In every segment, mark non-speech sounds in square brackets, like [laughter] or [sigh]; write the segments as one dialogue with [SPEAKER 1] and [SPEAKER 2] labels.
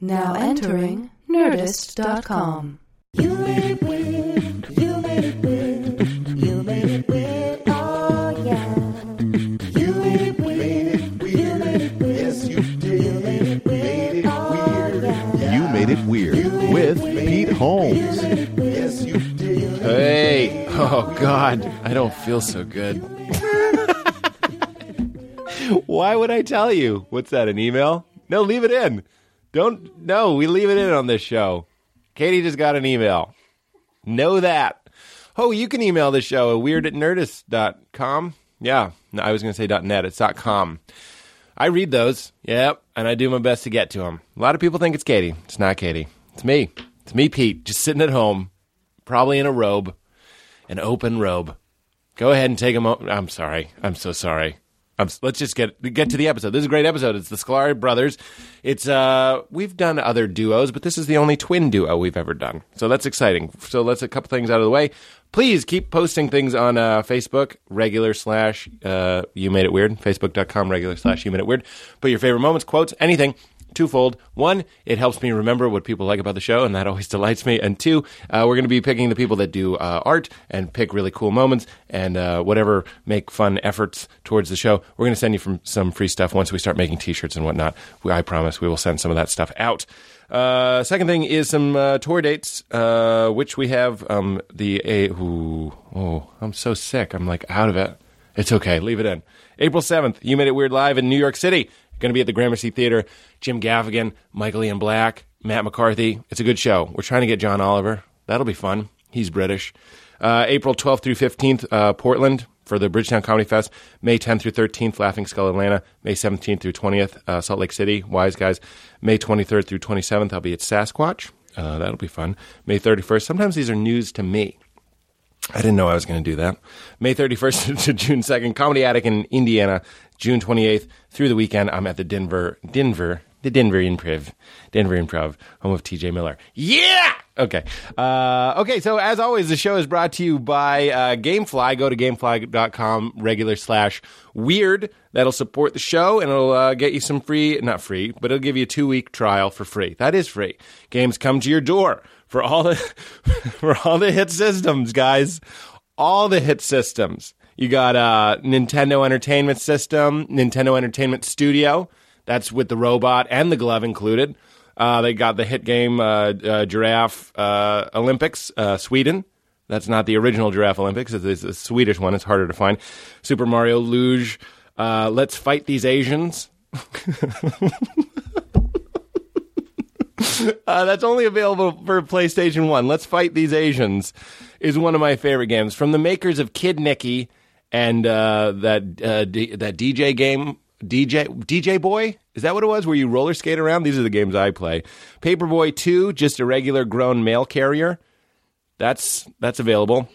[SPEAKER 1] Now entering Nerdist.com.
[SPEAKER 2] You made it weird. You made it weird. You made it weird. Oh yeah. You made it weird. You made it weird. Yes, you did. You made it weird. Oh yeah.
[SPEAKER 3] You Made It Weird with Pete Holmes.
[SPEAKER 4] Hey! Oh God, I don't feel so good. Why would I tell you? What's that? An email? No, leave it in. Don't. No, we leave it in on this show. Katie just got an email. Know that. Oh, you can email the show at weird at nerdist.com. Yeah, no, I was going to say dot .net. It's dot .com. I read those. Yep, and I do my best to get to them. A lot of people think it's Katie. It's not Katie. It's me. It's me, Pete, just sitting at home, probably in a robe, an open robe. Go ahead and take a moment. I'm sorry. I'm so sorry. I'm, s- let's just get get to the episode. This is a great episode. It's the Scolari brothers. It's uh, we've done other duos, but this is the only twin duo we've ever done. So that's exciting. So let's a couple things out of the way. Please keep posting things on uh, Facebook, regular slash uh, you made it weird, facebook.com regular slash you made it weird. But your favorite moments, quotes, anything twofold. One, it helps me remember what people like about the show, and that always [laughs] delights me. And two, uh, we're going to be picking the people that do uh, art and pick really cool moments and uh, whatever make fun efforts towards the show. We're going to send you from some free stuff once we start making T-shirts and whatnot. We, I promise we will send some of that stuff out. Uh, second thing is some uh, tour dates, uh, which we have um, the a. Ooh, oh, I'm so sick. I'm like out of it. It's okay. Leave it in. April 7th, You Made It Weird Live in New York City. Going to be at the Gramercy Theater. Jim Gaffigan, Michael Ian Black, Matt McCarthy. It's a good show. We're trying to get John Oliver. That'll be fun. He's British. Uh, April 12th through 15th, uh, Portland for the Bridgetown Comedy Fest. May 10th through 13th, Laughing Skull Atlanta. May 17th through 20th, uh, Salt Lake City, Wise Guys. May 23rd through 27th, I'll be at Sasquatch. Uh, that'll be fun. May 31st. Sometimes these are news to me. I didn't know I was going to do that. May 31st [laughs] to June 2nd, Comedy Attic in Indiana. June 28th through the weekend, I'm at the Denver, Denver, the Denver Improv, Denver Improv, home of TJ Miller. Yeah! Okay. Uh, okay, so as always, the show is brought to you by uh, Gamefly. Go to gamefly.com, regular slash weird. That'll support the show and it'll uh, get you some free, not free, but it'll give you a two week trial for free. That is free. Games come to your door for all the [laughs] for all the hit systems, guys. All the hit systems. You got uh, Nintendo Entertainment System, Nintendo Entertainment Studio. That's with the robot and the glove included. Uh, they got the hit game uh, uh, Giraffe uh, Olympics, uh, Sweden. That's not the original Giraffe Olympics. It's, it's a Swedish one. It's harder to find. Super Mario Luge. Uh, Let's fight these Asians. Uh, that's only available for PlayStation 1. Let's Fight These Asians is one of my favorite games from the makers of Kid Nicky and uh, that uh, D- that DJ game DJ DJ Boy. Is that what it was? Where you roller skate around? These are the games I play. Paperboy 2, just a regular grown mail carrier. That's that's available.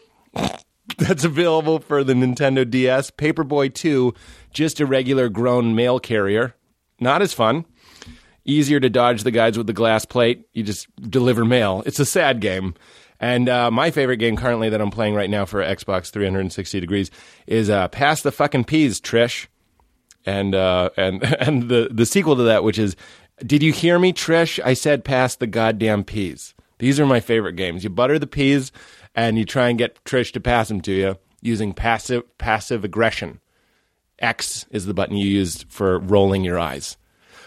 [SPEAKER 4] [laughs] that's available for the Nintendo DS. Paperboy 2, just a regular grown mail carrier. Not as fun easier to dodge the guys with the glass plate. You just deliver mail. It's a sad game. And uh, my favorite game currently that I'm playing right now for Xbox 360 degrees is uh, Pass the fucking peas, Trish. And uh, and [laughs] and the the sequel to that, which is, did you hear me, Trish? I said pass the goddamn peas. These are my favorite games. You butter the peas, and you try and get Trish to pass them to you using passive passive aggression. X is the button you used for rolling your eyes.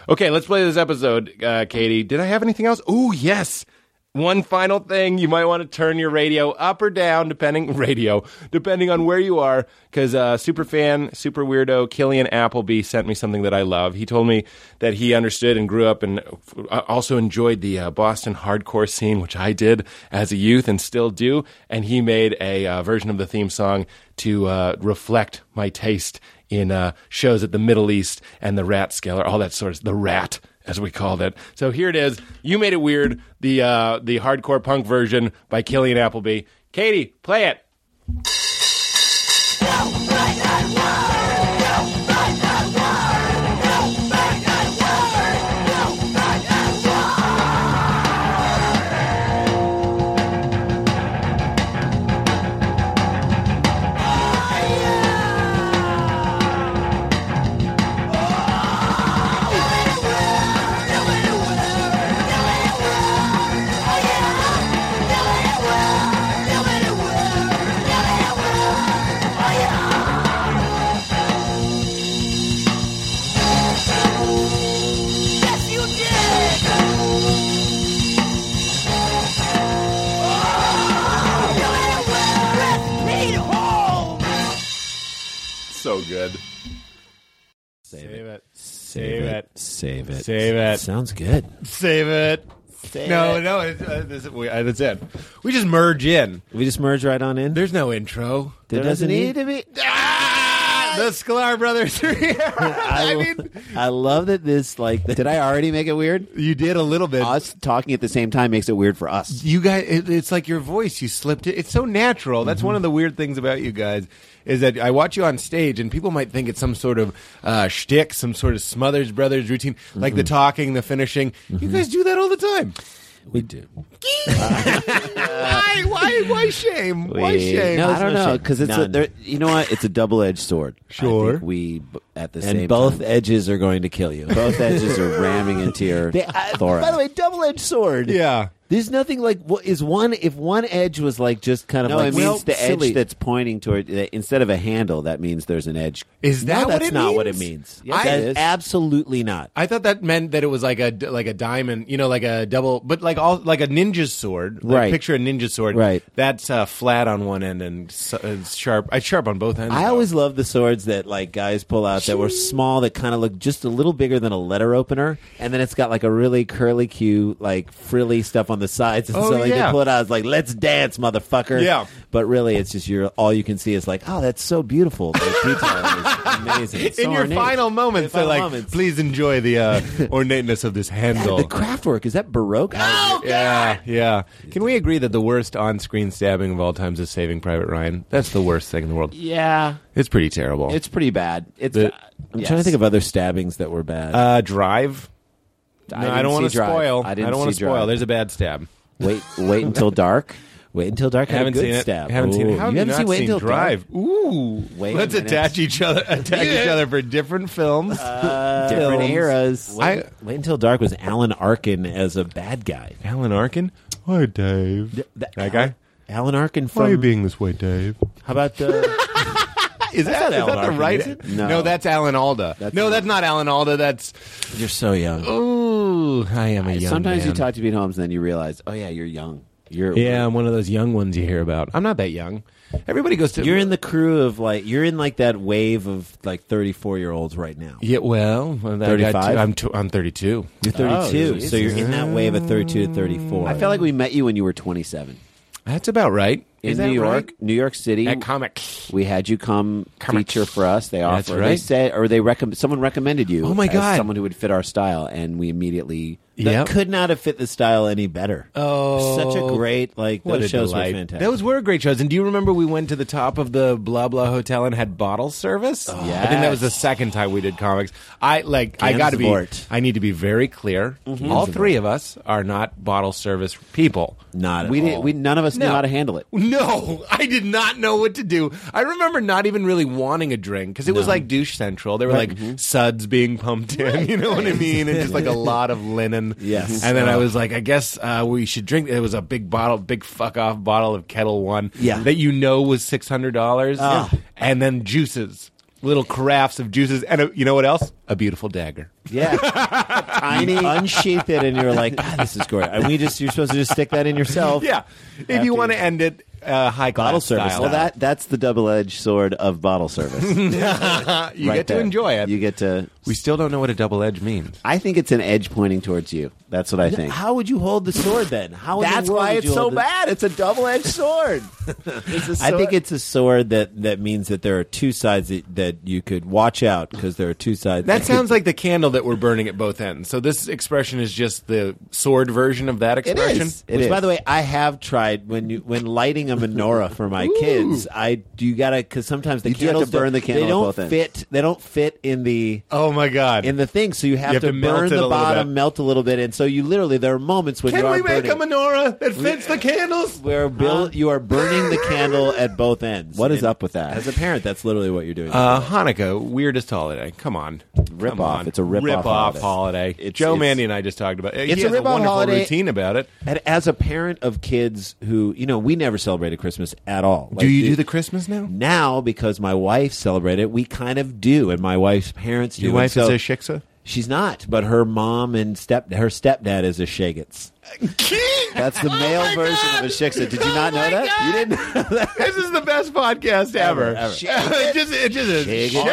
[SPEAKER 4] Okay, let's play this episode, uh, Katie. Did I have anything else? Oh, yes. One final thing, you might want to turn your radio up or down, depending [laughs] radio, depending on where you are, because uh, super fan, super weirdo Killian Appleby sent me something that I love. He told me that he understood and grew up and uh, also enjoyed the uh, Boston hardcore scene, which I did as a youth and still do. And he made a uh, version of the theme song to uh, reflect my taste in uh, shows at the Middle East and the Rat Scaler, all that sort of the Rat as we called it. So here it is. You made it weird. The uh, the hardcore punk version by Killian Appleby. Katie, play it.
[SPEAKER 2] You made it weird.
[SPEAKER 5] Save
[SPEAKER 4] it.
[SPEAKER 5] Save it.
[SPEAKER 4] Save it.
[SPEAKER 5] Sounds good.
[SPEAKER 4] Save it. no, no, it's, uh, this, we, uh, that's it. We just merge in.
[SPEAKER 5] We just merge right on in.
[SPEAKER 4] There's no intro.
[SPEAKER 5] There doesn't need
[SPEAKER 4] to be. Ah, the Sklar brothers are here. [laughs]
[SPEAKER 5] [laughs]
[SPEAKER 4] I,
[SPEAKER 5] I,
[SPEAKER 4] mean,
[SPEAKER 5] I love that this like. Did I already make it [laughs] weird?
[SPEAKER 4] you did a little bit.
[SPEAKER 5] Us talking at the same time makes it weird for us.
[SPEAKER 4] you guys, it, it's like your voice. You slipped it. It's so natural. That's
[SPEAKER 5] Mm-hmm.
[SPEAKER 4] one of the weird things about you guys is that I watch you on stage, and people might think it's some sort of uh, shtick, some sort of Smothers Brothers routine, like the
[SPEAKER 5] Mm-hmm.
[SPEAKER 4] talking, the finishing. You guys do that all the time.
[SPEAKER 5] We do.
[SPEAKER 4] why? Why? Why shame? Why
[SPEAKER 6] We-
[SPEAKER 4] shame?
[SPEAKER 5] No, I don't know
[SPEAKER 6] shame.
[SPEAKER 5] because it's a,
[SPEAKER 6] None.
[SPEAKER 5] there, you know what? It's a double edged sword. I
[SPEAKER 4] Sure.
[SPEAKER 5] think we b- at the
[SPEAKER 6] and
[SPEAKER 5] same
[SPEAKER 6] both
[SPEAKER 5] time,
[SPEAKER 6] edges are going to kill you.
[SPEAKER 5] both edges are ramming into your
[SPEAKER 6] [laughs] They- I-
[SPEAKER 5] thorax.
[SPEAKER 6] by the way, double edged sword.
[SPEAKER 4] Yeah.
[SPEAKER 6] There's nothing like what is one if one edge was like just kind of
[SPEAKER 5] no,
[SPEAKER 6] like
[SPEAKER 5] it means
[SPEAKER 6] well,
[SPEAKER 5] the
[SPEAKER 6] silly.
[SPEAKER 5] edge that's pointing toward instead of a handle. That means there's an edge.
[SPEAKER 4] Is that
[SPEAKER 6] no,
[SPEAKER 4] what
[SPEAKER 6] that's
[SPEAKER 4] it
[SPEAKER 6] not
[SPEAKER 4] means?
[SPEAKER 6] what it means.
[SPEAKER 4] Yes,
[SPEAKER 6] That
[SPEAKER 4] it
[SPEAKER 6] is
[SPEAKER 5] is.
[SPEAKER 6] absolutely not.
[SPEAKER 4] I thought that meant that it was like a like a diamond, you know, like a double, but like all like a ninja's sword. Like,
[SPEAKER 5] Right.
[SPEAKER 4] Picture a ninja sword.
[SPEAKER 5] Right.
[SPEAKER 4] That's uh, flat on one end and s- uh, sharp. I sharp on both ends.
[SPEAKER 6] I
[SPEAKER 4] though.
[SPEAKER 6] always love the swords that like guys pull out that were small that kind of look just a little bigger than a letter opener, and then it's got like a really curly cue like frilly stuff on the sides, and
[SPEAKER 4] Oh,
[SPEAKER 6] so like
[SPEAKER 4] yeah.
[SPEAKER 6] they pull it out, it's like let's dance, motherfucker.
[SPEAKER 4] Yeah.
[SPEAKER 6] But really, it's just your all you can see is like, oh, that's so beautiful.
[SPEAKER 4] [laughs]
[SPEAKER 6] The detail is amazing. It's so
[SPEAKER 4] in your
[SPEAKER 6] ornate.
[SPEAKER 4] final moments.
[SPEAKER 6] final
[SPEAKER 4] they're like,
[SPEAKER 6] moments.
[SPEAKER 4] please enjoy the [laughs] uh, ornateness of this handle.
[SPEAKER 6] The craft work is that baroque? Oh,
[SPEAKER 4] yeah, yeah. Can we agree that the worst on-screen stabbing of all times is Saving Private Ryan? That's the worst thing in the world.
[SPEAKER 6] yeah.
[SPEAKER 4] It's pretty terrible.
[SPEAKER 6] It's pretty bad. It's.
[SPEAKER 4] The-
[SPEAKER 6] I'm trying to think of other stabbings that were bad.
[SPEAKER 4] uh, Drive. No, I,
[SPEAKER 6] didn't
[SPEAKER 4] don't want
[SPEAKER 6] see
[SPEAKER 4] to
[SPEAKER 6] Drive.
[SPEAKER 4] spoil.
[SPEAKER 6] I didn't
[SPEAKER 4] don't want
[SPEAKER 6] see
[SPEAKER 4] to spoil.
[SPEAKER 6] Drive.
[SPEAKER 4] There's a bad stab.
[SPEAKER 6] wait, wait
[SPEAKER 4] [laughs]
[SPEAKER 6] until dark.
[SPEAKER 5] Wait until dark.
[SPEAKER 6] Had a
[SPEAKER 4] haven't
[SPEAKER 6] good
[SPEAKER 4] seen it.
[SPEAKER 6] stab.
[SPEAKER 4] Haven't seen
[SPEAKER 6] Ooh.
[SPEAKER 4] it. How have
[SPEAKER 6] You
[SPEAKER 4] you
[SPEAKER 6] haven't
[SPEAKER 4] not
[SPEAKER 6] seen Wait
[SPEAKER 4] seen
[SPEAKER 6] Until
[SPEAKER 4] Drive? Ooh,
[SPEAKER 6] Wait a
[SPEAKER 4] let's
[SPEAKER 6] minute. Uh,
[SPEAKER 4] attach each other, attack each other for different films.
[SPEAKER 6] Different
[SPEAKER 4] Films.
[SPEAKER 6] eras.
[SPEAKER 5] Wait,
[SPEAKER 4] I-
[SPEAKER 5] wait until dark was Alan Arkin as a bad guy.
[SPEAKER 4] Alan Arkin. Hi, Dave.
[SPEAKER 5] That
[SPEAKER 4] that guy.
[SPEAKER 5] Alan Arkin
[SPEAKER 4] Why are
[SPEAKER 6] um,
[SPEAKER 4] you
[SPEAKER 5] from
[SPEAKER 4] being this way, Dave?
[SPEAKER 5] how about the
[SPEAKER 4] Is that, is
[SPEAKER 5] Alan
[SPEAKER 4] that the
[SPEAKER 5] Arkin,
[SPEAKER 4] right?
[SPEAKER 5] is it?
[SPEAKER 4] No.
[SPEAKER 5] No.
[SPEAKER 4] that's Alan Alda.
[SPEAKER 5] That's
[SPEAKER 4] no,
[SPEAKER 5] Alan-
[SPEAKER 4] that's not Alan Alda. That's
[SPEAKER 5] [laughs] You're so young.
[SPEAKER 6] Oh,
[SPEAKER 4] ooh, I am a young.
[SPEAKER 5] sometimes
[SPEAKER 4] man.
[SPEAKER 5] you talk to Pete Holmes and then you realize, oh yeah, you're young. You're
[SPEAKER 4] Yeah, I'm one of those young ones you hear about. I'm not that young. Everybody goes to.
[SPEAKER 5] You're in the crew of like you're in like that wave of like 34 year olds right now.
[SPEAKER 4] Yeah, well, I got to-
[SPEAKER 5] 35?
[SPEAKER 4] I'm t- I'm 32.
[SPEAKER 5] You're 32,
[SPEAKER 6] Oh,
[SPEAKER 5] so you're in that wave of 32 to 34.
[SPEAKER 6] I felt like we met you when you were 27
[SPEAKER 4] That's about right.
[SPEAKER 6] in
[SPEAKER 4] Is that
[SPEAKER 6] New York,
[SPEAKER 4] right?
[SPEAKER 6] New York City.
[SPEAKER 4] at comics.
[SPEAKER 6] we had you come
[SPEAKER 4] Come
[SPEAKER 6] feature
[SPEAKER 4] on.
[SPEAKER 6] for us. They
[SPEAKER 4] That's
[SPEAKER 6] offered, they
[SPEAKER 4] right.
[SPEAKER 6] said, or they recommend. Someone recommended you.
[SPEAKER 4] Oh, my
[SPEAKER 6] as
[SPEAKER 4] God.
[SPEAKER 6] Someone who would fit our style, and we immediately.
[SPEAKER 5] that
[SPEAKER 4] Yep.
[SPEAKER 5] could not have fit the style any better.
[SPEAKER 4] Oh,
[SPEAKER 5] such a great like
[SPEAKER 4] What
[SPEAKER 5] those
[SPEAKER 4] a
[SPEAKER 5] shows
[SPEAKER 4] delight.
[SPEAKER 5] were fantastic.
[SPEAKER 4] Those were great shows. And do you remember we went to the top of the blah blah hotel and had bottle service?
[SPEAKER 5] Oh,
[SPEAKER 4] I think that was the second time we did comics. I like I
[SPEAKER 5] Cans
[SPEAKER 4] got to be
[SPEAKER 5] Vort.
[SPEAKER 4] I need to be very clear.
[SPEAKER 5] Mm-hmm.
[SPEAKER 4] All three of us are not bottle service people.
[SPEAKER 5] not at
[SPEAKER 6] We
[SPEAKER 5] all.
[SPEAKER 6] did. We none of us knew
[SPEAKER 4] No.
[SPEAKER 6] how to
[SPEAKER 5] [laughs]
[SPEAKER 6] handle it.
[SPEAKER 4] No, [laughs] I did not know what to do. I remember not even really wanting a drink because it was like douche central. There were like suds being pumped in, [laughs] you know what I mean, and just [laughs] like a lot of linen.
[SPEAKER 5] Yes.
[SPEAKER 4] And then I was like, I guess uh, we should drink. It was a big bottle, big fuck off bottle of Kettle One,
[SPEAKER 5] Yeah.
[SPEAKER 4] that you know was six hundred dollars,
[SPEAKER 5] Ah.
[SPEAKER 4] and then juices, little carafes of juices, and a, you know what else? A beautiful dagger.
[SPEAKER 5] Yeah, tiny. Unsheath it, and you're like, God, this is great. And we just you're supposed to just stick that in yourself.
[SPEAKER 4] [laughs] Yeah, if you want to end it uh, high class
[SPEAKER 5] Bottle service.
[SPEAKER 4] style.
[SPEAKER 5] Well,
[SPEAKER 6] Well,
[SPEAKER 4] [laughs]
[SPEAKER 6] that that's the double edged sword of bottle service.
[SPEAKER 4] you
[SPEAKER 5] right
[SPEAKER 4] get to
[SPEAKER 5] there.
[SPEAKER 4] enjoy it.
[SPEAKER 6] you get to.
[SPEAKER 4] we still don't know what a double edge means.
[SPEAKER 6] I think it's an edge pointing towards you. That's what I think.
[SPEAKER 5] How would you hold the sword then? How? in the
[SPEAKER 6] That's
[SPEAKER 5] world
[SPEAKER 6] why
[SPEAKER 5] would
[SPEAKER 6] it's
[SPEAKER 5] you
[SPEAKER 6] so
[SPEAKER 5] hold the-
[SPEAKER 6] bad. It's a double
[SPEAKER 5] [laughs]
[SPEAKER 6] edged sword. It's a
[SPEAKER 5] I think
[SPEAKER 6] sword-
[SPEAKER 5] it's a sword that that means that there are two sides that, that you could watch out because there are two sides.
[SPEAKER 4] That sounds like the candle that we're burning at both ends. So this expression is just the sword version of that
[SPEAKER 5] It
[SPEAKER 4] expression.
[SPEAKER 5] is. Which, by the way, I have tried when you when lighting a menorah for my kids. I you gotta because sometimes the
[SPEAKER 6] You do have to
[SPEAKER 5] candles
[SPEAKER 6] burn the
[SPEAKER 5] don't-
[SPEAKER 6] candle
[SPEAKER 5] They
[SPEAKER 6] at
[SPEAKER 5] don't
[SPEAKER 6] both ends.
[SPEAKER 5] fit. They don't fit in the
[SPEAKER 4] Oh my god!
[SPEAKER 5] in the thing. So you have,
[SPEAKER 4] have
[SPEAKER 5] to,
[SPEAKER 4] to melt
[SPEAKER 5] burn
[SPEAKER 4] it a
[SPEAKER 5] the
[SPEAKER 4] little
[SPEAKER 5] bottom,
[SPEAKER 4] bit.
[SPEAKER 5] melt a little bit, and so you literally there are moments when you
[SPEAKER 4] Can
[SPEAKER 5] are
[SPEAKER 4] we make
[SPEAKER 5] burning.
[SPEAKER 4] a menorah that fits the candles?
[SPEAKER 5] where Bill, you are burning the candle at both ends.
[SPEAKER 6] What is
[SPEAKER 5] And
[SPEAKER 6] up with that?
[SPEAKER 5] As a parent, that's literally what you're doing.
[SPEAKER 4] Uh, Hanukkah, weirdest holiday. Come on,
[SPEAKER 6] Rip
[SPEAKER 4] Come
[SPEAKER 6] off.
[SPEAKER 4] on.
[SPEAKER 6] It's a rip-off
[SPEAKER 4] Rip-off
[SPEAKER 6] holiday.
[SPEAKER 4] holiday.
[SPEAKER 6] It's-
[SPEAKER 4] Joe
[SPEAKER 6] it's-
[SPEAKER 4] Mandy and I just talked about. It. He
[SPEAKER 5] It's a
[SPEAKER 4] has a,
[SPEAKER 5] rip-off
[SPEAKER 4] wonderful
[SPEAKER 5] holiday.
[SPEAKER 4] routine about it.
[SPEAKER 5] and as a parent of kids who, you know, we never celebrated Christmas at all. Like, the-
[SPEAKER 4] Christmas now?
[SPEAKER 5] now because my wife celebrated it? We kind of do, and my wife's parents do.
[SPEAKER 4] Your
[SPEAKER 5] and
[SPEAKER 4] wife [laughs]
[SPEAKER 5] so
[SPEAKER 4] is a shiksa.
[SPEAKER 5] She's not, but her mom and step her stepdad is a Shagets. That's
[SPEAKER 6] [laughs]
[SPEAKER 4] Oh
[SPEAKER 5] the
[SPEAKER 6] Oh
[SPEAKER 5] male version of a shiksa. Did you not know that? You didn't [laughs] know that.
[SPEAKER 4] [laughs] This is the best podcast ever.
[SPEAKER 5] ever.
[SPEAKER 4] [laughs] it just, it just is
[SPEAKER 5] All,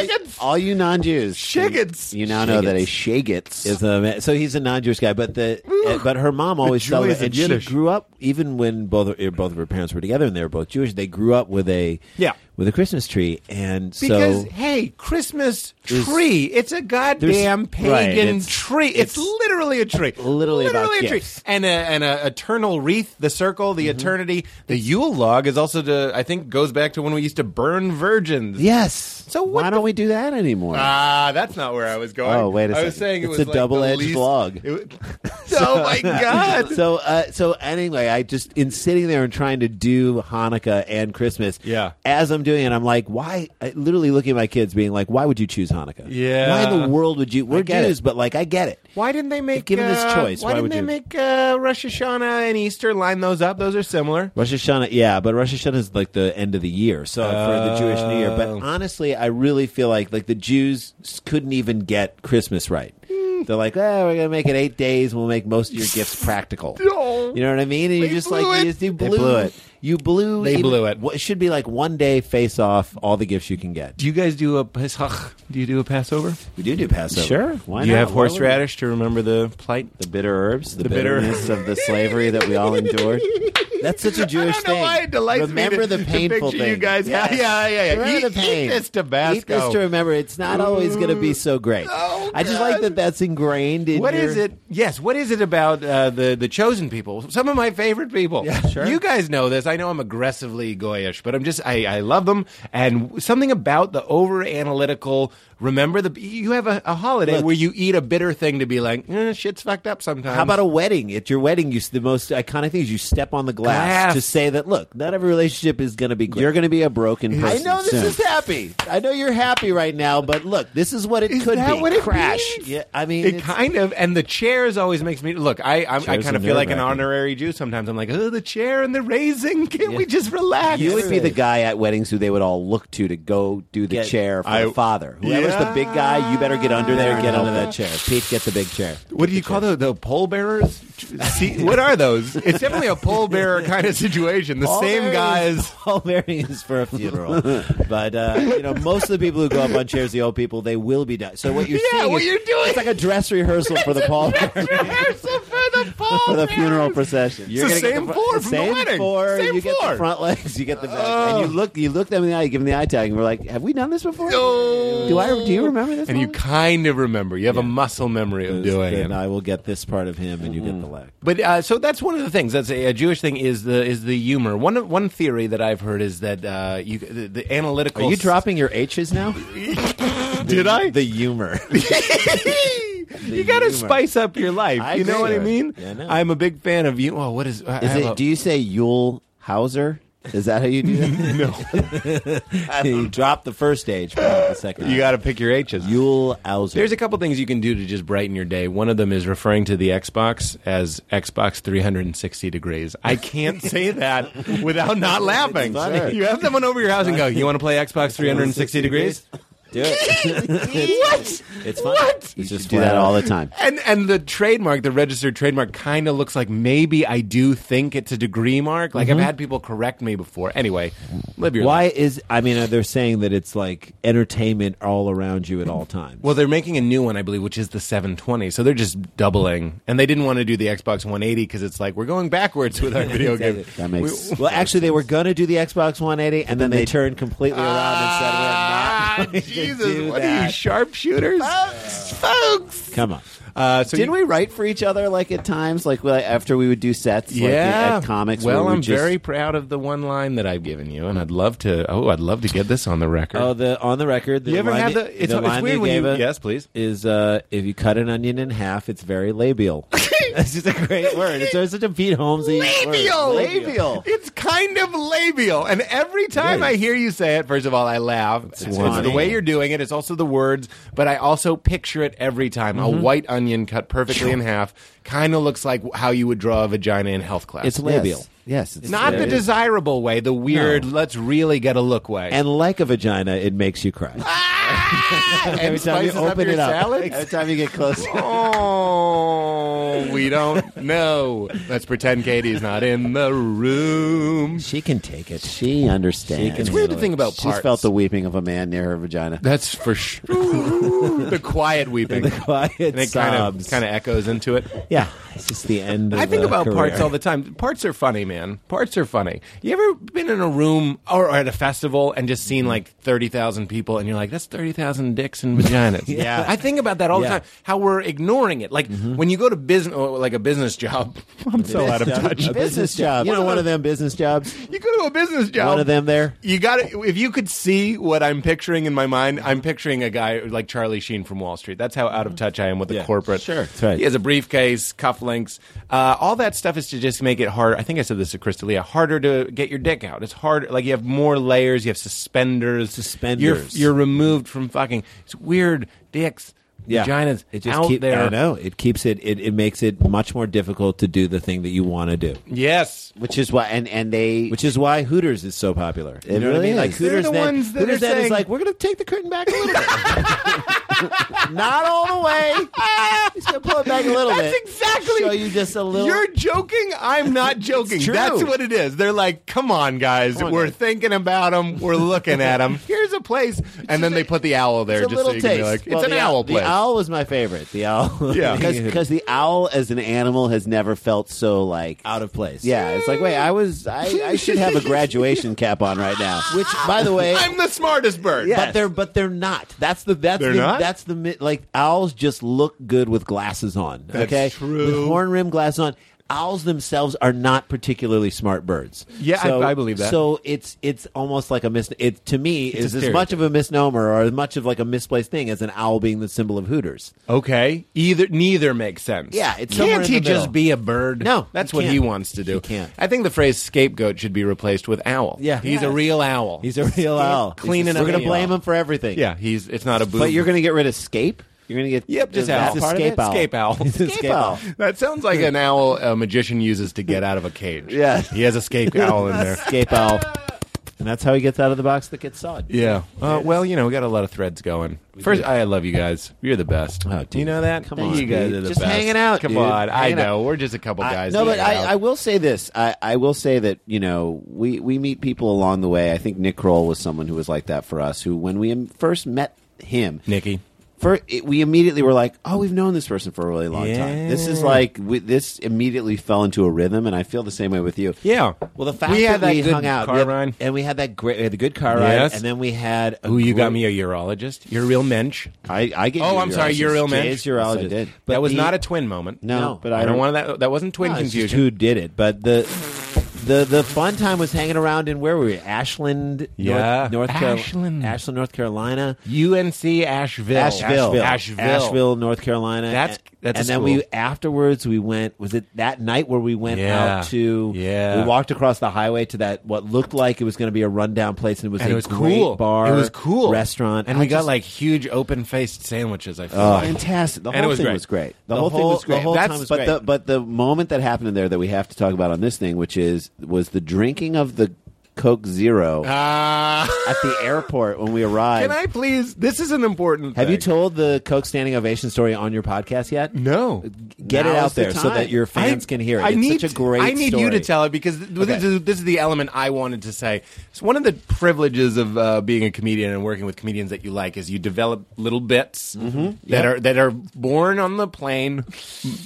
[SPEAKER 5] all you non-Jews,
[SPEAKER 4] Shiggots.
[SPEAKER 5] You now know that a
[SPEAKER 6] shagets
[SPEAKER 5] is a man. So he's a non-Jewish guy, but the uh, but her mom always
[SPEAKER 4] joys
[SPEAKER 5] felt it,
[SPEAKER 4] of
[SPEAKER 5] and she
[SPEAKER 4] Yiddish.
[SPEAKER 5] grew up even when both her- both of her parents were together and they were both Jewish. They grew up with a
[SPEAKER 4] Yeah.
[SPEAKER 5] with a Christmas tree, and
[SPEAKER 4] Because
[SPEAKER 5] so
[SPEAKER 4] hey, Christmas
[SPEAKER 5] There's-
[SPEAKER 4] tree. It's a goddamn
[SPEAKER 5] there's- right,
[SPEAKER 4] pagan
[SPEAKER 5] it's-
[SPEAKER 4] tree. It's, literally a tree.
[SPEAKER 5] literally about
[SPEAKER 4] a tree.
[SPEAKER 5] gifts.
[SPEAKER 4] And a and a eternal wreath, the circle,
[SPEAKER 5] Mm-hmm.
[SPEAKER 4] the eternity. The Yule log is also to I think goes back to when we used to burn virgins.
[SPEAKER 5] yes.
[SPEAKER 4] So
[SPEAKER 5] why
[SPEAKER 4] what the-
[SPEAKER 5] don't we do that anymore?
[SPEAKER 4] Ah, that's not where I was going.
[SPEAKER 5] Oh, wait a
[SPEAKER 4] I was
[SPEAKER 5] second.
[SPEAKER 4] saying it
[SPEAKER 5] It's
[SPEAKER 4] was
[SPEAKER 5] a
[SPEAKER 4] like
[SPEAKER 5] double-edged
[SPEAKER 4] the least-
[SPEAKER 5] log.
[SPEAKER 4] It was- [laughs] oh my god.
[SPEAKER 5] [laughs] so uh, so anyway, I just in sitting there and trying to do Hanukkah and Christmas.
[SPEAKER 4] Yeah.
[SPEAKER 5] As I'm doing it, I'm like, why? I, literally looking at my kids, being like, why would you choose Hanukkah?
[SPEAKER 4] Yeah.
[SPEAKER 5] Why in the world would you? We're
[SPEAKER 6] get
[SPEAKER 5] Jews, but like, I get it.
[SPEAKER 4] Why didn't they make
[SPEAKER 5] given this
[SPEAKER 4] uh,
[SPEAKER 5] choice,
[SPEAKER 4] Why,
[SPEAKER 5] why
[SPEAKER 4] didn't
[SPEAKER 5] would
[SPEAKER 4] they
[SPEAKER 5] you-
[SPEAKER 4] make uh, Rosh Hashanah and Easter line those up? Those are similar.
[SPEAKER 5] Rosh Hashanah, yeah, but Rosh Hashanah is like the end of the year, so for the Jewish New Year. But
[SPEAKER 4] Oh.
[SPEAKER 5] honestly, I really feel like like the Jews s- couldn't even get Christmas right.
[SPEAKER 4] Hmm.
[SPEAKER 5] They're like, oh, we're gonna make it eight days. We'll make most of your
[SPEAKER 4] [laughs]
[SPEAKER 5] gifts practical.
[SPEAKER 4] No.
[SPEAKER 5] You know what I mean? And you're
[SPEAKER 4] They
[SPEAKER 5] just
[SPEAKER 4] blew
[SPEAKER 5] like,
[SPEAKER 4] it.
[SPEAKER 5] you just you
[SPEAKER 4] They
[SPEAKER 5] blew,
[SPEAKER 4] blew it.
[SPEAKER 5] You blew.
[SPEAKER 4] They
[SPEAKER 5] even-
[SPEAKER 4] blew it.
[SPEAKER 5] what- should be like one day face off all the gifts you can get.
[SPEAKER 4] Do you guys do a Pesach? Do you do a Passover?
[SPEAKER 5] We do do Passover.
[SPEAKER 4] Sure.
[SPEAKER 5] Why
[SPEAKER 4] Do you
[SPEAKER 5] not?
[SPEAKER 4] have
[SPEAKER 5] Why wouldn't we?
[SPEAKER 4] horseradish to remember the plight?
[SPEAKER 5] The bitter herbs, the,
[SPEAKER 4] The bitter-
[SPEAKER 5] bitterness of the slavery that we all endured.
[SPEAKER 4] [laughs]
[SPEAKER 5] That's such a Jewish
[SPEAKER 4] I don't know
[SPEAKER 5] thing.
[SPEAKER 4] why it delights
[SPEAKER 5] remember
[SPEAKER 4] me [laughs] to,
[SPEAKER 5] the painful
[SPEAKER 4] to picture
[SPEAKER 5] thing.
[SPEAKER 4] you guys. [laughs]
[SPEAKER 5] Yes.
[SPEAKER 4] Yeah, yeah, yeah. yeah.
[SPEAKER 5] Remember
[SPEAKER 4] Eat,
[SPEAKER 5] the pain.
[SPEAKER 4] eat this Tabasco.
[SPEAKER 5] Eat this to remember. It's not always going to be so great.
[SPEAKER 4] Oh,
[SPEAKER 5] I just
[SPEAKER 4] God.
[SPEAKER 5] like that that's ingrained in
[SPEAKER 4] What
[SPEAKER 5] your-
[SPEAKER 4] is it? Yes, what is it about uh, the the chosen people? Some of my favorite people.
[SPEAKER 5] Yeah, sure.
[SPEAKER 4] You guys know this. I know I'm aggressively goyish, but I'm just I, I love them. And something about the over analytical. Remember the you have a, a holiday
[SPEAKER 5] Look.
[SPEAKER 4] where you eat a bitter thing to be like eh, shit's fucked up sometimes.
[SPEAKER 5] How about a wedding? At your wedding, you s- the most iconic thing is you step on the glass,
[SPEAKER 4] Glass.
[SPEAKER 5] to say that look, not every relationship is going to be. great. You're going to be a broken
[SPEAKER 6] I
[SPEAKER 5] person.
[SPEAKER 6] know this
[SPEAKER 5] soon.
[SPEAKER 6] is happy.
[SPEAKER 5] I know you're happy right now, but look, this is what it
[SPEAKER 4] Is
[SPEAKER 5] could
[SPEAKER 4] that
[SPEAKER 5] be.
[SPEAKER 4] what it
[SPEAKER 5] Crash.
[SPEAKER 4] means?
[SPEAKER 5] Yeah, I mean,
[SPEAKER 4] It
[SPEAKER 5] it's-
[SPEAKER 4] kind of, and the chairs always makes me look. I I'm, I
[SPEAKER 5] Chairs
[SPEAKER 4] kind
[SPEAKER 5] are
[SPEAKER 4] of feel like an
[SPEAKER 5] nerve-wracking.
[SPEAKER 4] honorary Jew sometimes. I'm like, oh, the chair and the raising. Can't we just relax?
[SPEAKER 5] you would be the
[SPEAKER 6] Absolutely.
[SPEAKER 5] guy at weddings who they would all look to to go do the
[SPEAKER 6] Get-
[SPEAKER 5] chair for
[SPEAKER 4] I-
[SPEAKER 5] the father. Whoever's the big guy, you better get under there,
[SPEAKER 6] Yeah.
[SPEAKER 5] and get under that chair. Pete, get the big chair.
[SPEAKER 4] What do you call those? The pole bearers? See, what are those? It's definitely a pole bearer
[SPEAKER 5] [laughs]
[SPEAKER 4] kind of situation. The same
[SPEAKER 5] Mary is- [laughs]
[SPEAKER 4] guys.
[SPEAKER 5] Paul Mary is for a [laughs] funeral, but uh, you know most of the people who go up on chairs, the old people, they will be done. So what you're
[SPEAKER 4] Yeah,
[SPEAKER 5] seeing
[SPEAKER 4] what
[SPEAKER 5] is-
[SPEAKER 4] you're doing-
[SPEAKER 5] it's like a dress rehearsal for the Paul
[SPEAKER 4] [laughs]
[SPEAKER 5] Mary,
[SPEAKER 4] Rehearsal for the pole
[SPEAKER 5] for the
[SPEAKER 4] bearer.
[SPEAKER 5] [laughs] funeral procession. You're gonna
[SPEAKER 4] the
[SPEAKER 5] get
[SPEAKER 4] same four from the
[SPEAKER 5] same
[SPEAKER 4] wedding.
[SPEAKER 5] Four,
[SPEAKER 4] Same
[SPEAKER 5] you get
[SPEAKER 4] four.
[SPEAKER 5] the front legs, you get the back, and you look, you look them in the eye, you give them the eye tag, and we're like, "Have we done this before?
[SPEAKER 4] No.
[SPEAKER 5] Do I? Do you remember this?"
[SPEAKER 4] And you
[SPEAKER 5] moment?
[SPEAKER 4] kind of remember. You have a muscle memory of doing
[SPEAKER 5] Then
[SPEAKER 4] it.
[SPEAKER 5] I will get this part of him, and you get the leg.
[SPEAKER 4] But uh, so that's one of the things. That's a, a Jewish thing is the is the humor. One of- one theory that I've heard is that uh, you the, the analytical.
[SPEAKER 5] Are you
[SPEAKER 4] [laughs]
[SPEAKER 5] dropping your H's [laughs] now?
[SPEAKER 4] Did [laughs] I?
[SPEAKER 5] the humor.
[SPEAKER 4] you got
[SPEAKER 5] humor.
[SPEAKER 4] to spice up your life.
[SPEAKER 5] I
[SPEAKER 4] you know what
[SPEAKER 5] agree.
[SPEAKER 4] I mean?
[SPEAKER 5] Yeah, I know.
[SPEAKER 4] I'm a big fan of you. Oh, what is? I
[SPEAKER 5] Is
[SPEAKER 4] have
[SPEAKER 5] it?
[SPEAKER 4] a-
[SPEAKER 5] Do you say Yule Hauser? Is that how you do
[SPEAKER 4] [laughs]
[SPEAKER 5] that? no. [laughs] you drop the first H, but not the second.
[SPEAKER 4] [laughs] you got to pick your H's.
[SPEAKER 5] Yule Hauser.
[SPEAKER 4] There's a couple things you can do to just brighten your day. One of them is referring to the Xbox as Xbox 360 degrees.
[SPEAKER 5] [laughs]
[SPEAKER 4] I can't say that without not laughing.
[SPEAKER 5] funny.
[SPEAKER 4] You have someone over your house and go, "You want to play Xbox 360 degrees?"
[SPEAKER 5] do it.
[SPEAKER 4] [laughs]
[SPEAKER 5] [laughs]
[SPEAKER 4] what?
[SPEAKER 5] It's fun.
[SPEAKER 4] What?
[SPEAKER 5] You just do that all
[SPEAKER 4] [laughs]
[SPEAKER 5] the time.
[SPEAKER 4] And and the trademark, the registered trademark, kind of looks like maybe I do think it's a degree mark. Like I've had people correct me before. Anyway, live your
[SPEAKER 5] Mm-hmm. Why
[SPEAKER 4] life.
[SPEAKER 5] is? I mean, they're saying that it's like entertainment all around you at all times.
[SPEAKER 4] Well, they're making a new one, I believe, which is the 720. So they're just doubling, and they didn't want to do the Xbox 180 because it's like we're going backwards
[SPEAKER 5] [laughs]
[SPEAKER 4] with our video game.
[SPEAKER 5] that makes. well, actually, they were gonna do the Xbox 180, and then they turned completely around and said, "We're
[SPEAKER 4] Ah,
[SPEAKER 5] not." [laughs] going to
[SPEAKER 4] Jesus,
[SPEAKER 5] do
[SPEAKER 4] what are you
[SPEAKER 5] that. Uh,
[SPEAKER 4] sharpshooters, folks?
[SPEAKER 5] Come on.
[SPEAKER 4] Uh, so
[SPEAKER 5] Didn't
[SPEAKER 4] you-
[SPEAKER 5] we write for each other like at times, like well, after we would do sets, like
[SPEAKER 4] yeah,
[SPEAKER 5] at comics? where
[SPEAKER 4] Well,
[SPEAKER 5] we
[SPEAKER 4] I'm
[SPEAKER 5] just-
[SPEAKER 4] very proud of the one line that I've given you, and I'd love to. Oh, I'd love to get this on the record.
[SPEAKER 5] Oh, the on the record. The
[SPEAKER 4] you ever
[SPEAKER 5] line
[SPEAKER 4] had
[SPEAKER 5] they-
[SPEAKER 4] the? It's,
[SPEAKER 5] the
[SPEAKER 4] it's
[SPEAKER 5] line
[SPEAKER 4] weird
[SPEAKER 5] they
[SPEAKER 4] when
[SPEAKER 5] gave
[SPEAKER 4] you.
[SPEAKER 5] us
[SPEAKER 4] yes, please.
[SPEAKER 5] Is uh, if you cut an onion in half, it's very [laughs] labial. That's just a great word. It's sort of such a Pete Holmesy
[SPEAKER 4] Labial!
[SPEAKER 5] word. Labial.
[SPEAKER 4] It's kind of labial. And every time I hear you say it, first of all, I laugh. It's, it's
[SPEAKER 5] funny.
[SPEAKER 4] the way you're doing it. It's also the words, but I also picture it every time. A white onion cut perfectly in half kind of looks like how you would draw a vagina in health class.
[SPEAKER 5] It's labial.
[SPEAKER 6] Yes.
[SPEAKER 5] Yes, it's
[SPEAKER 4] not the
[SPEAKER 5] labial.
[SPEAKER 4] [laughs] desirable way, the weird, let's really get a look way.
[SPEAKER 5] And like a vagina, it makes you cry.
[SPEAKER 6] every time you
[SPEAKER 4] spices up
[SPEAKER 6] open
[SPEAKER 4] your
[SPEAKER 6] it up,
[SPEAKER 4] salad?
[SPEAKER 6] every time you get close,
[SPEAKER 4] Oh, we don't know. Let's pretend Katie's not in the room.
[SPEAKER 6] she can take it.
[SPEAKER 5] She understands.
[SPEAKER 6] She can
[SPEAKER 4] It's weird to
[SPEAKER 6] handle it.
[SPEAKER 4] think about
[SPEAKER 6] She's
[SPEAKER 4] parts.
[SPEAKER 6] felt the weeping of a man near her vagina.
[SPEAKER 4] That's for sure. the quiet weeping.
[SPEAKER 6] [laughs] [laughs] Quiet
[SPEAKER 4] and it kind of kind of echoes into it.
[SPEAKER 6] yeah. It's just the end. Of
[SPEAKER 4] I think
[SPEAKER 6] the
[SPEAKER 4] about
[SPEAKER 6] career.
[SPEAKER 4] parts all the time. Parts are funny, man. Parts are funny. You ever been in a room or at a festival and just seen like 30,000 people and you're like, that's 30,000 dicks and [laughs] vaginas?
[SPEAKER 6] Yeah.
[SPEAKER 4] I think about that all
[SPEAKER 6] Yeah.
[SPEAKER 4] the time, how we're ignoring it. Like when you go to business, or like a business job, Mm-hmm. I'm so out of touch.
[SPEAKER 6] A business job.
[SPEAKER 4] You
[SPEAKER 6] You know,
[SPEAKER 4] know,
[SPEAKER 6] one of them business jobs.
[SPEAKER 4] You go to a business job.
[SPEAKER 6] One of them there.
[SPEAKER 4] You got to If you could see what I'm picturing in my mind, I'm picturing a guy like Charlie Sheen from Wall Street. That's how out of touch I am with the
[SPEAKER 6] Yeah,
[SPEAKER 4] corporate.
[SPEAKER 6] sure. That's right.
[SPEAKER 4] He has a briefcase, cufflinks. Uh, all that stuff is to just make it harder. I think I said this to Crystalia. Harder to get your dick out. It's hard. Like you have more layers. You have suspenders.
[SPEAKER 6] Suspenders.
[SPEAKER 4] You're, you're removed from fucking. It's weird. Dicks.
[SPEAKER 6] Yeah.
[SPEAKER 4] Vaginas.
[SPEAKER 6] It just
[SPEAKER 4] out
[SPEAKER 6] keep-
[SPEAKER 4] there.
[SPEAKER 6] I know.
[SPEAKER 5] it keeps it, it. It makes it much more difficult to do the thing that you want to do.
[SPEAKER 4] Yes.
[SPEAKER 6] Which is why, and and they.
[SPEAKER 5] Which is why Hooters is so popular. You
[SPEAKER 6] It
[SPEAKER 5] know what I
[SPEAKER 6] really
[SPEAKER 5] mean? Like
[SPEAKER 6] is.
[SPEAKER 4] They're
[SPEAKER 5] Hooters,
[SPEAKER 4] the
[SPEAKER 5] then,
[SPEAKER 4] ones that
[SPEAKER 5] Hooters
[SPEAKER 4] are
[SPEAKER 5] then is
[SPEAKER 4] saying-
[SPEAKER 5] like, we're going to take the curtain back a little bit.
[SPEAKER 6] [laughs]
[SPEAKER 5] Not all the way. Just going to pull it back a little
[SPEAKER 4] That's
[SPEAKER 5] bit.
[SPEAKER 4] exactly-
[SPEAKER 5] Show you just a little.
[SPEAKER 4] You're joking. [laughs] I'm not joking.
[SPEAKER 5] It's true.
[SPEAKER 4] That's what it is. They're like, come on, guys.
[SPEAKER 5] on,
[SPEAKER 4] we're
[SPEAKER 5] guys."
[SPEAKER 4] thinking about them. We're looking at them. Here's a place. And then they put the owl there
[SPEAKER 5] it's a
[SPEAKER 4] just so
[SPEAKER 5] little
[SPEAKER 4] you can
[SPEAKER 5] taste.
[SPEAKER 4] be like, it's
[SPEAKER 5] Well,
[SPEAKER 4] an
[SPEAKER 5] the,
[SPEAKER 4] owl
[SPEAKER 5] The
[SPEAKER 4] place.
[SPEAKER 5] owl was my favorite. The owl.
[SPEAKER 6] [laughs]
[SPEAKER 4] Yeah.
[SPEAKER 6] because the owl as an animal has never felt so like
[SPEAKER 5] out of place.
[SPEAKER 6] Yeah, it's like wait, I was I, I should have a
[SPEAKER 4] [laughs]
[SPEAKER 6] graduation cap on right now. Which, by the way,
[SPEAKER 4] I'm the smartest bird.
[SPEAKER 6] Yeah.
[SPEAKER 5] But they're but they're not. That's the that's
[SPEAKER 4] They're
[SPEAKER 5] the
[SPEAKER 4] not?
[SPEAKER 5] that's the mi- like owls just look good with glasses on.
[SPEAKER 4] That's
[SPEAKER 5] okay,
[SPEAKER 4] true.
[SPEAKER 5] With horn rim glasses on, owls themselves are not particularly smart birds.
[SPEAKER 4] Yeah, I- I believe that.
[SPEAKER 5] So it's it's almost like a mis. It to me is
[SPEAKER 4] a
[SPEAKER 5] as much of a misnomer or as much of like a misplaced thing as an owl being the symbol of Hooters.
[SPEAKER 4] Okay. Either neither makes sense.
[SPEAKER 5] Yeah, it's somewhere
[SPEAKER 4] can't
[SPEAKER 5] in
[SPEAKER 4] he
[SPEAKER 5] the middle.
[SPEAKER 4] just be a bird?
[SPEAKER 5] No,
[SPEAKER 4] that's
[SPEAKER 5] he
[SPEAKER 4] what he
[SPEAKER 5] can't.
[SPEAKER 4] wants to do.
[SPEAKER 5] He can't.
[SPEAKER 4] I think the phrase scapegoat should be replaced with owl.
[SPEAKER 5] Yeah.
[SPEAKER 4] he's
[SPEAKER 5] Yeah.
[SPEAKER 4] a real owl.
[SPEAKER 5] He's a real owl. He's
[SPEAKER 4] cleaning
[SPEAKER 5] just-
[SPEAKER 4] up
[SPEAKER 5] We're gonna
[SPEAKER 4] the
[SPEAKER 5] blame
[SPEAKER 4] owl.
[SPEAKER 5] him for everything.
[SPEAKER 4] yeah. He's it's not a boob.
[SPEAKER 6] but you're going to get rid of scape. You're going to get
[SPEAKER 4] Yep, just
[SPEAKER 6] is that
[SPEAKER 4] owl.
[SPEAKER 6] part of it?
[SPEAKER 5] Scape owl.
[SPEAKER 4] Escape owl.
[SPEAKER 6] Escape owl.
[SPEAKER 4] That sounds like an owl a magician uses to get out of a cage.
[SPEAKER 6] Yeah.
[SPEAKER 4] He has a
[SPEAKER 6] [laughs]
[SPEAKER 4] scape owl in there.
[SPEAKER 6] Scape owl.
[SPEAKER 5] and that's how he gets out of the box that gets sawed.
[SPEAKER 4] Yeah. Uh, well, you know, we got a lot of threads going. First, I love you guys. You're the best.
[SPEAKER 5] Oh,
[SPEAKER 4] Do you
[SPEAKER 5] dude.
[SPEAKER 4] know that?
[SPEAKER 5] Come
[SPEAKER 4] Thank
[SPEAKER 5] on,
[SPEAKER 4] You guys
[SPEAKER 5] dude.
[SPEAKER 4] are the
[SPEAKER 5] Just
[SPEAKER 4] best.
[SPEAKER 5] hanging out,
[SPEAKER 4] Come
[SPEAKER 5] dude.
[SPEAKER 4] on.
[SPEAKER 5] Hanging
[SPEAKER 4] I know. We're just a couple guys.
[SPEAKER 6] no,
[SPEAKER 4] that
[SPEAKER 6] but
[SPEAKER 4] hang
[SPEAKER 6] I,
[SPEAKER 4] out.
[SPEAKER 6] I will say this. I, I will say that you know we we meet people along the way. I think Nick Kroll was someone who was like that for us. Who when we im- first met him,
[SPEAKER 4] Nikki.
[SPEAKER 6] for it, we immediately were like, oh, we've known this person for a really long time. This is like we, this immediately fell into a rhythm, and I feel the same way with you.
[SPEAKER 4] Yeah.
[SPEAKER 6] Well, the
[SPEAKER 5] fact
[SPEAKER 6] we
[SPEAKER 5] that
[SPEAKER 6] had that
[SPEAKER 5] we
[SPEAKER 6] good
[SPEAKER 5] hung out,
[SPEAKER 4] car
[SPEAKER 6] we had-
[SPEAKER 4] ride.
[SPEAKER 6] and we had that great, we had the good car
[SPEAKER 4] Yes.
[SPEAKER 6] ride, and then we had. a
[SPEAKER 4] Ooh, you got
[SPEAKER 6] great-
[SPEAKER 4] me a urologist. You're a real mensch.
[SPEAKER 6] I, I get.
[SPEAKER 4] Oh,
[SPEAKER 6] you
[SPEAKER 4] I'm sorry,
[SPEAKER 6] urologist.
[SPEAKER 4] you're a real man.
[SPEAKER 6] Jay is urologist.
[SPEAKER 5] Yes, I did.
[SPEAKER 6] But
[SPEAKER 4] that was
[SPEAKER 6] the-
[SPEAKER 4] not a twin moment.
[SPEAKER 6] No,
[SPEAKER 5] No.
[SPEAKER 6] but
[SPEAKER 4] I,
[SPEAKER 6] I,
[SPEAKER 4] don't want that. That wasn't twin
[SPEAKER 5] No, it's just
[SPEAKER 4] confusion.
[SPEAKER 5] who did it, but the the the fun time was hanging around in where were we? Ashland,
[SPEAKER 4] Yeah.
[SPEAKER 5] North, North Carol-
[SPEAKER 4] Ashland.
[SPEAKER 5] Ashland, North Carolina,
[SPEAKER 4] UNC Asheville.
[SPEAKER 5] Asheville,
[SPEAKER 4] Asheville.
[SPEAKER 5] Asheville, North Carolina.
[SPEAKER 4] That's-
[SPEAKER 5] And-
[SPEAKER 4] that's a
[SPEAKER 5] and then
[SPEAKER 4] school.
[SPEAKER 5] we afterwards we went. Was it that night where we went
[SPEAKER 4] Yeah.
[SPEAKER 5] out to?
[SPEAKER 4] Yeah.
[SPEAKER 5] we walked across the highway to that what looked like it was going to be a rundown place, and it was
[SPEAKER 4] and
[SPEAKER 5] a
[SPEAKER 4] it was
[SPEAKER 5] great
[SPEAKER 4] cool.
[SPEAKER 5] bar.
[SPEAKER 4] It was cool
[SPEAKER 5] restaurant,
[SPEAKER 4] and
[SPEAKER 5] I
[SPEAKER 4] we got
[SPEAKER 5] just-
[SPEAKER 4] like huge open faced sandwiches. I feel
[SPEAKER 6] Oh,
[SPEAKER 4] like.
[SPEAKER 6] fantastic! The
[SPEAKER 4] And
[SPEAKER 6] whole
[SPEAKER 4] it was
[SPEAKER 6] thing
[SPEAKER 4] great.
[SPEAKER 6] was great.
[SPEAKER 5] The whole thing was great.
[SPEAKER 6] The whole
[SPEAKER 4] That's-
[SPEAKER 6] time was
[SPEAKER 5] but
[SPEAKER 6] great.
[SPEAKER 5] the-
[SPEAKER 6] but the moment that happened in there that we have to talk about on this thing, which is was the drinking of the Coke Zero
[SPEAKER 4] Ah.
[SPEAKER 6] at the airport when we
[SPEAKER 4] [laughs]
[SPEAKER 6] arrived.
[SPEAKER 4] Can I please? This is an important.
[SPEAKER 5] Have you
[SPEAKER 4] thing.
[SPEAKER 5] told the Coke standing ovation story on your podcast yet?
[SPEAKER 4] No.
[SPEAKER 5] Get it
[SPEAKER 6] Now's
[SPEAKER 5] out
[SPEAKER 6] the
[SPEAKER 5] there so
[SPEAKER 6] time.
[SPEAKER 5] that your fans
[SPEAKER 4] I-
[SPEAKER 5] can hear it.
[SPEAKER 4] I
[SPEAKER 5] it's
[SPEAKER 4] need,
[SPEAKER 5] such a great.
[SPEAKER 4] I need you to
[SPEAKER 5] story.
[SPEAKER 4] tell it because th- this, is, this is the element I wanted to say. It's one of the privileges of uh, being a comedian and working with comedians that you like is you develop little bits
[SPEAKER 5] Mm-hmm.
[SPEAKER 4] that are that are born on the plane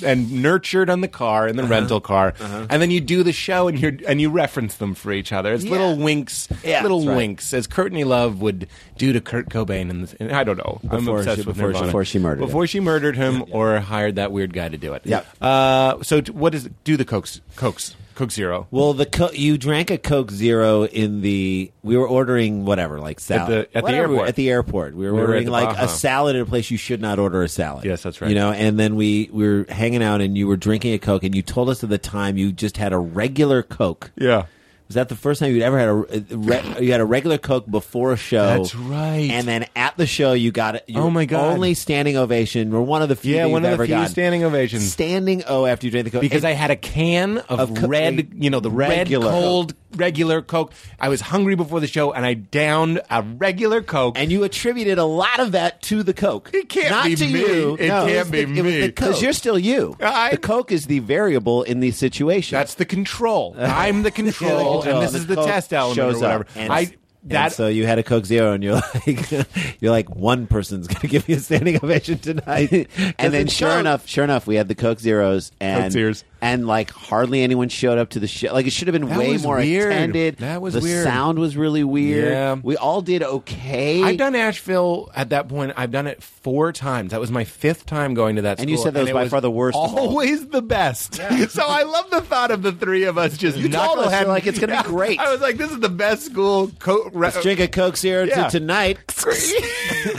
[SPEAKER 4] and nurtured on the car
[SPEAKER 5] Uh-huh.
[SPEAKER 4] in the rental car, and then you do the show and you and you reference them for each other. It's little winks,
[SPEAKER 5] Yeah,
[SPEAKER 4] little
[SPEAKER 5] that's right.
[SPEAKER 4] winks, as Courtney Love would do to Kurt Cobain. And, and I don't know. I'm
[SPEAKER 5] Before
[SPEAKER 4] obsessed
[SPEAKER 5] she-
[SPEAKER 4] with
[SPEAKER 5] before she-
[SPEAKER 4] Nirvana.
[SPEAKER 6] before she murdered him.
[SPEAKER 4] Before she murdered him or hired that weird guy to do it.
[SPEAKER 6] Yeah.
[SPEAKER 4] Uh, so t- what is do the cokes cokes coke zero?
[SPEAKER 5] Well, the co- you drank a Coke Zero in the. We were ordering whatever, like salad
[SPEAKER 4] the- at the
[SPEAKER 5] Whatever,
[SPEAKER 4] airport.
[SPEAKER 5] At the airport, we were
[SPEAKER 4] were at
[SPEAKER 5] ordering
[SPEAKER 4] the
[SPEAKER 5] like
[SPEAKER 4] Baja.
[SPEAKER 5] a salad at a place you should not order a salad.
[SPEAKER 4] Yes, that's right.
[SPEAKER 5] You know, and then we, we were hanging out, and you were drinking a Coke, and you told us at the time you just had a regular Coke.
[SPEAKER 4] Yeah.
[SPEAKER 5] Was that the first time you'd ever had a, a re, you had a regular Coke before a show?
[SPEAKER 4] That's right.
[SPEAKER 5] And then at the show, you got it. your
[SPEAKER 4] Oh, my God.
[SPEAKER 5] Only standing ovation. We're one of the few.
[SPEAKER 4] Yeah,
[SPEAKER 5] that
[SPEAKER 4] one
[SPEAKER 5] you've
[SPEAKER 4] of the
[SPEAKER 5] ever
[SPEAKER 4] few
[SPEAKER 5] gotten.
[SPEAKER 4] standing ovations.
[SPEAKER 5] Standing O after you drink the Coke
[SPEAKER 4] Because
[SPEAKER 5] And-
[SPEAKER 4] I had a can of,
[SPEAKER 5] Of co-
[SPEAKER 4] red, you know, the red
[SPEAKER 5] Regular.
[SPEAKER 4] cold regular Coke. I was hungry before the show, and I downed a regular Coke.
[SPEAKER 6] And you attributed a lot of that to the Coke.
[SPEAKER 4] It can't
[SPEAKER 6] Not
[SPEAKER 4] be
[SPEAKER 6] to
[SPEAKER 4] me.
[SPEAKER 6] you.
[SPEAKER 4] It
[SPEAKER 6] no,
[SPEAKER 4] can't
[SPEAKER 6] was the-
[SPEAKER 4] be
[SPEAKER 6] it was
[SPEAKER 4] me.
[SPEAKER 6] the Coke.
[SPEAKER 5] Because you're still you.
[SPEAKER 4] I-
[SPEAKER 5] the Coke is the variable in the situation.
[SPEAKER 4] That's the control.
[SPEAKER 5] [laughs]
[SPEAKER 4] I'm the
[SPEAKER 5] control.
[SPEAKER 4] control, and this
[SPEAKER 5] The
[SPEAKER 4] is the
[SPEAKER 5] Coke
[SPEAKER 4] test element
[SPEAKER 5] shows
[SPEAKER 4] or
[SPEAKER 5] up,
[SPEAKER 4] whatever.
[SPEAKER 5] and
[SPEAKER 4] I
[SPEAKER 5] it's- and
[SPEAKER 4] that
[SPEAKER 5] so you had a Coke Zero, and you're [laughs] like, you're like one person's going to give you a standing ovation [laughs] tonight. and then
[SPEAKER 4] it's
[SPEAKER 5] sure
[SPEAKER 4] Coke.
[SPEAKER 5] enough, sure enough, we had the Coke Zeros, and
[SPEAKER 4] Coke Zeros.
[SPEAKER 5] and like hardly anyone showed up to the show. Like it should have been
[SPEAKER 4] That
[SPEAKER 5] way
[SPEAKER 4] was
[SPEAKER 5] more
[SPEAKER 4] weird.
[SPEAKER 5] attended.
[SPEAKER 4] That was
[SPEAKER 5] the
[SPEAKER 4] weird.
[SPEAKER 5] sound was really weird.
[SPEAKER 4] Yeah.
[SPEAKER 5] We all did okay.
[SPEAKER 4] I've done Asheville at that point. I've done it four times. That was my fifth time going to that.
[SPEAKER 5] And
[SPEAKER 4] school,
[SPEAKER 5] you said that was
[SPEAKER 4] it
[SPEAKER 5] by far the worst of all.
[SPEAKER 4] Always
[SPEAKER 5] [laughs]
[SPEAKER 4] the best. so I love the thought of the three of us just
[SPEAKER 5] You told us, you're like, "It's gonna be great."
[SPEAKER 4] [laughs] I was like, "This is the best school." Co- re-
[SPEAKER 5] Let's drink a Coke Zero
[SPEAKER 4] Yeah.
[SPEAKER 5] to tonight.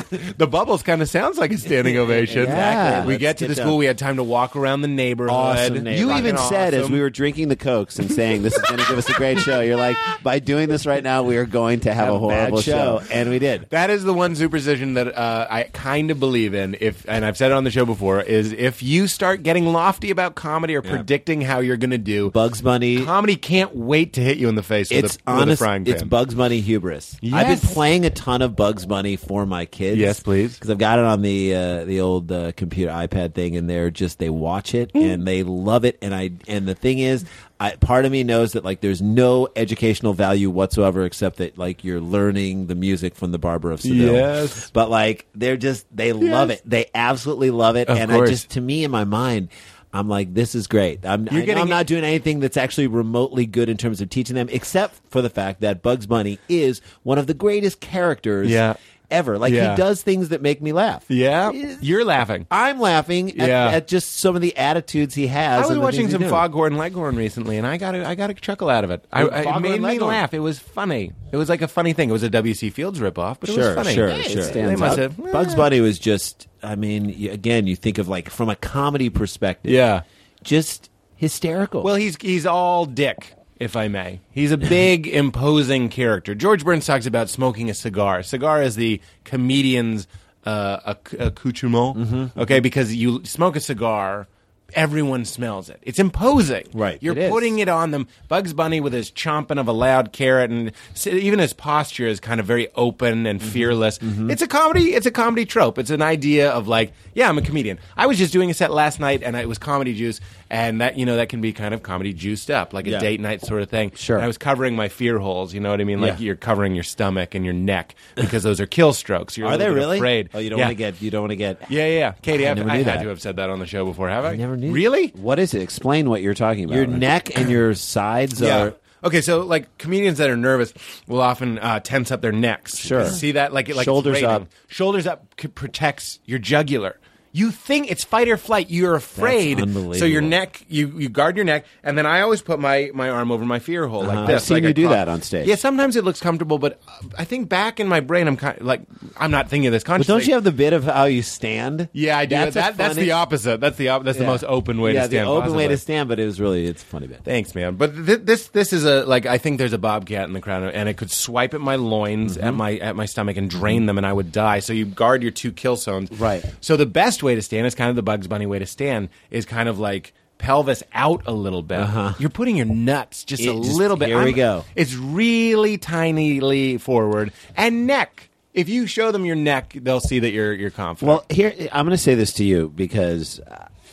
[SPEAKER 4] the bubbles kind of sounds like
[SPEAKER 5] [laughs]
[SPEAKER 4] a standing ovation.
[SPEAKER 5] Exactly.
[SPEAKER 4] We
[SPEAKER 5] Let's
[SPEAKER 4] get to
[SPEAKER 5] get
[SPEAKER 4] the
[SPEAKER 5] down.
[SPEAKER 4] school. We had time to walk around the neighborhood.
[SPEAKER 5] You even said as we
[SPEAKER 4] were.
[SPEAKER 5] were drinking the cokes and saying this is going to give us a great show. You're like, by doing this right now, we are going to have, a horrible
[SPEAKER 6] bad show.
[SPEAKER 5] and we did.
[SPEAKER 4] That is the one superstition that uh, I kind of believe in. If and I've said it on the show before, is if you start getting lofty about comedy or predicting how you're going to do,
[SPEAKER 6] Bugs Bunny.
[SPEAKER 4] comedy can't wait to hit you in the face.
[SPEAKER 6] It's
[SPEAKER 4] with a, with a
[SPEAKER 6] honest.
[SPEAKER 4] frying pan.
[SPEAKER 6] It's Bugs Bunny hubris. I've
[SPEAKER 4] Yes.
[SPEAKER 6] been playing a ton of Bugs Bunny for my kids.
[SPEAKER 4] Yes, please.
[SPEAKER 6] Because I've got it on the uh, the old uh, computer iPad thing, and they're just they watch it
[SPEAKER 4] Mm.
[SPEAKER 6] and they love it. And I and the thing is, I, part of me knows that like there's no educational value whatsoever except that like you're learning the music from the Barber of Seville.
[SPEAKER 4] Yes.
[SPEAKER 6] But like they're just they love it. They absolutely love it.
[SPEAKER 4] Of
[SPEAKER 6] and
[SPEAKER 4] course.
[SPEAKER 6] I just to me in my mind. I'm like, this is great. I'm,
[SPEAKER 4] You're
[SPEAKER 6] I know
[SPEAKER 4] getting-
[SPEAKER 6] I'm not doing anything that's actually remotely good in terms of teaching them, except for the fact that Bugs Bunny is one of the greatest characters
[SPEAKER 4] Yeah.
[SPEAKER 6] ever. Like
[SPEAKER 4] Yeah.
[SPEAKER 6] he does things that make me laugh.
[SPEAKER 4] yeah,
[SPEAKER 6] Is-
[SPEAKER 4] you're laughing.
[SPEAKER 6] I'm laughing at,
[SPEAKER 4] Yeah.
[SPEAKER 6] at just some of the attitudes he has.
[SPEAKER 4] I was
[SPEAKER 6] and the
[SPEAKER 4] watching
[SPEAKER 6] things he's
[SPEAKER 4] some
[SPEAKER 6] doing.
[SPEAKER 4] Foghorn Leghorn recently, and I got a, I got a chuckle out of it. I, I, it
[SPEAKER 6] Foghorn
[SPEAKER 4] made me
[SPEAKER 6] Leghorn.
[SPEAKER 4] laugh. It was funny. It was like a funny thing. It was a W.C. Fields ripoff, but it was
[SPEAKER 6] Sure,
[SPEAKER 4] funny.
[SPEAKER 6] sure,
[SPEAKER 4] Yeah,
[SPEAKER 6] sure.
[SPEAKER 4] They
[SPEAKER 5] stands out.
[SPEAKER 4] must have. eh.
[SPEAKER 6] Bugs Bunny was just. I mean, you- again, you think of like from a comedy perspective.
[SPEAKER 4] Yeah.
[SPEAKER 6] just hysterical.
[SPEAKER 4] Well, he's he's all dick, if I may. He's
[SPEAKER 6] [laughs]
[SPEAKER 4] a big, imposing character. George Burns talks about smoking a cigar. Cigar is the comedian's uh, acc- accoutrement.
[SPEAKER 6] Mm-hmm.
[SPEAKER 4] Okay, because you smoke a cigar. Everyone smells it. It's imposing.
[SPEAKER 6] Right,
[SPEAKER 4] You're
[SPEAKER 6] it is.
[SPEAKER 4] putting it on them. Bugs Bunny with his chomping of a loud carrot and s- even his posture is kind of very open
[SPEAKER 6] Mm-hmm.
[SPEAKER 4] and fearless. It's a comedy. It's a comedy trope. It's an idea of like, yeah, I'm a comedian. I was just doing a set last night and it was comedy juice, and that you know that can be kind of comedy juiced up, like a
[SPEAKER 6] Yeah.
[SPEAKER 4] date night sort of thing.
[SPEAKER 6] Sure.
[SPEAKER 4] And I was covering my fear holes. You know what I mean? Like
[SPEAKER 6] Yeah.
[SPEAKER 4] you're covering your stomach and your neck because those are kill strokes. You're a
[SPEAKER 6] are they
[SPEAKER 4] little bit
[SPEAKER 6] really?
[SPEAKER 4] afraid?
[SPEAKER 6] Oh, you don't
[SPEAKER 4] Yeah.
[SPEAKER 6] want to get. You don't want to get.
[SPEAKER 4] Yeah, yeah, yeah. Katie, I,
[SPEAKER 6] I
[SPEAKER 4] have
[SPEAKER 6] never
[SPEAKER 4] I
[SPEAKER 6] knew
[SPEAKER 4] had
[SPEAKER 6] that.
[SPEAKER 4] to have said that on the show before, have I?
[SPEAKER 6] never knew that.
[SPEAKER 4] Really?
[SPEAKER 5] What is it? Explain what you're talking about.
[SPEAKER 6] Your neck and your sides are.
[SPEAKER 4] Okay, so like comedians that are nervous will often uh, tense up their necks.
[SPEAKER 5] Sure.
[SPEAKER 4] See that? Like, it- like it's
[SPEAKER 5] Shoulders
[SPEAKER 4] rating.
[SPEAKER 5] up.
[SPEAKER 4] Shoulders up c- protects your jugular. You think it's fight or flight. You're afraid. So your
[SPEAKER 6] unbelievable.
[SPEAKER 4] neck, you, you guard your neck. And then I always put my, my arm over my fear hole like
[SPEAKER 5] Uh-huh. I've
[SPEAKER 4] this.
[SPEAKER 5] seen
[SPEAKER 4] like
[SPEAKER 5] you
[SPEAKER 4] a
[SPEAKER 5] do
[SPEAKER 4] cock.
[SPEAKER 5] that on stage.
[SPEAKER 4] Yeah, sometimes it looks comfortable, but uh, I think back in my brain, I'm kind like, I'm not thinking of this
[SPEAKER 5] But
[SPEAKER 4] consciously.
[SPEAKER 5] don't you have the bit of how you stand?
[SPEAKER 4] yeah, I do.
[SPEAKER 5] That's
[SPEAKER 4] That's,
[SPEAKER 5] a
[SPEAKER 4] that, that's
[SPEAKER 5] funny-
[SPEAKER 4] the opposite. That's the op- that's the most open way
[SPEAKER 5] yeah,
[SPEAKER 4] to stand.
[SPEAKER 5] the open way
[SPEAKER 4] possibly.
[SPEAKER 5] to stand, but it was really it's a funny bit.
[SPEAKER 4] Thanks, man. But th- this this is a like I think there's a bobcat in the crowd, and it could swipe at my loins, at my at my stomach, and drain them, and I would die. So you guard your two kill zones,
[SPEAKER 5] Right.
[SPEAKER 4] So the best way to stand is kind of the Bugs Bunny way to stand is kind of like pelvis out a little bit. You're putting your nuts just
[SPEAKER 6] It
[SPEAKER 4] a
[SPEAKER 6] just-
[SPEAKER 4] little bit.
[SPEAKER 6] here we go.
[SPEAKER 4] It's really tinily forward and neck. If you show them your neck, they'll see that you're you're confident.
[SPEAKER 5] Well, here I'm going to say this to you because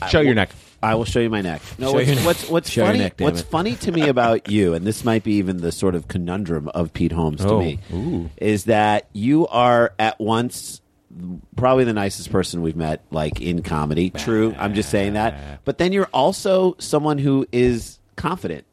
[SPEAKER 4] show your neck.
[SPEAKER 5] I will show you my neck. No,
[SPEAKER 6] Show
[SPEAKER 5] what's,
[SPEAKER 6] your neck.
[SPEAKER 5] what's what's
[SPEAKER 6] Show your
[SPEAKER 5] funny?
[SPEAKER 6] neck, damn
[SPEAKER 5] what's
[SPEAKER 6] it.
[SPEAKER 5] funny to me
[SPEAKER 6] [laughs]
[SPEAKER 5] about you, and this might be even the sort of conundrum of Pete Holmes to
[SPEAKER 4] Oh,
[SPEAKER 5] me,
[SPEAKER 4] ooh.
[SPEAKER 5] is that you are at once probably the nicest person we've met, like in comedy. True, I'm just saying that. But then you're also someone who is confident.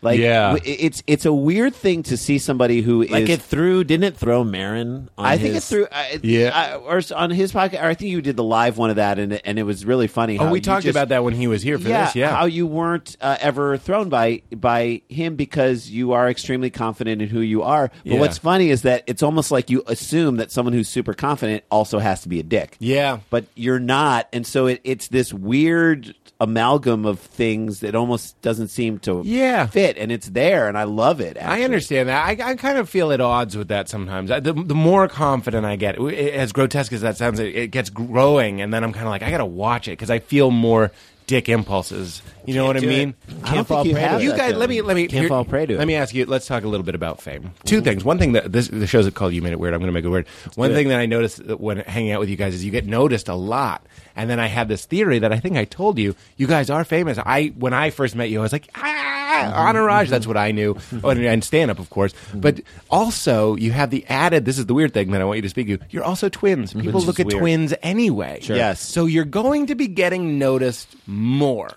[SPEAKER 5] Like,
[SPEAKER 4] Yeah.
[SPEAKER 5] w- it's it's a weird thing to see somebody who is.
[SPEAKER 6] Like it threw, didn't it throw Marin? On
[SPEAKER 5] I think it
[SPEAKER 6] his-
[SPEAKER 5] through, I,
[SPEAKER 4] Yeah.
[SPEAKER 5] I, or s- on his podcast, or I think you did the live one of that, and and it was really funny.
[SPEAKER 4] Oh,
[SPEAKER 5] how
[SPEAKER 4] we
[SPEAKER 5] you
[SPEAKER 4] talked
[SPEAKER 5] just-
[SPEAKER 4] about that when he was here for this. Yeah,
[SPEAKER 5] how you weren't uh, ever thrown by by him because you are extremely confident in who you are. But
[SPEAKER 4] Yeah.
[SPEAKER 5] what's funny is that it's almost like you assume that someone who's super confident also has to be a dick.
[SPEAKER 4] yeah.
[SPEAKER 5] But you're not, and so it, it's this weird amalgam of things that almost doesn't seem to
[SPEAKER 4] Yeah.
[SPEAKER 5] fit, and it's there, and I love it. actually.
[SPEAKER 4] I understand that. I, I kind of feel at odds with that sometimes. I, the, the more confident I get, as grotesque as that sounds, it, it gets growing, and then I'm kind of like, I got to watch it because I feel more dick impulses. You know what I
[SPEAKER 5] do
[SPEAKER 4] mean?
[SPEAKER 5] it. I don't think you have
[SPEAKER 4] You
[SPEAKER 5] that,
[SPEAKER 4] guys,
[SPEAKER 5] though.
[SPEAKER 4] let me let me
[SPEAKER 5] Can't fall prey to it.
[SPEAKER 4] Let me ask you. Let's talk a little bit about fame. 2 things. One thing that this the show's called "You Made It Weird." I'm going to make it weird. One thing that I noticed that when hanging out with you guys is you get noticed a lot. And then I had this theory that I think I told you. You guys are famous. I when I first met you, I was like, ah, entourage. That's what I knew, oh, and, and stand up, of course. But also, you have the added. This is the weird thing that I want you to speak to. You're also twins. People look at twins anyway.
[SPEAKER 5] Yes.
[SPEAKER 4] So you're going to be getting noticed more.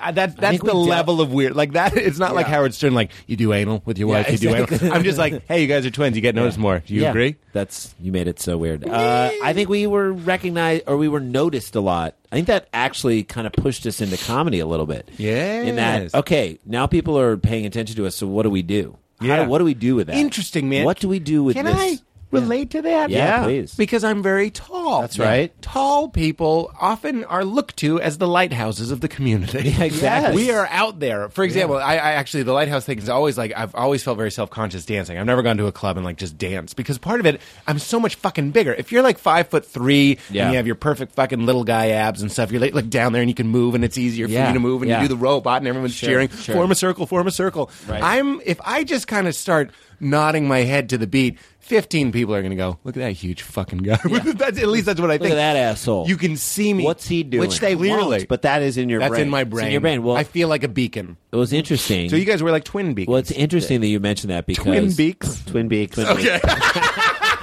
[SPEAKER 4] Uh, that that's
[SPEAKER 5] think we
[SPEAKER 4] the
[SPEAKER 5] de-
[SPEAKER 4] level of weird. Like that, it's not like Howard Stern. Like you do anal with your wife, you do anal. I'm just like, hey, you guys are twins. You get noticed more. Do you
[SPEAKER 5] Yeah.
[SPEAKER 4] agree?
[SPEAKER 6] That's you made it so weird.
[SPEAKER 5] Uh, I think we were recognized or we were noticed a lot. I think that actually kind of pushed us into comedy a little bit.
[SPEAKER 4] Yes.
[SPEAKER 5] In that, okay, now people are paying attention to us. So what do we do? How
[SPEAKER 4] Yeah.
[SPEAKER 5] do- what do we do with that?
[SPEAKER 4] Interesting, man.
[SPEAKER 5] What do we do with
[SPEAKER 4] Can
[SPEAKER 5] this?
[SPEAKER 4] I relate to that?
[SPEAKER 5] Yeah, Yeah. please.
[SPEAKER 4] Because I'm very tall.
[SPEAKER 5] That's right.
[SPEAKER 4] Tall people often are looked to as the lighthouses of the
[SPEAKER 5] [laughs]
[SPEAKER 4] community.
[SPEAKER 5] exactly.
[SPEAKER 4] We are out there. For example, I, I actually the lighthouse thing is always like I've always felt very self conscious dancing. I've never gone to a club and like just dance because part of it I'm so much fucking bigger. If you're like five foot three
[SPEAKER 5] Yeah.
[SPEAKER 4] and you have your perfect fucking little guy abs and stuff, you're like, like down there and you can move and it's easier for
[SPEAKER 5] Yeah,
[SPEAKER 4] you to move and
[SPEAKER 5] yeah.
[SPEAKER 4] you do the robot and everyone's cheering.
[SPEAKER 5] sure.
[SPEAKER 4] Form a circle, form a circle. I'm if I just kind of start nodding my head to the beat, fifteen people are gonna go, look at that huge fucking guy. [laughs] that's, at least that's what I
[SPEAKER 5] Look
[SPEAKER 4] think.
[SPEAKER 5] at that asshole.
[SPEAKER 4] You can see me.
[SPEAKER 5] What's he doing?
[SPEAKER 4] Which they
[SPEAKER 5] Clearly.
[SPEAKER 4] won't,
[SPEAKER 5] but that is in your
[SPEAKER 4] that's
[SPEAKER 5] brain.
[SPEAKER 4] in my
[SPEAKER 5] It's
[SPEAKER 4] brain.
[SPEAKER 5] your brain. Well,
[SPEAKER 4] I feel like a beacon.
[SPEAKER 5] it was interesting.
[SPEAKER 4] So you guys were like twin beacons.
[SPEAKER 5] well, it's interesting that you mentioned that because
[SPEAKER 4] Twin beaks?
[SPEAKER 5] Twin beaks. Twin okay. [laughs]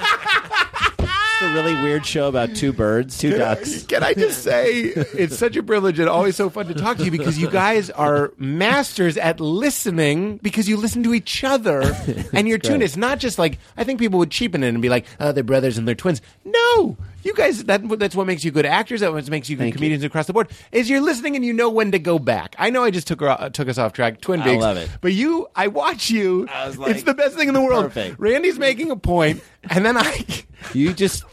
[SPEAKER 5] it's a really weird show about two birds,
[SPEAKER 4] [laughs]
[SPEAKER 5] two ducks.
[SPEAKER 4] Can I just say it's such a privilege and always so fun to talk to you because you guys are masters at listening because you listen to
[SPEAKER 5] [laughs]
[SPEAKER 4] each other and you're tuned. It's not just like I think people would cheapen it and be like, "Oh, they're brothers and they're twins." No, you guys. That, that's what makes you good actors. That's what makes you good comedians across the board. Is you're listening and you know when to go back. I know I just took her, uh, took us off track. Twin
[SPEAKER 5] I
[SPEAKER 4] Peaks.
[SPEAKER 5] love it.
[SPEAKER 4] But you, I watch you.
[SPEAKER 5] I was like,
[SPEAKER 4] it's the best thing in the world.
[SPEAKER 5] perfect.
[SPEAKER 4] Randy's making a point, and then
[SPEAKER 5] [laughs]
[SPEAKER 4] I.
[SPEAKER 5] You just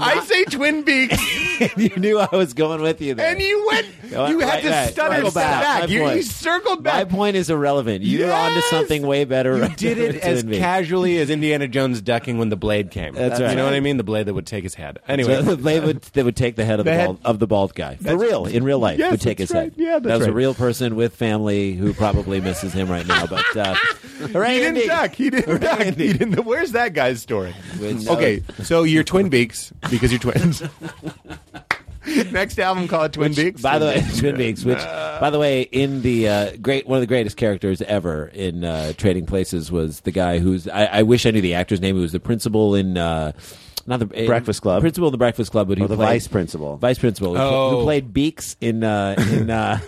[SPEAKER 4] I say twin
[SPEAKER 5] [laughs]
[SPEAKER 4] beaks
[SPEAKER 5] you knew I was going with [laughs] you there.
[SPEAKER 4] and you went.
[SPEAKER 5] No,
[SPEAKER 4] you had
[SPEAKER 5] right,
[SPEAKER 4] to
[SPEAKER 5] right,
[SPEAKER 4] stutter
[SPEAKER 5] right,
[SPEAKER 4] step
[SPEAKER 5] back,
[SPEAKER 4] back.
[SPEAKER 5] my
[SPEAKER 4] You,
[SPEAKER 5] point.
[SPEAKER 4] you circled
[SPEAKER 5] My
[SPEAKER 4] back.
[SPEAKER 5] point is irrelevant. You're onto
[SPEAKER 4] Yes!
[SPEAKER 5] something way better.
[SPEAKER 4] You did it as
[SPEAKER 5] than me.
[SPEAKER 4] casually as Indiana Jones ducking when the blade came.
[SPEAKER 5] That's
[SPEAKER 4] You
[SPEAKER 5] right.
[SPEAKER 4] know what I mean? The blade that would take his head. Anyway,
[SPEAKER 5] So [laughs] they would they would take the head of the,
[SPEAKER 4] They had-
[SPEAKER 5] bald, of the bald guy for
[SPEAKER 4] That's-
[SPEAKER 5] real in real life.
[SPEAKER 4] Yes,
[SPEAKER 5] would take
[SPEAKER 4] that's
[SPEAKER 5] his
[SPEAKER 4] right.
[SPEAKER 5] head.
[SPEAKER 4] Yeah, that's
[SPEAKER 5] that was a
[SPEAKER 4] right.
[SPEAKER 5] real person with family who probably misses him right now. But
[SPEAKER 4] [laughs]
[SPEAKER 5] uh, hooray,
[SPEAKER 4] [laughs] he
[SPEAKER 5] Andy.
[SPEAKER 4] didn't duck. He didn't duck. He didn't. Where's that guy's story? Okay, so you're twin beaks because
[SPEAKER 5] [laughs]
[SPEAKER 4] you're twins. Next album, call it Twin Beaks.
[SPEAKER 5] By the way, [laughs] Twin Peaks, which, by the way, in the uh, great one of the greatest characters ever in uh, Trading Places was the guy who's I, I wish I knew the actor's name. He was the principal in uh, not the in-
[SPEAKER 6] Breakfast Club.
[SPEAKER 5] principal in the Breakfast Club, but who
[SPEAKER 6] the
[SPEAKER 5] played-
[SPEAKER 6] vice principal.
[SPEAKER 5] vice principal who,
[SPEAKER 4] Oh.
[SPEAKER 5] who played Beaks in uh, in
[SPEAKER 6] [laughs]
[SPEAKER 5] uh,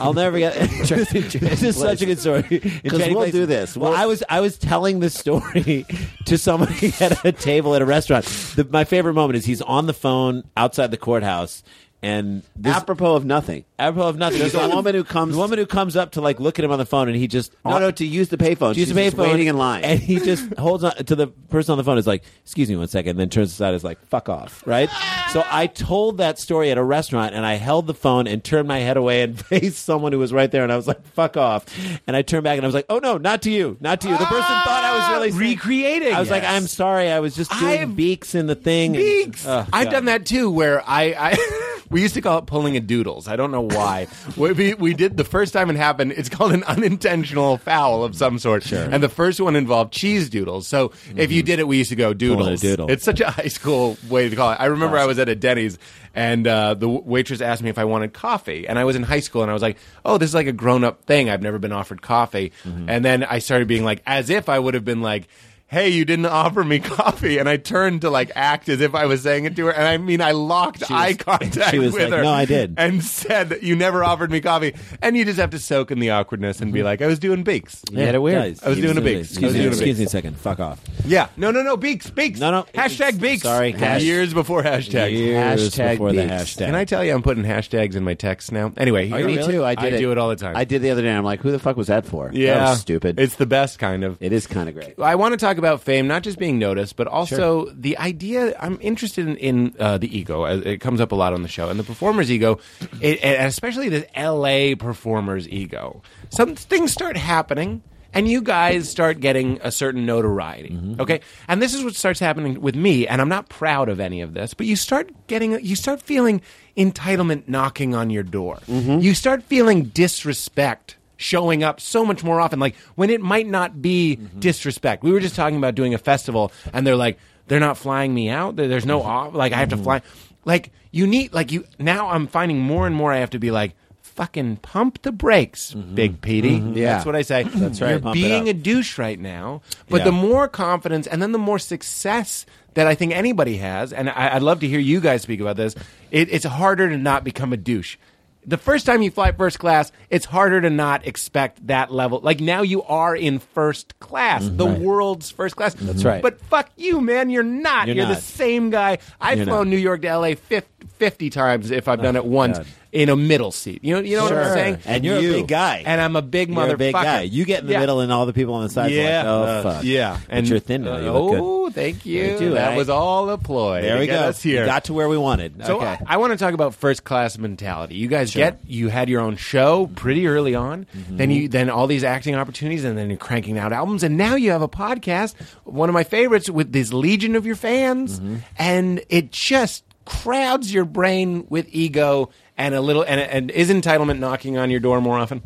[SPEAKER 5] I'll never get. [laughs] this is such a good story. In
[SPEAKER 6] Because
[SPEAKER 5] Trading
[SPEAKER 6] we'll
[SPEAKER 5] Places-
[SPEAKER 6] do this.
[SPEAKER 5] Well,
[SPEAKER 6] We'll-
[SPEAKER 5] I was I was telling this story [laughs] to somebody [laughs] at a table at a restaurant. The, my favorite moment is he's on the phone outside the courthouse. And this,
[SPEAKER 6] apropos of nothing.
[SPEAKER 5] apropos of nothing.
[SPEAKER 6] There's a woman who comes-
[SPEAKER 5] the woman who comes up to like look at him on the phone, and he just
[SPEAKER 6] No, no, to use the payphone.
[SPEAKER 5] She's
[SPEAKER 6] She's just waiting in line.
[SPEAKER 5] and he just holds on to the person on the phone. Is like, "Excuse me, one second, and then turns aside. Is like, "Fuck off!" Right. So I told that story at a restaurant, and I held the phone and turned my head away and [laughs] faced someone who was right there, and I was like, "Fuck off!" And I turned back and I was like, "Oh no, not to you, not to you." The person thought I was
[SPEAKER 4] Ah!
[SPEAKER 5] really saying-
[SPEAKER 4] recreating.
[SPEAKER 5] I was like, "I'm sorry, I was just doing
[SPEAKER 4] I've-
[SPEAKER 5] beaks in the thing."
[SPEAKER 4] Beaks.
[SPEAKER 5] Oh,
[SPEAKER 4] I've
[SPEAKER 5] God.
[SPEAKER 4] done that too, where I, I [laughs] we used to call it pulling a doodles. I don't
[SPEAKER 5] [laughs]
[SPEAKER 4] know why. we, we- we did the first time it happened. It's called an unintentional foul of some sort. Sure. And the first one involved cheese doodles. So if you did it, we used to go doodles.
[SPEAKER 5] Mm-hmm. Pulling a doodle.
[SPEAKER 4] It's such a high school way to call it. I remember I was at a Denny's and uh, the w- waitress asked me if I wanted coffee, and I was in high school, and I was like, "Oh, this is like a grown-up thing. I've never been offered coffee."
[SPEAKER 5] Mm-hmm.
[SPEAKER 4] And then I started being like, as if I would have been like. Hey, you didn't offer me [laughs] coffee, and I turned to like act as if I was saying it to her, and I mean I locked eye contact
[SPEAKER 5] she was [laughs]
[SPEAKER 4] with
[SPEAKER 5] like,
[SPEAKER 4] her.
[SPEAKER 5] "No, I did."
[SPEAKER 4] and said that you never offered me coffee, and you just have to soak in the awkwardness and be like, "I was doing beaks."
[SPEAKER 5] Mm-hmm. Yeah, it weird.
[SPEAKER 4] guys, I was doing a beaks. I
[SPEAKER 5] Excuse,
[SPEAKER 4] was
[SPEAKER 5] me,
[SPEAKER 4] doing a
[SPEAKER 5] excuse
[SPEAKER 4] beaks.
[SPEAKER 5] me a second. Fuck off.
[SPEAKER 4] Yeah. No, no, no. Beaks. Beaks.
[SPEAKER 5] No, no.
[SPEAKER 4] Hashtag beaks.
[SPEAKER 5] Sorry,
[SPEAKER 4] From
[SPEAKER 5] hash-
[SPEAKER 4] Years before hashtag.
[SPEAKER 5] Years
[SPEAKER 6] Hashtag
[SPEAKER 5] before the
[SPEAKER 6] beaks.
[SPEAKER 5] hashtag.
[SPEAKER 4] Can I tell you, I'm putting hashtags in my texts now. Anyway,
[SPEAKER 6] Me too. I did
[SPEAKER 4] do it all the time.
[SPEAKER 6] I did the other day. I'm like, who the fuck was that for? That
[SPEAKER 4] Yeah.
[SPEAKER 6] was stupid.
[SPEAKER 4] It's the best kind of.
[SPEAKER 6] it is kind of great.
[SPEAKER 4] I want to talk about fame, not just being noticed, but also the idea. I'm interested in, in uh, the ego. Uh, It comes up a lot on the show, and the performer's ego, it, and especially the LA performer's ego. Some things start happening, and you guys start getting a certain notoriety. Okay, and this is what starts happening with me, and I'm not proud of any of this, but you start getting, you start feeling entitlement knocking on your door. You start feeling disrespect showing up so much more often like when it might not be
[SPEAKER 5] Mm-hmm.
[SPEAKER 4] disrespect we were just talking about doing a festival and they're like they're not flying me out There- there's no
[SPEAKER 5] Mm-hmm.
[SPEAKER 4] off like i have to fly like you need like you now i'm finding more and more i have to be like fucking pump the brakes
[SPEAKER 5] Mm-hmm.
[SPEAKER 4] big petey yeah that's what i say that's
[SPEAKER 5] right.
[SPEAKER 4] you're
[SPEAKER 5] Pump it
[SPEAKER 4] being
[SPEAKER 5] up.
[SPEAKER 4] a douche right now but
[SPEAKER 5] Yeah.
[SPEAKER 4] the more confidence and then the more success that i think anybody has and I, i'd love to hear you guys speak about this it, it's harder to not become a douche the first time you fly first class, it's harder to not expect that level. Like now you are in first class, the world's first class. That's
[SPEAKER 5] Mm-hmm. right.
[SPEAKER 4] But fuck you, man. You're not. You're,
[SPEAKER 5] You're
[SPEAKER 4] the
[SPEAKER 5] not.
[SPEAKER 4] same guy. I've
[SPEAKER 5] You're
[SPEAKER 4] flown
[SPEAKER 5] not. Oh,
[SPEAKER 4] New York to LA 50, times if I've done it once
[SPEAKER 5] God.
[SPEAKER 4] in a middle seat. You know, you know what I'm
[SPEAKER 5] Sure.
[SPEAKER 4] saying?
[SPEAKER 5] And you're a
[SPEAKER 4] you.
[SPEAKER 5] big guy.
[SPEAKER 4] And I'm a big
[SPEAKER 5] You're
[SPEAKER 4] motherfucker.
[SPEAKER 5] a big guy. You get in the
[SPEAKER 4] Yeah.
[SPEAKER 5] middle, and all the people on the sides are
[SPEAKER 4] Yeah.
[SPEAKER 5] like,
[SPEAKER 4] Uh,
[SPEAKER 5] "Oh fuck,
[SPEAKER 4] yeah.
[SPEAKER 5] And you're thin now. You look good.
[SPEAKER 4] oh, thank you.
[SPEAKER 5] do,
[SPEAKER 4] that
[SPEAKER 5] right?
[SPEAKER 4] was all a ploy.
[SPEAKER 5] There
[SPEAKER 4] to
[SPEAKER 5] we
[SPEAKER 4] get
[SPEAKER 5] go.
[SPEAKER 4] Us here.
[SPEAKER 5] We got to where we wanted.
[SPEAKER 4] So
[SPEAKER 5] okay.
[SPEAKER 4] I, want to talk about first class mentality. You guys get you had your own show pretty early on.
[SPEAKER 5] Mm-hmm.
[SPEAKER 4] Then you then all these acting opportunities, and then you're cranking out albums, and now you have a podcast, one of my favorites, with this legion of your fans,
[SPEAKER 5] Mm-hmm.
[SPEAKER 4] and it just crowds your brain with ego and a little and, and is entitlement knocking on your door more often.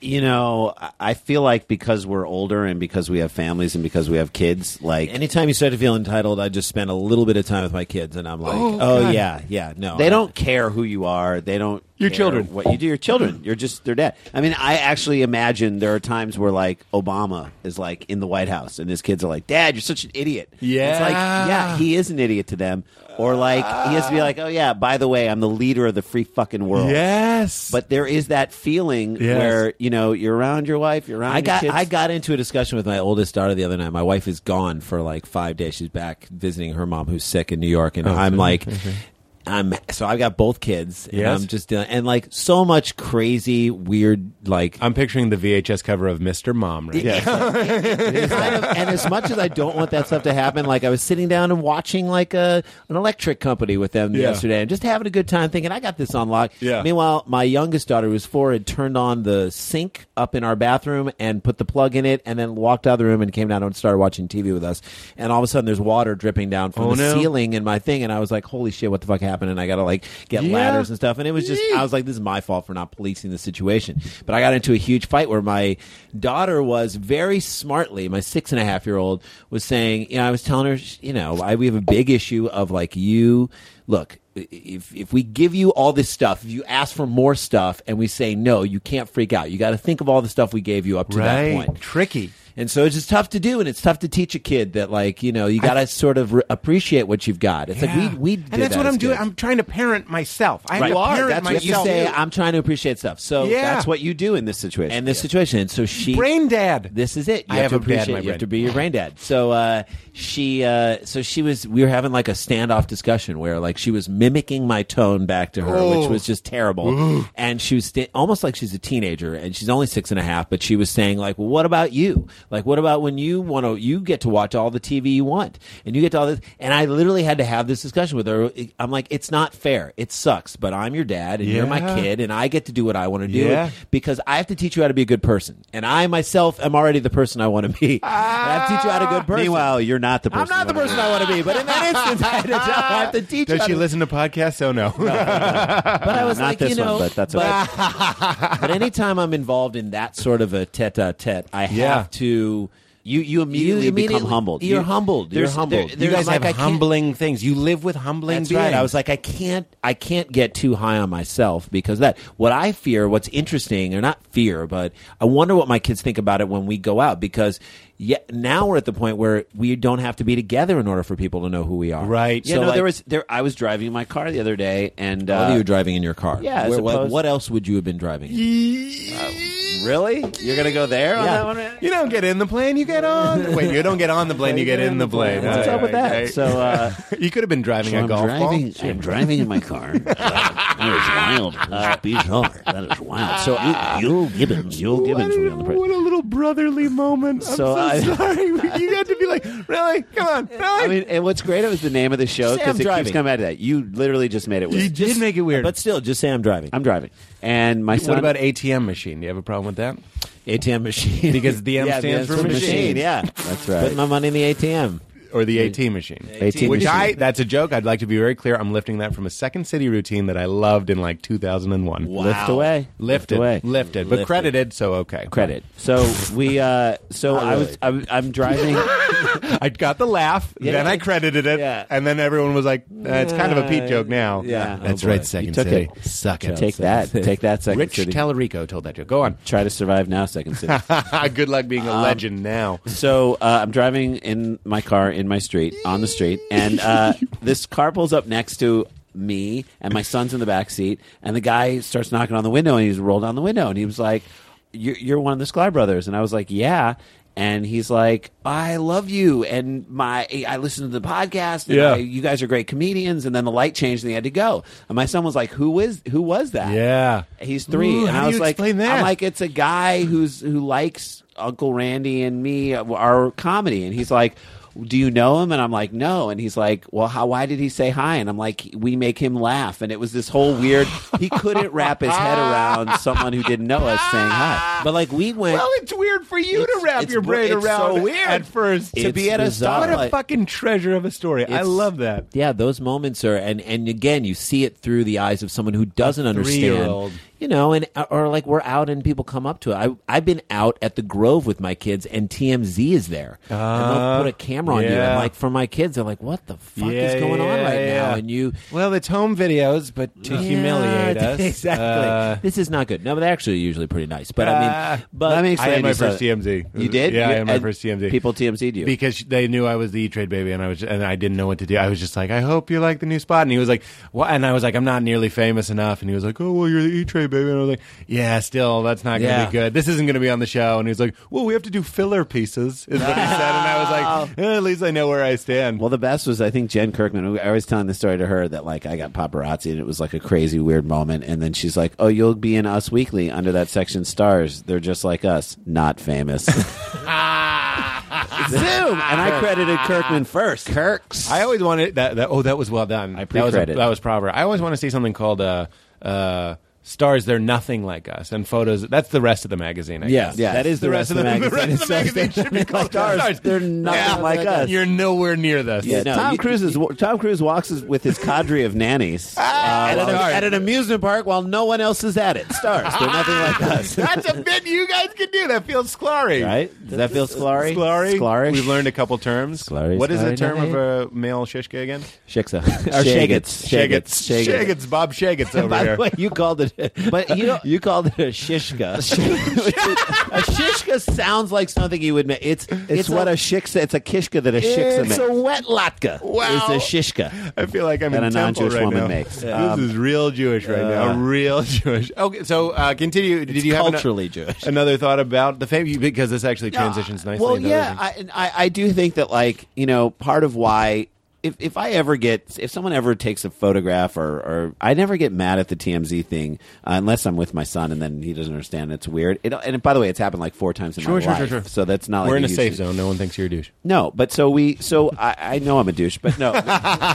[SPEAKER 5] you know, I- I feel like because we're older and because we have families and because we have kids, like
[SPEAKER 6] Anytime you start to feel entitled, I just spend a little bit of time with my kids, and I'm like, oh, yeah, yeah, no,
[SPEAKER 5] they don't care who you are. They don't
[SPEAKER 4] Your
[SPEAKER 5] care
[SPEAKER 4] children.
[SPEAKER 5] what you do. Your children. You're just their dad. I mean, I actually imagine there are times where like Obama is like in the White House and his kids are like, "Dad, you're such an idiot."
[SPEAKER 4] Yeah.
[SPEAKER 5] it's like yeah, he is an idiot to them, or like he has to be like, "Oh yeah, by the way, I'm the leader of the free fucking world."
[SPEAKER 4] Yes,
[SPEAKER 5] But there is that feeling where you know you're around your wife, you're around.
[SPEAKER 6] I
[SPEAKER 5] your
[SPEAKER 6] got
[SPEAKER 5] kids.
[SPEAKER 6] I got into a discussion with my oldest daughter the other night. My wife is gone for like five days. She's back visiting her mom who's sick in New York, and I'm like. I'm so I've got both kids, and
[SPEAKER 4] Yes.
[SPEAKER 6] I'm just dealing, and like so much crazy, weird, like
[SPEAKER 4] I'm picturing the VHS cover of Mr. Mom right now.
[SPEAKER 6] kind of- and as much as I don't want that stuff to happen, like I was sitting down and watching like a an electric company with them
[SPEAKER 4] Yeah.
[SPEAKER 6] yesterday and just having a good time thinking I got this on lock.
[SPEAKER 4] Yeah.
[SPEAKER 6] Meanwhile, my youngest daughter who was four had turned on the sink up in our bathroom and put the plug in it and then walked out of the room and came down and started watching TV with us. And all of a sudden there's water dripping down from
[SPEAKER 4] Oh,
[SPEAKER 6] the
[SPEAKER 4] no.
[SPEAKER 6] ceiling in my thing and I was like, Holy shit, what the fuck happened? And I gotta like get
[SPEAKER 4] Yeah.
[SPEAKER 6] ladders and stuff. And it was just I was like, This is my fault for not policing the situation. But I got into a huge fight where my daughter was very smartly, my six and a half year old was saying, you know, I was telling her, sh- you know, I, we have a big issue of like you look, i- if if we give you all this stuff, if you ask for more stuff and we say no, you can't freak out. You gotta think of all the stuff we gave you up to that point.
[SPEAKER 4] tricky.
[SPEAKER 6] And so it's just tough to do, and it's tough to teach a kid that, like, you know, you got to sort of re- appreciate what you've got. It's
[SPEAKER 4] Yeah.
[SPEAKER 6] like we we did
[SPEAKER 4] and that's
[SPEAKER 6] that
[SPEAKER 4] what
[SPEAKER 6] as
[SPEAKER 4] I'm doing.
[SPEAKER 6] kids.
[SPEAKER 4] I'm trying to parent myself. I have
[SPEAKER 5] Right.
[SPEAKER 4] to
[SPEAKER 5] You are.
[SPEAKER 4] parent
[SPEAKER 5] That's what
[SPEAKER 6] you
[SPEAKER 4] myself.
[SPEAKER 6] say I'm trying to appreciate stuff. So
[SPEAKER 4] Yeah.
[SPEAKER 5] that's what you do in this situation.
[SPEAKER 6] and this situation. And so she
[SPEAKER 4] brain dad.
[SPEAKER 6] This is it.
[SPEAKER 4] I
[SPEAKER 6] You have,
[SPEAKER 4] have a
[SPEAKER 6] to
[SPEAKER 4] dad,
[SPEAKER 6] appreciate.
[SPEAKER 4] my
[SPEAKER 6] you have
[SPEAKER 4] brain.
[SPEAKER 6] to be your brain dad. So uh, she, uh, so she was. We were having like a standoff discussion where like she was mimicking my tone back to her, which was
[SPEAKER 4] Oh.
[SPEAKER 6] just terrible. and she was sta- almost like she's a teenager, and she's only six and a half. But she was saying like, well, "What about you? Like, what about when you want to? You get to watch all the TV you want, and you get to all this." And I literally had to have this discussion with her. I'm like, "It's not fair. It sucks, but I'm your dad, and you're my
[SPEAKER 4] Yeah.
[SPEAKER 6] kid, and I get to do what I want to do."
[SPEAKER 4] Yeah.
[SPEAKER 6] because I have to teach you how to be a good person, and I myself am already the person I want to be. And I have to teach you how to be a good person.
[SPEAKER 5] Meanwhile, you're not the
[SPEAKER 6] I'm
[SPEAKER 5] person.
[SPEAKER 6] not the person I want to be,
[SPEAKER 4] [laughs]
[SPEAKER 6] but in that instance, I had to, tell her, I have to teach. her
[SPEAKER 4] Does
[SPEAKER 6] how
[SPEAKER 4] she
[SPEAKER 6] to-
[SPEAKER 4] listen to podcasts? Oh no.
[SPEAKER 6] But I was
[SPEAKER 5] Not
[SPEAKER 6] like,
[SPEAKER 5] this
[SPEAKER 6] you know,
[SPEAKER 5] one, but that's
[SPEAKER 6] but, [laughs] but anytime I'm involved in that sort of a tete-a-tete, I
[SPEAKER 4] Yeah.
[SPEAKER 6] have to.
[SPEAKER 5] You you immediately, become humbled.
[SPEAKER 6] You're
[SPEAKER 5] You-
[SPEAKER 6] humbled. You're
[SPEAKER 5] there's- there-
[SPEAKER 4] [laughs]
[SPEAKER 6] humbled.
[SPEAKER 4] you
[SPEAKER 5] there's
[SPEAKER 4] guys
[SPEAKER 5] like,
[SPEAKER 4] have
[SPEAKER 5] I can't-
[SPEAKER 4] humbling things. You live with humbling
[SPEAKER 6] That's
[SPEAKER 4] beings.
[SPEAKER 6] right. I was like, I can't, I can't get too high on myself because that. What I fear, what's interesting, or not fear, but I wonder what my kids think about it when we go out because. Yeah, now we're at the point where we don't have to be together in order for people to know who we are.
[SPEAKER 4] Right.
[SPEAKER 5] You
[SPEAKER 6] So
[SPEAKER 5] know,
[SPEAKER 6] like,
[SPEAKER 5] there was there. I was driving my car the other day, and
[SPEAKER 6] Oh,
[SPEAKER 5] uh,
[SPEAKER 6] you were driving in your car.
[SPEAKER 5] Yeah, as
[SPEAKER 6] Where- what,
[SPEAKER 5] opposed-
[SPEAKER 6] what else would you have been driving? in?
[SPEAKER 5] really, you're gonna go there on
[SPEAKER 6] Yeah.
[SPEAKER 5] that one?
[SPEAKER 4] you don't get in the plane, you get on. Wait, you don't get on the plane, you get in the plane.
[SPEAKER 5] What's
[SPEAKER 4] Right,
[SPEAKER 5] up with
[SPEAKER 4] right,
[SPEAKER 5] that?
[SPEAKER 4] right.
[SPEAKER 5] So. Uh,
[SPEAKER 4] [laughs] you could have been driving
[SPEAKER 5] So
[SPEAKER 4] a
[SPEAKER 5] I'm
[SPEAKER 4] golf
[SPEAKER 5] driving, Uh,
[SPEAKER 4] ball.
[SPEAKER 5] I'm driving in my car. [laughs] that is wild. That is bizarre. That is wild. So Yul Gibbons, Yul Gibbons was on the press.
[SPEAKER 4] a little brotherly moment. I'm
[SPEAKER 5] So I-
[SPEAKER 4] [laughs] sorry. You had to be like, really? Come on, really?
[SPEAKER 5] I mean, and what's great was the name of the show
[SPEAKER 6] Say
[SPEAKER 5] because
[SPEAKER 6] I'm
[SPEAKER 5] it keeps
[SPEAKER 6] driving.
[SPEAKER 5] coming back to that. You literally just made it
[SPEAKER 4] you
[SPEAKER 5] weird.
[SPEAKER 4] did make it weird.
[SPEAKER 6] But still, just say I'm driving.
[SPEAKER 5] I'm driving, and my son.
[SPEAKER 4] what about ATM machine? Do you have a problem with that?
[SPEAKER 5] ATM [laughs] machine
[SPEAKER 4] Because the M
[SPEAKER 5] Yeah,
[SPEAKER 4] stands for machine.
[SPEAKER 5] Yeah,
[SPEAKER 6] That's right.
[SPEAKER 5] Put my money in the ATM.
[SPEAKER 4] or the AT machine.
[SPEAKER 6] AT
[SPEAKER 4] Which
[SPEAKER 6] machine.
[SPEAKER 4] I, that's a joke. I'd like to be very clear. I'm lifting that from a second city routine that I loved in like 2001.
[SPEAKER 6] Lift away.
[SPEAKER 4] Lifted,
[SPEAKER 6] away.
[SPEAKER 4] lifted, but
[SPEAKER 5] Lifted.
[SPEAKER 4] credited, so okay.
[SPEAKER 6] Credit. So we. uh So I was.
[SPEAKER 5] really.
[SPEAKER 6] I'm, I'm
[SPEAKER 5] [laughs]
[SPEAKER 6] driving.
[SPEAKER 4] [laughs] I got the laugh, then I credited it,
[SPEAKER 6] Yeah.
[SPEAKER 4] and then everyone was like, "Eh, "It's kind of a Pete joke now."
[SPEAKER 6] Yeah.
[SPEAKER 4] that's
[SPEAKER 6] Oh, boy.
[SPEAKER 4] right. Second
[SPEAKER 6] You took
[SPEAKER 4] City,
[SPEAKER 6] it.
[SPEAKER 4] suck it.
[SPEAKER 6] take that. Take that. Second
[SPEAKER 4] Rich
[SPEAKER 6] City.
[SPEAKER 4] Tallarico told that joke. Go on. [laughs]
[SPEAKER 6] Try to survive now, Second City.
[SPEAKER 4] Good luck being a legend now.
[SPEAKER 6] so uh, I'm driving in my car in my street on the street, and uh, this car pulls up next to me, and my son's in the back seat, and the guy starts knocking on the window, and he's rolled down the window, and he was like, "You're, you're one of the Sklar brothers," and I was like, "Yeah." And he's like, I love you, and my I listened to the podcast. And
[SPEAKER 4] Yeah.
[SPEAKER 6] I- you guys are great comedians. And then the light changed, and they had to go. And my son was like, "Who is who was that?"
[SPEAKER 4] Yeah.
[SPEAKER 6] He's three,
[SPEAKER 4] Ooh,
[SPEAKER 6] and
[SPEAKER 4] how
[SPEAKER 6] I
[SPEAKER 4] do
[SPEAKER 6] was
[SPEAKER 4] you
[SPEAKER 6] like,
[SPEAKER 4] explain that?
[SPEAKER 6] I'm like, it's a guy who's who likes Uncle Randy and me, uh, our comedy, and he's like, do you know him? And I'm like, no, and he's like, well, how? Why did he say hi? And I'm like, we make him laugh, and it was this whole weird. He couldn't wrap his head around someone who didn't know us saying hi,
[SPEAKER 5] But like we went.
[SPEAKER 4] Well, it's weird for you to
[SPEAKER 6] It's-
[SPEAKER 4] wrap
[SPEAKER 6] it's
[SPEAKER 4] your
[SPEAKER 6] br-
[SPEAKER 4] brain
[SPEAKER 6] it's
[SPEAKER 4] around
[SPEAKER 6] so weird.
[SPEAKER 4] at first
[SPEAKER 6] To be at a
[SPEAKER 4] What a
[SPEAKER 6] stoplight.
[SPEAKER 4] fucking treasure of a story. I
[SPEAKER 5] It's-
[SPEAKER 4] love that.
[SPEAKER 5] Yeah, those moments are, and and again, you see it through the eyes of someone who doesn't
[SPEAKER 4] three-year-old.
[SPEAKER 5] understand, you know, and or like we're out and people come up to it. I I've been out at the Grove with my kids, and TMZ is there, and they'll put a camera on you,
[SPEAKER 4] Ah, yeah.
[SPEAKER 5] and like for my kids, they're like, "What the fuck
[SPEAKER 4] Yeah,
[SPEAKER 5] is going on
[SPEAKER 4] yeah,
[SPEAKER 5] right
[SPEAKER 4] yeah.
[SPEAKER 5] now?" And you.
[SPEAKER 4] Well, it's home videos, but to
[SPEAKER 5] [laughs]
[SPEAKER 4] humiliate
[SPEAKER 5] Yeah,
[SPEAKER 4] us,
[SPEAKER 5] exactly.
[SPEAKER 4] uh,
[SPEAKER 5] this is not good. No, but they're actually usually pretty nice. But I
[SPEAKER 4] Uh,
[SPEAKER 5] mean, but
[SPEAKER 6] let me
[SPEAKER 4] I
[SPEAKER 6] explain
[SPEAKER 4] had my
[SPEAKER 6] you
[SPEAKER 4] first
[SPEAKER 6] something.
[SPEAKER 4] TMZ.
[SPEAKER 6] You did?
[SPEAKER 4] Yeah, I
[SPEAKER 6] You-
[SPEAKER 4] had my
[SPEAKER 6] and
[SPEAKER 4] first TMZ.
[SPEAKER 6] people TMZ'd you.
[SPEAKER 4] because they knew I was the E Trade baby, and I was and I didn't know what to do. I was just like, I hope you like the new spot. And he was like, what? And I was like, I'm not nearly famous enough. And he was like, Oh well, you're the E Trade baby. And I was like, Yeah, still, that's not going to
[SPEAKER 5] Yeah.
[SPEAKER 4] be good. This isn't going to be on the show. And he was like, Well, we have to do filler pieces, is what he said. And I was like, eh, At least I know where I stand.
[SPEAKER 6] Well, the best was I think Jen Kirkman. I was telling the story to her that like I got paparazzi and it was like a crazy weird moment, and then she's like, "Oh, you'll be in Us Weekly under that section stars. They're just like us, not famous." [laughs] Zoom, and I credited Kirkman first. Kirks.
[SPEAKER 4] I always wanted that. that oh, that was well done. I that was
[SPEAKER 6] pre-credit.
[SPEAKER 4] that was proper. I always want to see something called uh, uh, "Stars They're Nothing Like Us" and photos. That's the rest of the magazine. I
[SPEAKER 5] Yeah,
[SPEAKER 4] guess.
[SPEAKER 5] yeah.
[SPEAKER 6] that is the, rest, of the magazine.
[SPEAKER 4] rest of the
[SPEAKER 6] It says
[SPEAKER 4] magazine should be called
[SPEAKER 6] stars.
[SPEAKER 4] Stars.
[SPEAKER 6] They're nothing
[SPEAKER 4] Yeah.
[SPEAKER 6] like us.
[SPEAKER 4] You're nowhere near this.
[SPEAKER 6] Yeah,
[SPEAKER 5] no,
[SPEAKER 6] Tom
[SPEAKER 5] you-
[SPEAKER 6] Cruise is Tom Cruise walks with his cadre of [laughs] nannies uh,
[SPEAKER 5] at, an,
[SPEAKER 6] while-
[SPEAKER 5] at an amusement park while no one else is at it. Stars. They're nothing
[SPEAKER 6] [laughs]
[SPEAKER 5] like us.
[SPEAKER 4] Ah, [laughs] That's a bit you guys can do. That feels sclary.
[SPEAKER 6] right? Does that feel sclary?
[SPEAKER 4] Sclary.
[SPEAKER 6] Sclary.
[SPEAKER 4] We've learned a couple terms.
[SPEAKER 6] Sclary,
[SPEAKER 4] what is
[SPEAKER 6] sclary,
[SPEAKER 4] the term
[SPEAKER 6] nothing.
[SPEAKER 4] of a male shishka again?
[SPEAKER 6] Shiksa.
[SPEAKER 5] Or
[SPEAKER 6] Shaggots.
[SPEAKER 4] Shaggots. Shaggots. Bob Shaggots over
[SPEAKER 6] By
[SPEAKER 4] here.
[SPEAKER 6] the way, you called it, but you know, you called it a shishka. Which is- [laughs] a shishka sounds like something you would make. It's it's,
[SPEAKER 5] It's what a
[SPEAKER 6] shiksa. It's a kishka that a
[SPEAKER 5] It's
[SPEAKER 6] It's
[SPEAKER 5] a
[SPEAKER 6] a
[SPEAKER 5] wet latka.
[SPEAKER 4] Wow.
[SPEAKER 6] It's a shishka.
[SPEAKER 4] I feel like I'm
[SPEAKER 6] That
[SPEAKER 4] in
[SPEAKER 6] a
[SPEAKER 4] temple
[SPEAKER 6] non-Jewish
[SPEAKER 4] right
[SPEAKER 6] woman
[SPEAKER 4] now. Uh,
[SPEAKER 6] makes.
[SPEAKER 4] This
[SPEAKER 6] Um,
[SPEAKER 4] is real Jewish right now. Real [laughs] Jewish. Okay, so uh, continue. Did you have ano-
[SPEAKER 6] culturally Jewish.
[SPEAKER 4] Another thought about the fame because this actually transitions nicely.
[SPEAKER 6] Well,
[SPEAKER 4] into
[SPEAKER 6] yeah,
[SPEAKER 4] other things.
[SPEAKER 6] I, and I I do think that like you know part of why. If, if I ever get if someone ever takes a photograph or, or I never get mad at the TMZ thing uh, unless I'm with my son and then he doesn't understand it's weird it, and by the way it's happened like four times in
[SPEAKER 4] Sure,
[SPEAKER 6] my
[SPEAKER 4] sure,
[SPEAKER 6] life
[SPEAKER 4] sure, sure.
[SPEAKER 6] so that's not like
[SPEAKER 4] we're in a
[SPEAKER 6] huge-
[SPEAKER 4] safe zone. No one thinks you're a douche.
[SPEAKER 6] No, but so we, so I, I know I'm a douche, but no,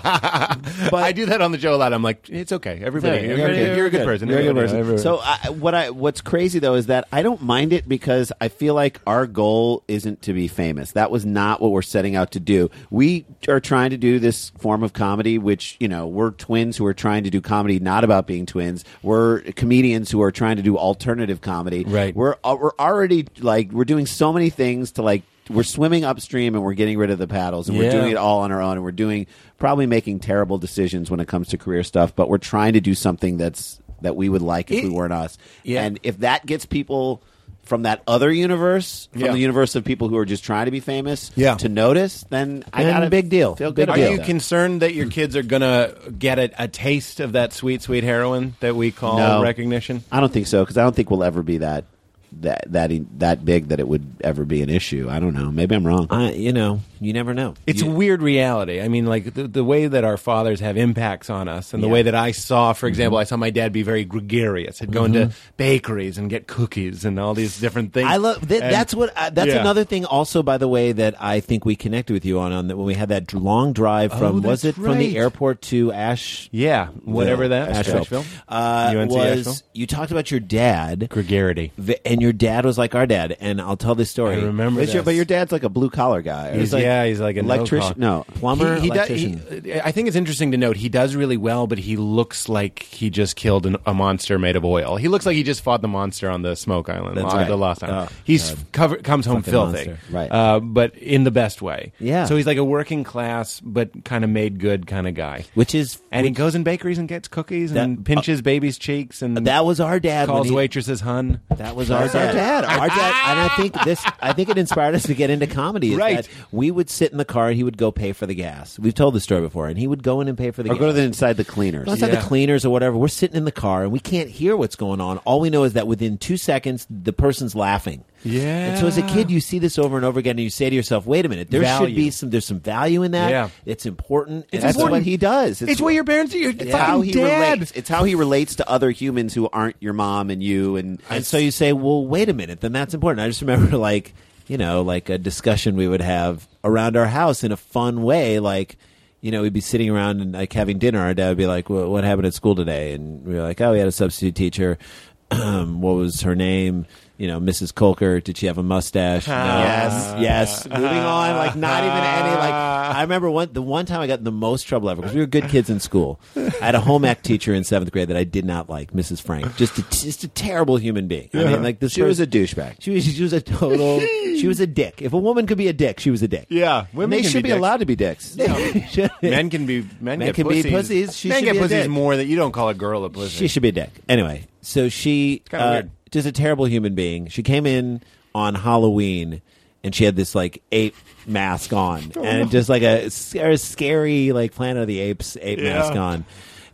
[SPEAKER 4] But I do that on the show a lot. I'm like, it's okay. Everybody,
[SPEAKER 6] It's okay.
[SPEAKER 4] you're,
[SPEAKER 6] You're
[SPEAKER 4] you're
[SPEAKER 6] good.
[SPEAKER 4] a good person.
[SPEAKER 6] You're a good
[SPEAKER 4] Everybody-
[SPEAKER 6] person.
[SPEAKER 4] everybody-
[SPEAKER 6] So I, what I what's crazy though is that I don't mind it because I feel like our goal isn't to be famous. That was not what we're setting out to do. We are trying to do this form of comedy, which you know we're twins who are trying to do comedy not about being twins. We're comedians who are trying to do alternative comedy.
[SPEAKER 4] Right.
[SPEAKER 6] We're al- we're already like we're doing so many things to like. We're swimming upstream and we're getting rid of the paddles and we're
[SPEAKER 4] Yeah.
[SPEAKER 6] doing it all on our own and we're doing probably making terrible decisions when it comes to career stuff but we're trying to do something that's that we would like if
[SPEAKER 4] It-
[SPEAKER 6] we weren't us
[SPEAKER 4] Yeah.
[SPEAKER 6] and if that gets people from that other universe from
[SPEAKER 4] Yeah.
[SPEAKER 6] the universe of people who are just trying to be famous
[SPEAKER 4] Yeah.
[SPEAKER 6] to notice then i
[SPEAKER 5] Then
[SPEAKER 6] got a
[SPEAKER 5] big deal.
[SPEAKER 6] feel
[SPEAKER 5] Big
[SPEAKER 6] good
[SPEAKER 4] Are
[SPEAKER 6] about
[SPEAKER 4] you
[SPEAKER 6] that.
[SPEAKER 4] concerned that your kids are gonna get a, a taste of that sweet, sweet heroin that we call
[SPEAKER 6] No.
[SPEAKER 4] recognition?
[SPEAKER 6] i don't think so because i don't think we'll ever be that e, that that that big that it would ever be an issue i don't know maybe i'm wrong
[SPEAKER 5] I, you know,
[SPEAKER 6] You never know.
[SPEAKER 4] It's a weird reality. I mean, like the, the way that our fathers have impacts on us, and the way that I saw,
[SPEAKER 6] Mm-hmm.
[SPEAKER 4] for example, I saw my dad be very gregarious. He'd go into bakeries and get cookies and all these different things.
[SPEAKER 6] I love that.
[SPEAKER 4] And-
[SPEAKER 6] that's what. I, that's
[SPEAKER 4] Yeah.
[SPEAKER 6] another thing. Also, by the way, that I think we connected with you on on that when we had that long drive from was it
[SPEAKER 4] that's
[SPEAKER 6] from the
[SPEAKER 4] right.
[SPEAKER 6] airport to Ash,
[SPEAKER 4] yeah, whatever that
[SPEAKER 6] Asheville? Uh,
[SPEAKER 4] UNC
[SPEAKER 6] was
[SPEAKER 4] Asheville?
[SPEAKER 6] you talked about your dad,
[SPEAKER 4] Gregarity.
[SPEAKER 6] the- and your dad was like our dad. And I'll tell this story.
[SPEAKER 4] I remember
[SPEAKER 6] But your-
[SPEAKER 4] this.
[SPEAKER 6] but your dad's like a blue collar guy.
[SPEAKER 4] He's- yeah, he's like a
[SPEAKER 6] electrician. No,
[SPEAKER 4] no-call.
[SPEAKER 6] plumber.
[SPEAKER 4] He, he does-
[SPEAKER 6] electrician.
[SPEAKER 4] he- I think it's interesting to note he does really well, but he looks like he just killed an, a monster made of oil. He looks like he just fought the monster on the Smoke Island,
[SPEAKER 6] That's
[SPEAKER 4] on
[SPEAKER 6] right.
[SPEAKER 4] the Lost Island.
[SPEAKER 6] Oh,
[SPEAKER 4] He's cover, comes home
[SPEAKER 6] Fucking
[SPEAKER 4] filthy,
[SPEAKER 6] monster. Right.
[SPEAKER 4] Uh, but in the best way.
[SPEAKER 6] Yeah.
[SPEAKER 4] So he's like a working class but kind of made good kind of guy.
[SPEAKER 6] which is
[SPEAKER 4] And he goes in bakeries and gets cookies
[SPEAKER 6] That- uh,
[SPEAKER 4] and pinches babies' cheeks and
[SPEAKER 6] that was our dad. when
[SPEAKER 4] calls
[SPEAKER 6] he-
[SPEAKER 4] waitresses hun.
[SPEAKER 6] That was our dad. Our dad, and I think this. I think it inspired us to get into comedy. is
[SPEAKER 4] Right.
[SPEAKER 6] that we would sit in the car, and he would go pay for the gas. We've told the story before, and he would go in and pay for the.
[SPEAKER 5] Or
[SPEAKER 6] gas.
[SPEAKER 5] go to the inside the cleaners.
[SPEAKER 6] Go inside
[SPEAKER 4] Yeah.
[SPEAKER 6] the cleaners or whatever. We're sitting in the car and we can't hear what's going on. All we know is that within two seconds, the person's laughing.
[SPEAKER 4] Yeah.
[SPEAKER 6] And so as a kid, you see this over and over again, and you say to yourself, "Wait a minute, there should
[SPEAKER 4] Value.
[SPEAKER 6] be some. There's some value in that.
[SPEAKER 4] Yeah.
[SPEAKER 6] It's important. And
[SPEAKER 4] It's
[SPEAKER 6] that's
[SPEAKER 4] important.
[SPEAKER 6] what he does.
[SPEAKER 4] It's what your parents are. Your
[SPEAKER 5] It's
[SPEAKER 4] fucking
[SPEAKER 5] how he
[SPEAKER 4] dad.
[SPEAKER 5] relates. It's how he relates to other humans who aren't your mom and you. And
[SPEAKER 6] And so you say, well, wait a minute, then that's important. I just remember, [laughs] like, you know, like a discussion we would have around our house in a fun way. Like, you know, we'd be sitting around and like having dinner. Our dad would be like, well, what happened at school today? And we were like, oh, we had a substitute teacher. [clears throat] what was her name? You know, Mrs. Colker. Did she have a mustache? No.
[SPEAKER 5] Yes.
[SPEAKER 6] Yes. Moving on. Like, not even any. Like, I remember one the one time I got in the most trouble ever because we were good kids in school. I had a home ec teacher in seventh grade that I did not like, Mrs. Frank. Just a, just a terrible human being. I mean, like this.
[SPEAKER 5] she was a
[SPEAKER 6] person-
[SPEAKER 5] douchebag.
[SPEAKER 6] She was, she was a total. she was a dick. If a woman could be a dick, she was a dick.
[SPEAKER 4] Yeah,
[SPEAKER 5] And
[SPEAKER 4] women
[SPEAKER 5] they
[SPEAKER 4] can
[SPEAKER 5] should be,
[SPEAKER 4] dicks.
[SPEAKER 5] allowed to be dicks.
[SPEAKER 6] [laughs]
[SPEAKER 4] Men can be men,
[SPEAKER 6] Men
[SPEAKER 4] get
[SPEAKER 6] can be
[SPEAKER 4] pussies.
[SPEAKER 6] pussies. She
[SPEAKER 4] men
[SPEAKER 6] should
[SPEAKER 4] get
[SPEAKER 6] be a
[SPEAKER 4] pussies
[SPEAKER 6] dick.
[SPEAKER 4] more that you don't call a girl a pussy.
[SPEAKER 6] She should be a dick. Anyway, so she
[SPEAKER 4] kinda
[SPEAKER 6] uh,
[SPEAKER 4] weird.
[SPEAKER 6] just a terrible human being. She came in on Halloween and she had this like ape mask on
[SPEAKER 5] Oh,
[SPEAKER 6] and just like a, s- a scary like Planet of the Apes ape mask on.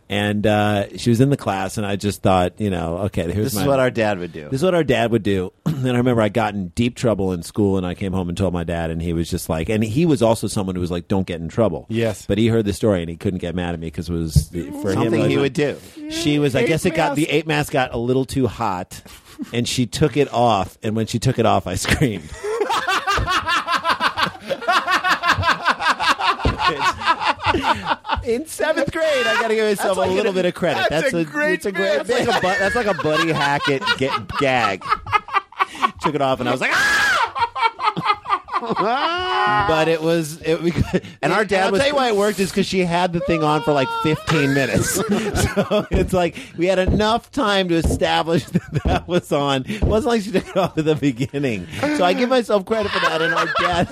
[SPEAKER 6] And uh, she was in the class, and I just thought, you know, okay, here's
[SPEAKER 5] This
[SPEAKER 6] my
[SPEAKER 5] is what our dad would do.
[SPEAKER 6] this is what our dad would do. [clears throat] and I remember I got in deep trouble in school, and I came home and told my dad, and he was just like, and he was also someone who was like, don't get in trouble.
[SPEAKER 4] Yes.
[SPEAKER 6] But he heard the story, and he couldn't get mad at me because it was for him.
[SPEAKER 5] Something
[SPEAKER 6] like-
[SPEAKER 5] he would do.
[SPEAKER 6] she was. I guess it got
[SPEAKER 4] mask.
[SPEAKER 6] the ape mask got a little too hot, and she took it off. And when she took it off, I screamed. In seventh grade, I got to give myself a little bit of credit. That's, a, great. It's a great.
[SPEAKER 5] That's like, a, bu- that's like a Buddy Hackett get, gag.
[SPEAKER 6] took it off, and I was like, "Ah!" but it was it. We,
[SPEAKER 5] And our dad
[SPEAKER 6] I'll
[SPEAKER 5] was-
[SPEAKER 6] tell you why it worked is because she had the thing on for like 15 minutes, [laughs] so it's like we had enough time to establish [laughs] that that was on. It wasn't like she took it off at the beginning, so I give myself credit for that. And our dad,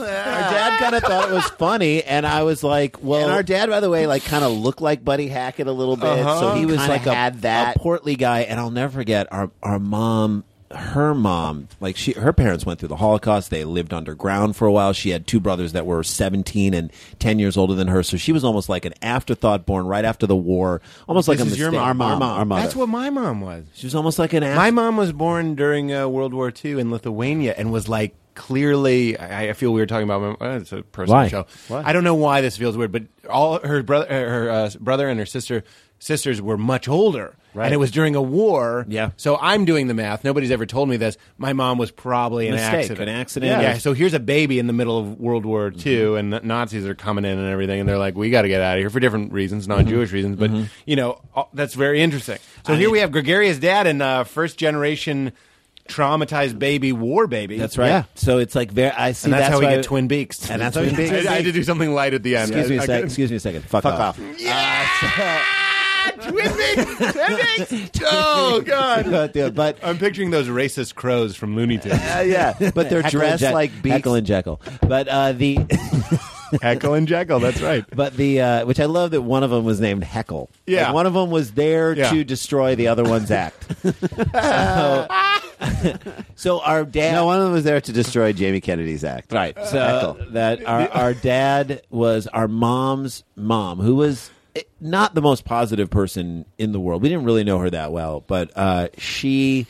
[SPEAKER 5] Our dad kind of thought it was
[SPEAKER 6] funny, and I was like, "Well."
[SPEAKER 5] And our dad, by the way, like kind of looked like Buddy Hackett a little bit, so
[SPEAKER 6] Uh-huh. he was like a,
[SPEAKER 5] had that.
[SPEAKER 6] a portly guy, and I'll never forget our our mom. Her mom, like she, her parents went through the Holocaust. They lived underground for a while. She had two brothers that were seventeen and ten years older than her, so she was almost like an afterthought, born right after the war, almost like
[SPEAKER 4] This
[SPEAKER 6] a
[SPEAKER 4] is your
[SPEAKER 6] mistake.
[SPEAKER 4] mom.
[SPEAKER 6] Our mom,
[SPEAKER 5] Our mom.
[SPEAKER 6] our mother.
[SPEAKER 4] That's what my mom was.
[SPEAKER 6] she was almost like an. After-
[SPEAKER 4] My mom was born during uh, World War II in Lithuania and was like clearly. I, I feel we were talking about. My, uh, it's a personal
[SPEAKER 6] Why?
[SPEAKER 4] show. I don't know why this feels weird, but all her brother, uh, her uh, brother and her sister sisters were much older, right. and it was during a war.
[SPEAKER 6] Yeah.
[SPEAKER 4] So I'm doing the math. Nobody's ever told me this. My mom was probably an
[SPEAKER 6] Mistake,
[SPEAKER 4] accident.
[SPEAKER 6] an accident.
[SPEAKER 4] Yeah.
[SPEAKER 6] Yeah.
[SPEAKER 4] So here's a baby in the middle of World War
[SPEAKER 6] Mm-hmm.
[SPEAKER 4] II, and the Nazis are coming in and everything, and they're like, "We got to get out of here for different reasons,
[SPEAKER 6] Mm-hmm.
[SPEAKER 4] non-Jewish reasons, but you know, all- that's very interesting." So here we have gregarious dad and uh, first generation traumatized baby, war baby.
[SPEAKER 6] that's right.
[SPEAKER 5] Yeah.
[SPEAKER 6] So it's like very. I see.
[SPEAKER 4] And that's, how we
[SPEAKER 6] why-
[SPEAKER 4] get twin beaks. [laughs]
[SPEAKER 6] And that's Twin Beaks.
[SPEAKER 4] I, I had to do something light at the end.
[SPEAKER 6] Excuse me a
[SPEAKER 4] I- I
[SPEAKER 6] second.
[SPEAKER 4] couldn't-
[SPEAKER 6] Excuse me a second. Fuck,
[SPEAKER 5] Fuck off.
[SPEAKER 4] Twin Beaks. Twin
[SPEAKER 6] [laughs]
[SPEAKER 4] Beaks. Oh god.
[SPEAKER 6] but
[SPEAKER 4] I'm picturing those racist crows from Looney Tunes.
[SPEAKER 6] [laughs]
[SPEAKER 5] Uh, yeah, but they're
[SPEAKER 6] Heckle and
[SPEAKER 5] dressed
[SPEAKER 6] Jack-
[SPEAKER 5] like beaks.
[SPEAKER 6] Heckle and Jekyll. But uh, the
[SPEAKER 4] Heckle and Jekyll. That's right.
[SPEAKER 6] [laughs] But the uh, which I love that one of them was named Heckle.
[SPEAKER 4] Yeah.
[SPEAKER 6] Like, one of them was there
[SPEAKER 4] Yeah.
[SPEAKER 6] to destroy the other
[SPEAKER 4] [laughs]
[SPEAKER 6] one's act. so, [laughs] so our dad.
[SPEAKER 5] No, one of them was there to destroy Jamie Kennedy's act.
[SPEAKER 6] right. So
[SPEAKER 5] Heckle.
[SPEAKER 6] that our our dad was our mom's mom, who was eh, not the most positive person in the world. We didn't really know her that well, but uh, she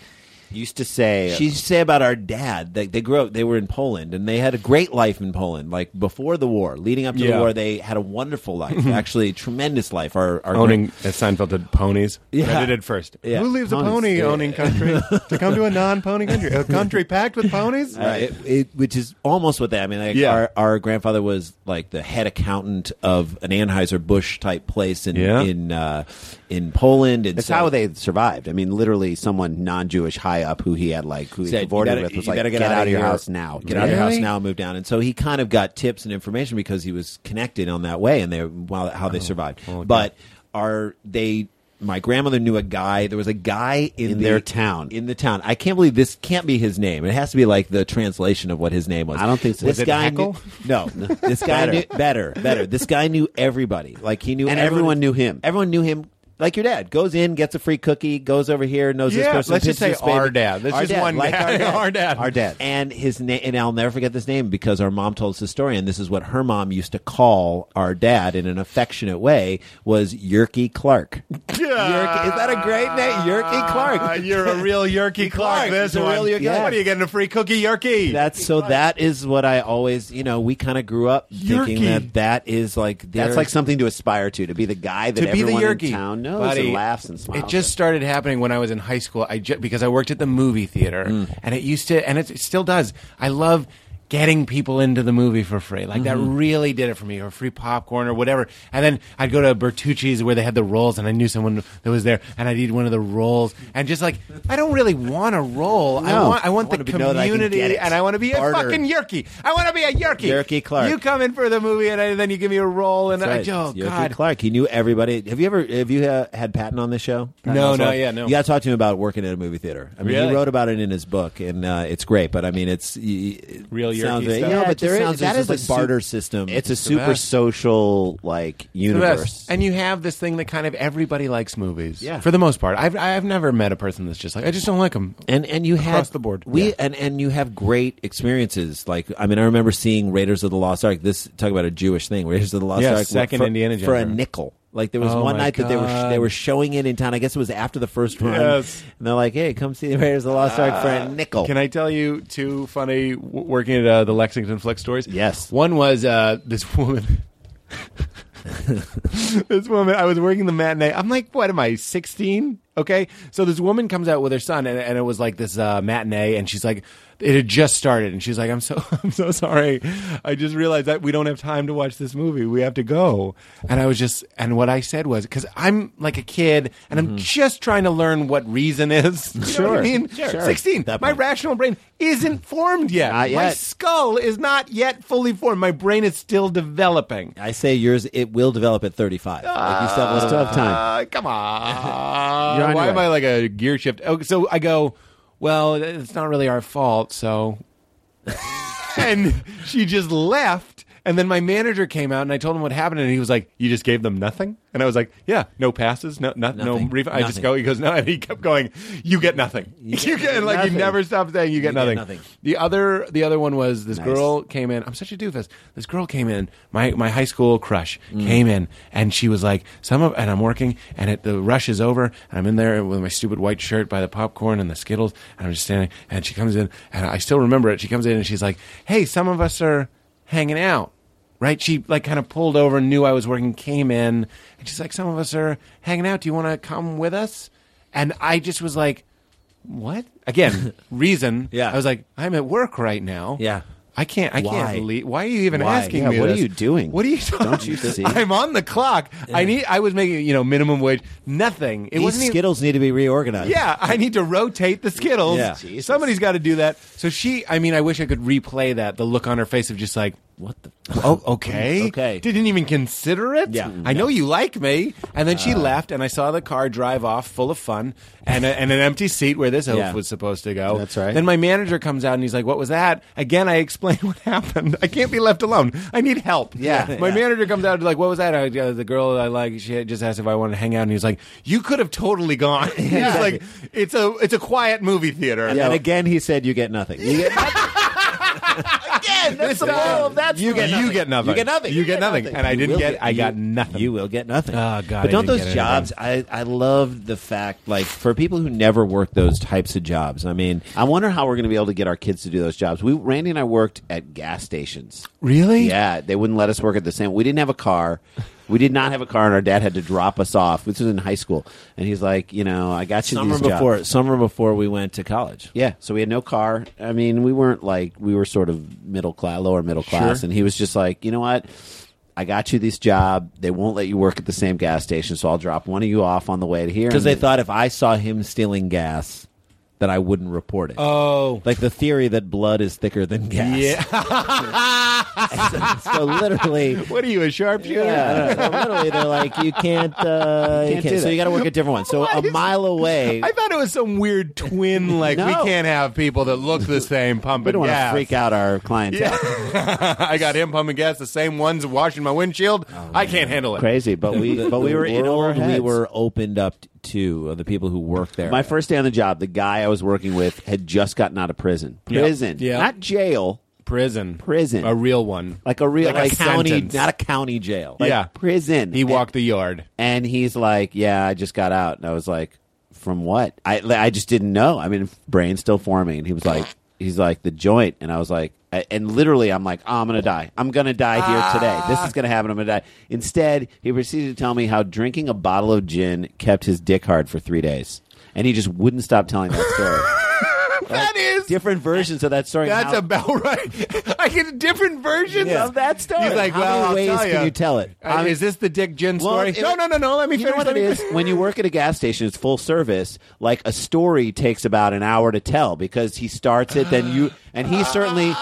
[SPEAKER 5] used to say
[SPEAKER 6] She used to say about our dad. They, they grew up. They were in Poland, and they had a great life in Poland. Like before the war, leading up to
[SPEAKER 4] Yeah.
[SPEAKER 6] the war, they had a wonderful life.
[SPEAKER 5] Mm-hmm.
[SPEAKER 6] actually, tremendous life. Our, our
[SPEAKER 4] Owning, as Seinfeld did, ponies.
[SPEAKER 6] Yeah.
[SPEAKER 4] Credited first.
[SPEAKER 6] Yeah.
[SPEAKER 4] Who leaves a
[SPEAKER 6] Ponies.
[SPEAKER 4] pony
[SPEAKER 6] Yeah.
[SPEAKER 4] owning country to come to a non pony country? A country packed with ponies?
[SPEAKER 6] Uh, it, it, which is almost what they. I mean, like
[SPEAKER 4] Yeah.
[SPEAKER 6] our, our grandfather was like the head accountant of an Anheuser Busch type place in
[SPEAKER 4] Yeah.
[SPEAKER 6] in uh, in Poland. And
[SPEAKER 5] That's
[SPEAKER 6] so-
[SPEAKER 5] how they survived. I mean, literally, someone non-Jewish high up who he had like who he
[SPEAKER 6] said,
[SPEAKER 5] cavorted
[SPEAKER 6] "You better-
[SPEAKER 5] with was
[SPEAKER 6] you
[SPEAKER 5] like,
[SPEAKER 6] better
[SPEAKER 5] get, out, of your
[SPEAKER 6] here.
[SPEAKER 5] house now.
[SPEAKER 6] Get out of your
[SPEAKER 4] Really?
[SPEAKER 6] house now. Move down." And so he kind of got tips and information because he was connected on that way and they while how
[SPEAKER 5] Oh.
[SPEAKER 6] they survived. but are they? My grandmother knew a guy. There was a guy in,
[SPEAKER 5] In
[SPEAKER 6] the-
[SPEAKER 5] their town.
[SPEAKER 6] In the town, I can't believe this can't be his name. It has to be like the translation of what his name was.
[SPEAKER 5] I don't think so.
[SPEAKER 6] This
[SPEAKER 5] Was it
[SPEAKER 6] guy
[SPEAKER 5] Heckle? [laughs]
[SPEAKER 6] knew- no, this guy
[SPEAKER 5] Better.
[SPEAKER 6] knew better, better. This guy knew everybody. Like he knew,
[SPEAKER 5] And everyone knew him.
[SPEAKER 6] Everyone knew him. Like your dad goes in, gets a free cookie, goes over here, knows this
[SPEAKER 4] Yeah,
[SPEAKER 6] person.
[SPEAKER 4] let's just say
[SPEAKER 6] pitches this baby.
[SPEAKER 4] our dad. That's just one dad. [laughs] Our dad.
[SPEAKER 5] Our dad.
[SPEAKER 6] And his name, and I'll never forget this name because our mom told us the story, and this is what her mom used to call our dad in an affectionate way was Yerky Clark. Yerky, is that a great name, Yerky Clark?
[SPEAKER 4] Ah, you're a real Yerky Clark.
[SPEAKER 6] Clark,
[SPEAKER 4] This
[SPEAKER 6] he's a
[SPEAKER 4] one.
[SPEAKER 6] real Yerky Clark.
[SPEAKER 4] What are you getting a free cookie, Yerky?
[SPEAKER 6] That's so. That is what I always, you know, we kind of grew up
[SPEAKER 4] Yerky.
[SPEAKER 6] thinking that that is like
[SPEAKER 5] That's
[SPEAKER 6] their-
[SPEAKER 5] like something to aspire to, to be the guy that
[SPEAKER 4] to be the
[SPEAKER 5] everyone
[SPEAKER 4] Yerky.
[SPEAKER 5] in town knows
[SPEAKER 4] Buddy,
[SPEAKER 5] and laughs and smiles.
[SPEAKER 4] It just started happening when I was in high school. I ju- because I worked at the movie theater,
[SPEAKER 5] Mm.
[SPEAKER 4] and it used to, and it, it still does. I love getting people into the movie for free. Like that
[SPEAKER 5] Mm-hmm.
[SPEAKER 4] really did it for me, or free popcorn or whatever. And then I'd go to Bertucci's where they had the rolls, and I knew someone that was there, and I'd eat one of the rolls, and just like I don't really want a roll. I
[SPEAKER 5] No.
[SPEAKER 4] want
[SPEAKER 5] I
[SPEAKER 4] I want the
[SPEAKER 5] want to be- know that I can
[SPEAKER 4] community,
[SPEAKER 5] get it.
[SPEAKER 4] and I want to be
[SPEAKER 5] Barter.
[SPEAKER 4] a fucking Yerky. I want to be a Yerky.
[SPEAKER 6] Yerky Clark.
[SPEAKER 4] You come in for the movie, and, I, then you give me a roll, and
[SPEAKER 6] That's
[SPEAKER 4] I,
[SPEAKER 6] right.
[SPEAKER 4] oh
[SPEAKER 6] Yerky
[SPEAKER 4] god,
[SPEAKER 6] Clark. He knew everybody. Have you ever have you uh, had Patton on this show? Patton
[SPEAKER 4] No,
[SPEAKER 6] Oswalt?
[SPEAKER 4] no, yeah, no.
[SPEAKER 6] You got to talk to him about working at a movie theater. I mean,
[SPEAKER 4] Really?
[SPEAKER 6] he wrote about it in his book, and uh, it's great. But I mean, it's y- it
[SPEAKER 4] Real Yerky
[SPEAKER 6] sounds,
[SPEAKER 4] stuff.
[SPEAKER 6] You
[SPEAKER 5] Yeah,
[SPEAKER 6] know,
[SPEAKER 5] it
[SPEAKER 6] but there
[SPEAKER 5] just
[SPEAKER 6] is
[SPEAKER 5] sounds-
[SPEAKER 6] that
[SPEAKER 5] this
[SPEAKER 6] is
[SPEAKER 5] is
[SPEAKER 6] like
[SPEAKER 5] a
[SPEAKER 6] barter
[SPEAKER 5] sup-
[SPEAKER 6] system.
[SPEAKER 5] it's a
[SPEAKER 4] the
[SPEAKER 5] super
[SPEAKER 4] best.
[SPEAKER 5] social like
[SPEAKER 4] the best.
[SPEAKER 5] universe.
[SPEAKER 4] And you have this thing that kind of everybody likes movies.
[SPEAKER 5] Yeah.
[SPEAKER 4] For the most part. I've, I've never met a person that's just like, I just don't like them.
[SPEAKER 6] and and you
[SPEAKER 4] Across
[SPEAKER 6] had
[SPEAKER 4] the board.
[SPEAKER 6] we
[SPEAKER 4] Yeah.
[SPEAKER 6] and and you have great experiences like i mean i remember seeing raiders of the lost ark this talk about a jewish thing raiders of the lost
[SPEAKER 4] Yeah,
[SPEAKER 6] ark
[SPEAKER 4] second
[SPEAKER 6] for,
[SPEAKER 4] Indiana
[SPEAKER 6] for a
[SPEAKER 4] Jones.
[SPEAKER 6] nickel like there was
[SPEAKER 4] Oh
[SPEAKER 6] one
[SPEAKER 4] my
[SPEAKER 6] night that they were
[SPEAKER 4] God.
[SPEAKER 6] they were showing it in town i guess it was after the first run
[SPEAKER 4] Yes. Uh,
[SPEAKER 6] and they're like hey come see the raiders of the lost ark for a nickel
[SPEAKER 4] Can I tell you two funny w- working at uh, the Lexington Flick stories?
[SPEAKER 6] Yes.
[SPEAKER 4] One was uh, this [laughs] woman. this woman, I was working the matinee. I'm like, what am I, 16? Okay. So this woman comes out with her son, and, and it was like this uh, matinee, and she's like, it had just started, and she's like, "I'm so, [laughs] I'm so sorry. I just realized that we don't have time to watch this movie. We have to go." And I was just, and what I said was, because I'm like a kid, and I'm just trying to learn what reason is. [laughs] You know what I
[SPEAKER 5] Mm-hmm. Sure.
[SPEAKER 4] mean?
[SPEAKER 5] Sure.
[SPEAKER 4] 16.
[SPEAKER 5] That
[SPEAKER 4] My
[SPEAKER 5] point.
[SPEAKER 4] rational brain isn't formed yet.
[SPEAKER 5] Not
[SPEAKER 4] My
[SPEAKER 5] yet.
[SPEAKER 4] skull is not yet fully formed. My brain is still developing.
[SPEAKER 6] I say yours it will develop at 35 like you still have, a little-
[SPEAKER 5] still have time.
[SPEAKER 4] Uh, come on.
[SPEAKER 5] You're on
[SPEAKER 4] Why
[SPEAKER 5] your
[SPEAKER 4] am
[SPEAKER 5] way.
[SPEAKER 4] I like a gear shift? Oh, so I go, well, it's not really our fault, so. and she just left. And then my manager came out and I told him what happened, and he was like, "You just gave them nothing." And I was like, "Yeah, no passes, no, not, no
[SPEAKER 6] Nothing.
[SPEAKER 4] refund." I just
[SPEAKER 6] Nothing.
[SPEAKER 4] go. He goes, "No," and he kept going. You get nothing. [laughs] You get, like
[SPEAKER 6] nothing.
[SPEAKER 4] he never stopped saying, "You get,
[SPEAKER 6] get
[SPEAKER 4] nothing.
[SPEAKER 6] nothing.
[SPEAKER 4] The other, the other one was this girl came in. I'm such a doofus. This girl came in. My my high school crush came in, and she was like, "Some of," and I'm working, and it, the rush is over, and I'm in there with my stupid white shirt by the popcorn and the Skittles, and I'm just standing, and she comes in, and I still remember it. She comes in, and she's like, "Hey, some of us are hanging out." Right, she like kind of pulled over, knew I was working, came in, and she's like, "Some of us are hanging out. Do you want to come with us?" And I just was like, what
[SPEAKER 6] [laughs]
[SPEAKER 4] again reason
[SPEAKER 6] Yeah.
[SPEAKER 4] i was like i'm at work right now
[SPEAKER 6] Yeah.
[SPEAKER 4] i can't i
[SPEAKER 6] Why?
[SPEAKER 4] can't leave why are you even
[SPEAKER 6] Why?
[SPEAKER 4] asking
[SPEAKER 6] Yeah,
[SPEAKER 4] me
[SPEAKER 6] what are
[SPEAKER 4] this?
[SPEAKER 6] you doing?
[SPEAKER 4] what are you talking
[SPEAKER 6] Don't you
[SPEAKER 4] [laughs]
[SPEAKER 6] see?
[SPEAKER 4] i'm on the clock i need i was making you know minimum wage nothing it
[SPEAKER 6] these
[SPEAKER 4] wasn't even-
[SPEAKER 6] skittles need to be reorganized
[SPEAKER 4] yeah, I need to rotate the Skittles.
[SPEAKER 6] Yeah.
[SPEAKER 5] Jesus.
[SPEAKER 4] Somebody's got to do that. So she, I mean, I wish I could replay that. The look on her face of just like,
[SPEAKER 6] what the
[SPEAKER 4] oh, okay,
[SPEAKER 6] Okay.
[SPEAKER 4] didn't even consider it.
[SPEAKER 6] Yeah.
[SPEAKER 4] I know you like me. And then she left, and I saw the car drive off, full of fun, and a, and an empty seat where this oaf
[SPEAKER 6] Yeah.
[SPEAKER 4] was supposed to go.
[SPEAKER 5] That's right.
[SPEAKER 4] Then my manager comes out, and he's like, "What was that?" Again, I explain [laughs] what happened. I can't be left alone. I need help.
[SPEAKER 6] Yeah.
[SPEAKER 4] My
[SPEAKER 6] Yeah.
[SPEAKER 4] manager comes out, and like, "What was that?" I, uh, the girl I like, she had just asked if I wanted to hang out, and he's like, "You could have totally gone." [laughs] He's like, "It's a it's a quiet movie theater."
[SPEAKER 6] Yeah.
[SPEAKER 5] And [laughs] again, he said, "You get nothing." You get-
[SPEAKER 4] Again,
[SPEAKER 5] That's the moral of that
[SPEAKER 4] You get
[SPEAKER 5] story.
[SPEAKER 4] you get nothing.
[SPEAKER 5] You get nothing.
[SPEAKER 4] You get nothing. And I
[SPEAKER 5] You
[SPEAKER 4] didn't
[SPEAKER 5] will
[SPEAKER 4] get, I
[SPEAKER 5] you-
[SPEAKER 4] got nothing.
[SPEAKER 5] You will get nothing.
[SPEAKER 4] Oh, God, I
[SPEAKER 5] But don't
[SPEAKER 4] didn't get
[SPEAKER 5] those
[SPEAKER 4] anything.
[SPEAKER 5] jobs? I I love the fact like for people who never work those types of jobs. I mean, I wonder how we're going to be able to get our kids to do those jobs. We Randy and I worked at gas stations.
[SPEAKER 7] Really?
[SPEAKER 5] Yeah, they wouldn't let us work at the same. We didn't have a car. We did not have a car, and our dad had to drop us off. This was in high school, and he's like, you know, I got you
[SPEAKER 6] summer
[SPEAKER 5] these jobs.
[SPEAKER 6] before summer before we went to college.
[SPEAKER 5] Yeah, so we had no car. I mean, we weren't like we were sort of middle class, lower middle class, and he was just like, you know what? I got you this job. They won't let you work at the same gas station, so I'll drop one of you off on the way to here.
[SPEAKER 6] Because
[SPEAKER 5] and
[SPEAKER 6] they
[SPEAKER 5] then-
[SPEAKER 6] thought if I saw him stealing gas, that I wouldn't report it.
[SPEAKER 7] Oh.
[SPEAKER 6] like the theory that blood is thicker than gas. [laughs]
[SPEAKER 7] Yeah.
[SPEAKER 6] so, so literally, [laughs]
[SPEAKER 5] [laughs]
[SPEAKER 4] What are you, a sharpshooter?
[SPEAKER 6] yeah, so [laughs] literally, they're like, you can't. Uh, you
[SPEAKER 5] can't
[SPEAKER 6] can't,
[SPEAKER 5] do
[SPEAKER 6] uh, so
[SPEAKER 5] that.
[SPEAKER 6] you got to work a different one. So
[SPEAKER 4] Why
[SPEAKER 6] a
[SPEAKER 5] [laughs]
[SPEAKER 4] is-
[SPEAKER 6] mile away.
[SPEAKER 4] I thought it was some weird twin, like, we
[SPEAKER 5] No.
[SPEAKER 4] can't have people that look the same
[SPEAKER 5] we
[SPEAKER 4] pumping
[SPEAKER 5] don't want to
[SPEAKER 4] gas.
[SPEAKER 5] freak out our clientele.
[SPEAKER 4] [laughs] I got him pumping gas, the same ones washing my windshield.
[SPEAKER 5] Oh,
[SPEAKER 4] I can't handle it.
[SPEAKER 5] Crazy, but we but we were in over
[SPEAKER 6] world we
[SPEAKER 5] heads.
[SPEAKER 6] were opened up to uh, the people who work there.
[SPEAKER 5] My first day on the job, the guy I was working with had just gotten out of prison. Prison,
[SPEAKER 4] Yep.
[SPEAKER 5] not jail.
[SPEAKER 4] Prison.
[SPEAKER 5] Prison.
[SPEAKER 4] A real one.
[SPEAKER 5] Like a real
[SPEAKER 4] Like a
[SPEAKER 5] like
[SPEAKER 6] county,
[SPEAKER 4] sentence.
[SPEAKER 6] not a county jail.
[SPEAKER 5] like
[SPEAKER 4] Yeah.
[SPEAKER 5] prison.
[SPEAKER 4] He
[SPEAKER 5] And-
[SPEAKER 4] walked the yard.
[SPEAKER 5] and he's like, "Yeah, I just got out." And I was like, "From what?" I I just didn't know. I mean, brain still forming. And he was like, "He's like the joint," and I was like, I- and literally, I'm like, oh, "I'm gonna die. I'm gonna die here today. This
[SPEAKER 4] Ah.
[SPEAKER 5] is gonna happen. I'm gonna die." Instead, he proceeded to tell me how drinking a bottle of gin kept his dick hard for three days, and he just wouldn't stop telling that story.
[SPEAKER 4] [laughs]
[SPEAKER 5] Oh.
[SPEAKER 4] That is.
[SPEAKER 5] Different versions of that story.
[SPEAKER 4] that's
[SPEAKER 5] How-
[SPEAKER 4] about right. [laughs] I get different versions
[SPEAKER 5] Yeah.
[SPEAKER 4] of
[SPEAKER 5] Of that story.
[SPEAKER 4] He's like,
[SPEAKER 5] How
[SPEAKER 4] well,
[SPEAKER 5] many
[SPEAKER 4] I'll
[SPEAKER 5] ways
[SPEAKER 4] tell
[SPEAKER 5] can
[SPEAKER 4] ya.
[SPEAKER 5] you tell it?
[SPEAKER 4] Uh,
[SPEAKER 5] I mean-
[SPEAKER 4] is this the Dick Gin
[SPEAKER 5] Well,
[SPEAKER 4] story?
[SPEAKER 5] it-
[SPEAKER 4] no, no, no, no. Let me
[SPEAKER 5] you
[SPEAKER 4] finish.
[SPEAKER 5] know what
[SPEAKER 4] let
[SPEAKER 5] it
[SPEAKER 4] me-
[SPEAKER 5] is when you work at a gas station it's full service like a story takes about an hour to tell because he starts it then you and he certainly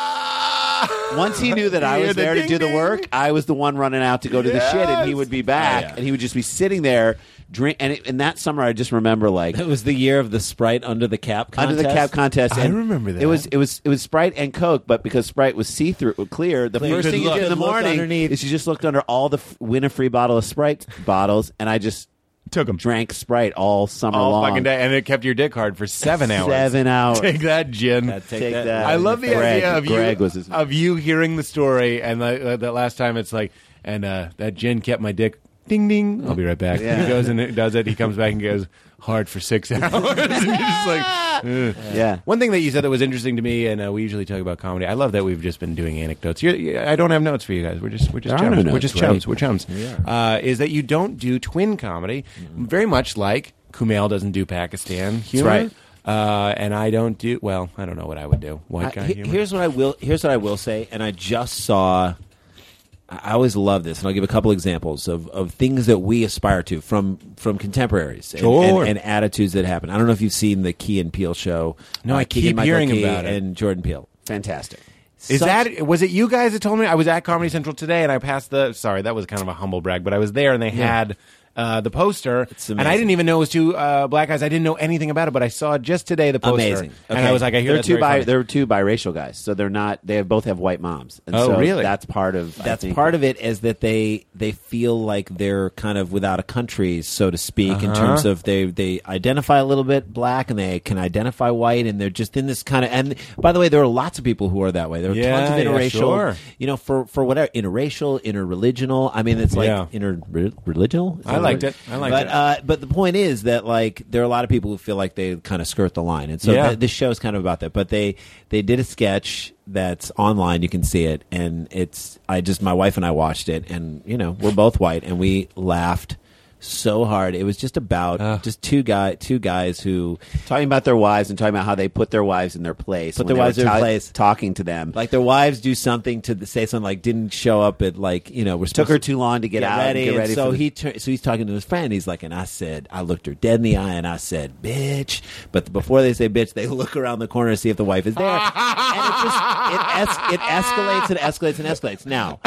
[SPEAKER 5] once he knew that I
[SPEAKER 4] [laughs] You hear
[SPEAKER 5] was
[SPEAKER 4] the
[SPEAKER 5] there to
[SPEAKER 4] ding
[SPEAKER 5] do the
[SPEAKER 4] ding?
[SPEAKER 5] work, I was the one running out to go to the shit, and he
[SPEAKER 4] Yes.
[SPEAKER 5] would be back, and he would just be sitting there drink. And, it, and that summer, I just remember like
[SPEAKER 6] [laughs] It was the year of the Sprite under the cap contest.
[SPEAKER 5] under the cap contest.
[SPEAKER 4] I
[SPEAKER 5] and
[SPEAKER 4] remember that.
[SPEAKER 5] It was it was it was Sprite and Coke, but because Sprite was see through clear, the
[SPEAKER 6] you
[SPEAKER 5] first
[SPEAKER 6] could
[SPEAKER 5] thing you
[SPEAKER 6] look.
[SPEAKER 5] did in the
[SPEAKER 6] Look
[SPEAKER 5] morning
[SPEAKER 6] underneath.
[SPEAKER 5] is you just looked under all the f- win a free bottle of Sprite bottles, and I just
[SPEAKER 4] Took 'em. [laughs]
[SPEAKER 5] drank Sprite all summer
[SPEAKER 4] all
[SPEAKER 5] long,
[SPEAKER 4] fucking day, and it kept your dick hard for seven hours.
[SPEAKER 5] seven hours.
[SPEAKER 4] [laughs] Take that, Gin.
[SPEAKER 5] Take that.
[SPEAKER 4] I love the
[SPEAKER 5] Greg-
[SPEAKER 4] idea of you
[SPEAKER 5] Greg was his-
[SPEAKER 4] of you hearing the story, and like, like that last time it's like, and uh, that Gin kept my dick. Ding ding! I'll be right back.
[SPEAKER 5] Yeah.
[SPEAKER 4] He goes and it does it. He comes back and goes hard for six [laughs] hours. and you're just like, "Ugh."
[SPEAKER 5] Yeah.
[SPEAKER 4] One thing that you said that was interesting to me, and uh, we usually talk about comedy. I love that we've just been doing anecdotes. You're, you, I don't have notes for you guys. We're just we're just
[SPEAKER 5] There are
[SPEAKER 4] chums.
[SPEAKER 5] no
[SPEAKER 4] we're just
[SPEAKER 5] notes, right?
[SPEAKER 4] chums. We're chums. Uh, is that you don't do twin comedy, very much like Kumail doesn't do Pakistan humor.
[SPEAKER 5] right.
[SPEAKER 4] Uh, and I don't do well. I don't know what I would do. White
[SPEAKER 5] Uh,
[SPEAKER 4] guy
[SPEAKER 6] I- he-
[SPEAKER 4] humor.
[SPEAKER 6] here's what I will. Here's what I will say, and I just saw. I I always love this, and I'll give a couple examples of, of things that we aspire to from from contemporaries and,
[SPEAKER 4] Sure.
[SPEAKER 6] and, and attitudes that happen. I don't know if you've seen the Key and Peele show.
[SPEAKER 4] No, I keep
[SPEAKER 6] Keegan-Michael
[SPEAKER 4] hearing
[SPEAKER 6] Key
[SPEAKER 4] about it.
[SPEAKER 6] And Jordan Peele.
[SPEAKER 5] fantastic.
[SPEAKER 4] Is
[SPEAKER 6] Such-
[SPEAKER 4] that was it? You guys that told me I was at Comedy Central today, and I passed the. Sorry, that was kind of a humble brag, but I was there, and they had uh, the poster, and I
[SPEAKER 6] amazing.
[SPEAKER 4] didn't even know it was two uh, black guys. I didn't know anything about it, but I saw just today the poster,
[SPEAKER 6] Amazing.
[SPEAKER 4] and
[SPEAKER 6] Okay.
[SPEAKER 4] I was like, I hear
[SPEAKER 5] They're
[SPEAKER 4] that's
[SPEAKER 5] two
[SPEAKER 4] very
[SPEAKER 5] bi-
[SPEAKER 4] funny.
[SPEAKER 5] they're two biracial guys, so they're not. They have, both have white moms. And
[SPEAKER 4] Oh,
[SPEAKER 5] so
[SPEAKER 4] really?
[SPEAKER 5] That's part of. I
[SPEAKER 6] That's
[SPEAKER 5] think-
[SPEAKER 6] part of it is that they they feel like they're kind of without a country, so to speak,
[SPEAKER 5] Uh-huh.
[SPEAKER 6] in terms of they they identify a little bit black and they can identify white, and they're just in this kind of. And by the way, there are lots of people who are that way. There are
[SPEAKER 4] Yeah,
[SPEAKER 6] tons
[SPEAKER 4] yeah,
[SPEAKER 6] of interracial,
[SPEAKER 4] sure.
[SPEAKER 6] you know, for for whatever interracial, interreligional. I mean, it's like
[SPEAKER 4] Yeah.
[SPEAKER 6] interreligial. Is
[SPEAKER 4] I
[SPEAKER 6] that
[SPEAKER 4] liked
[SPEAKER 6] right?
[SPEAKER 4] it. I liked
[SPEAKER 6] but,
[SPEAKER 4] it.
[SPEAKER 6] Uh, but the point is that like there are a lot of people who feel like they kind of skirt the line, and so
[SPEAKER 4] Yeah.
[SPEAKER 6] th- this show is kind of about that. But they they did a sketch that's online. You can see it, and it's I just my wife and I watched it, and you know we're both white, and we laughed so hard. It was just about just two guy two guys who
[SPEAKER 5] talking about their wives and talking about how they put their wives in their place. when
[SPEAKER 6] Put their
[SPEAKER 5] they were
[SPEAKER 6] wives in their
[SPEAKER 5] ta-
[SPEAKER 6] place.
[SPEAKER 5] Talking to them.
[SPEAKER 6] like their wives do something to the, say something like didn't show up at like you know we're
[SPEAKER 5] took
[SPEAKER 6] supposed
[SPEAKER 5] her
[SPEAKER 6] to-
[SPEAKER 5] too long to get,
[SPEAKER 6] get
[SPEAKER 5] out.
[SPEAKER 6] ready.
[SPEAKER 5] and get
[SPEAKER 6] and
[SPEAKER 5] ready
[SPEAKER 6] so
[SPEAKER 5] for the-
[SPEAKER 6] he tur- so he's talking to his friend. He's like, and I said, I looked her dead in the eye and I said, bitch. But before they say bitch, they [laughs] look around the corner to see if the wife is there. and it just it, es- it escalates and escalates and escalates. Now,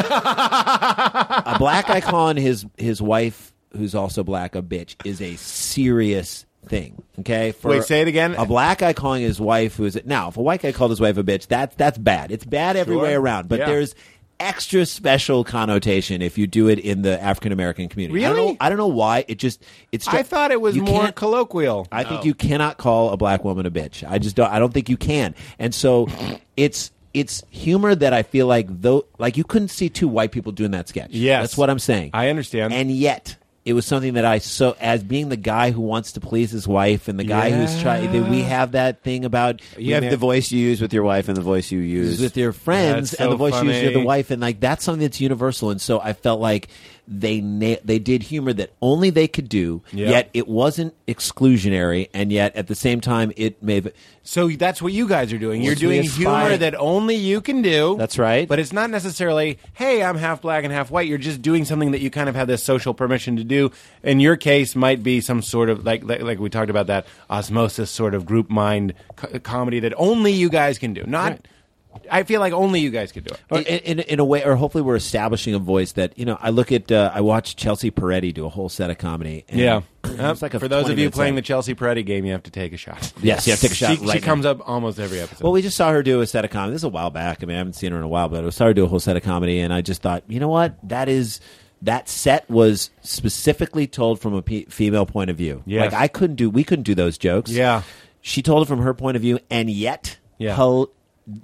[SPEAKER 6] a black guy calling his his wife, who's also black, a bitch, is a serious thing. Okay, For
[SPEAKER 4] Wait, say it again?
[SPEAKER 6] A black guy calling his wife who's now, if a white guy called his wife a bitch, that's that's bad. It's bad every way around. But
[SPEAKER 4] Yeah.
[SPEAKER 6] there's extra special connotation if you do it in the African American community. I don't,
[SPEAKER 4] Really?
[SPEAKER 6] know, I don't know why. It just it's.
[SPEAKER 4] I thought it was
[SPEAKER 6] you
[SPEAKER 4] more
[SPEAKER 6] can't-
[SPEAKER 4] colloquial.
[SPEAKER 6] I think you cannot call a black woman a bitch. I just don't. I don't think you can. And so it's it's humor that I feel like though like you couldn't see two white people doing that sketch.
[SPEAKER 4] Yes.
[SPEAKER 6] that's what I'm saying.
[SPEAKER 4] I understand.
[SPEAKER 6] and yet it was something that I so as being the guy who wants to please his wife and the guy who's trying. That we have that thing about
[SPEAKER 5] You have
[SPEAKER 6] we
[SPEAKER 5] the voice you use with your wife and the voice you use
[SPEAKER 6] with your friends
[SPEAKER 4] That's
[SPEAKER 6] and
[SPEAKER 4] so
[SPEAKER 6] the voice you use
[SPEAKER 4] funny.
[SPEAKER 6] with the wife and like that's something that's universal and so i felt like they na- they did humor that only they could do
[SPEAKER 4] Yeah.
[SPEAKER 6] yet it wasn't exclusionary and yet at the same time it may have
[SPEAKER 4] So that's what you guys are doing. You're
[SPEAKER 6] Which we
[SPEAKER 4] doing
[SPEAKER 6] aspire-
[SPEAKER 4] humor that only you can do.
[SPEAKER 6] That's right.
[SPEAKER 4] But it's not necessarily, hey, I'm half black and half white. You're just doing something that you kind of have this social permission to do. In your case, might be some sort of like like, like we talked about that osmosis sort of group mind co- comedy that only you guys can do. Not, I feel like only you guys can do it.
[SPEAKER 6] or in, in, in a way, or hopefully, we're establishing a voice that you know. I look at, uh, I watched Chelsea Peretti do a whole set of comedy. And
[SPEAKER 4] yeah.
[SPEAKER 6] it
[SPEAKER 4] Uh,
[SPEAKER 6] was like a
[SPEAKER 4] For those
[SPEAKER 6] 20
[SPEAKER 4] of you
[SPEAKER 6] minute
[SPEAKER 4] playing
[SPEAKER 6] set.
[SPEAKER 4] the Chelsea Peretti game, you have to take a shot.
[SPEAKER 6] yes, yeah, take a shot.
[SPEAKER 4] she,
[SPEAKER 6] right
[SPEAKER 4] she
[SPEAKER 6] now.
[SPEAKER 4] comes up almost every episode.
[SPEAKER 6] Well, we just saw her do a set of comedy. This is a while back. I mean, I haven't seen her in a while, but I saw her do a whole set of comedy, and I just thought, you know what? That is that set was specifically told from a pe- female point of view.
[SPEAKER 4] Yes.
[SPEAKER 6] Like I couldn't do, we couldn't do those jokes.
[SPEAKER 4] Yeah.
[SPEAKER 6] she told it from her point of view, and yet,
[SPEAKER 4] Yeah.
[SPEAKER 6] hel-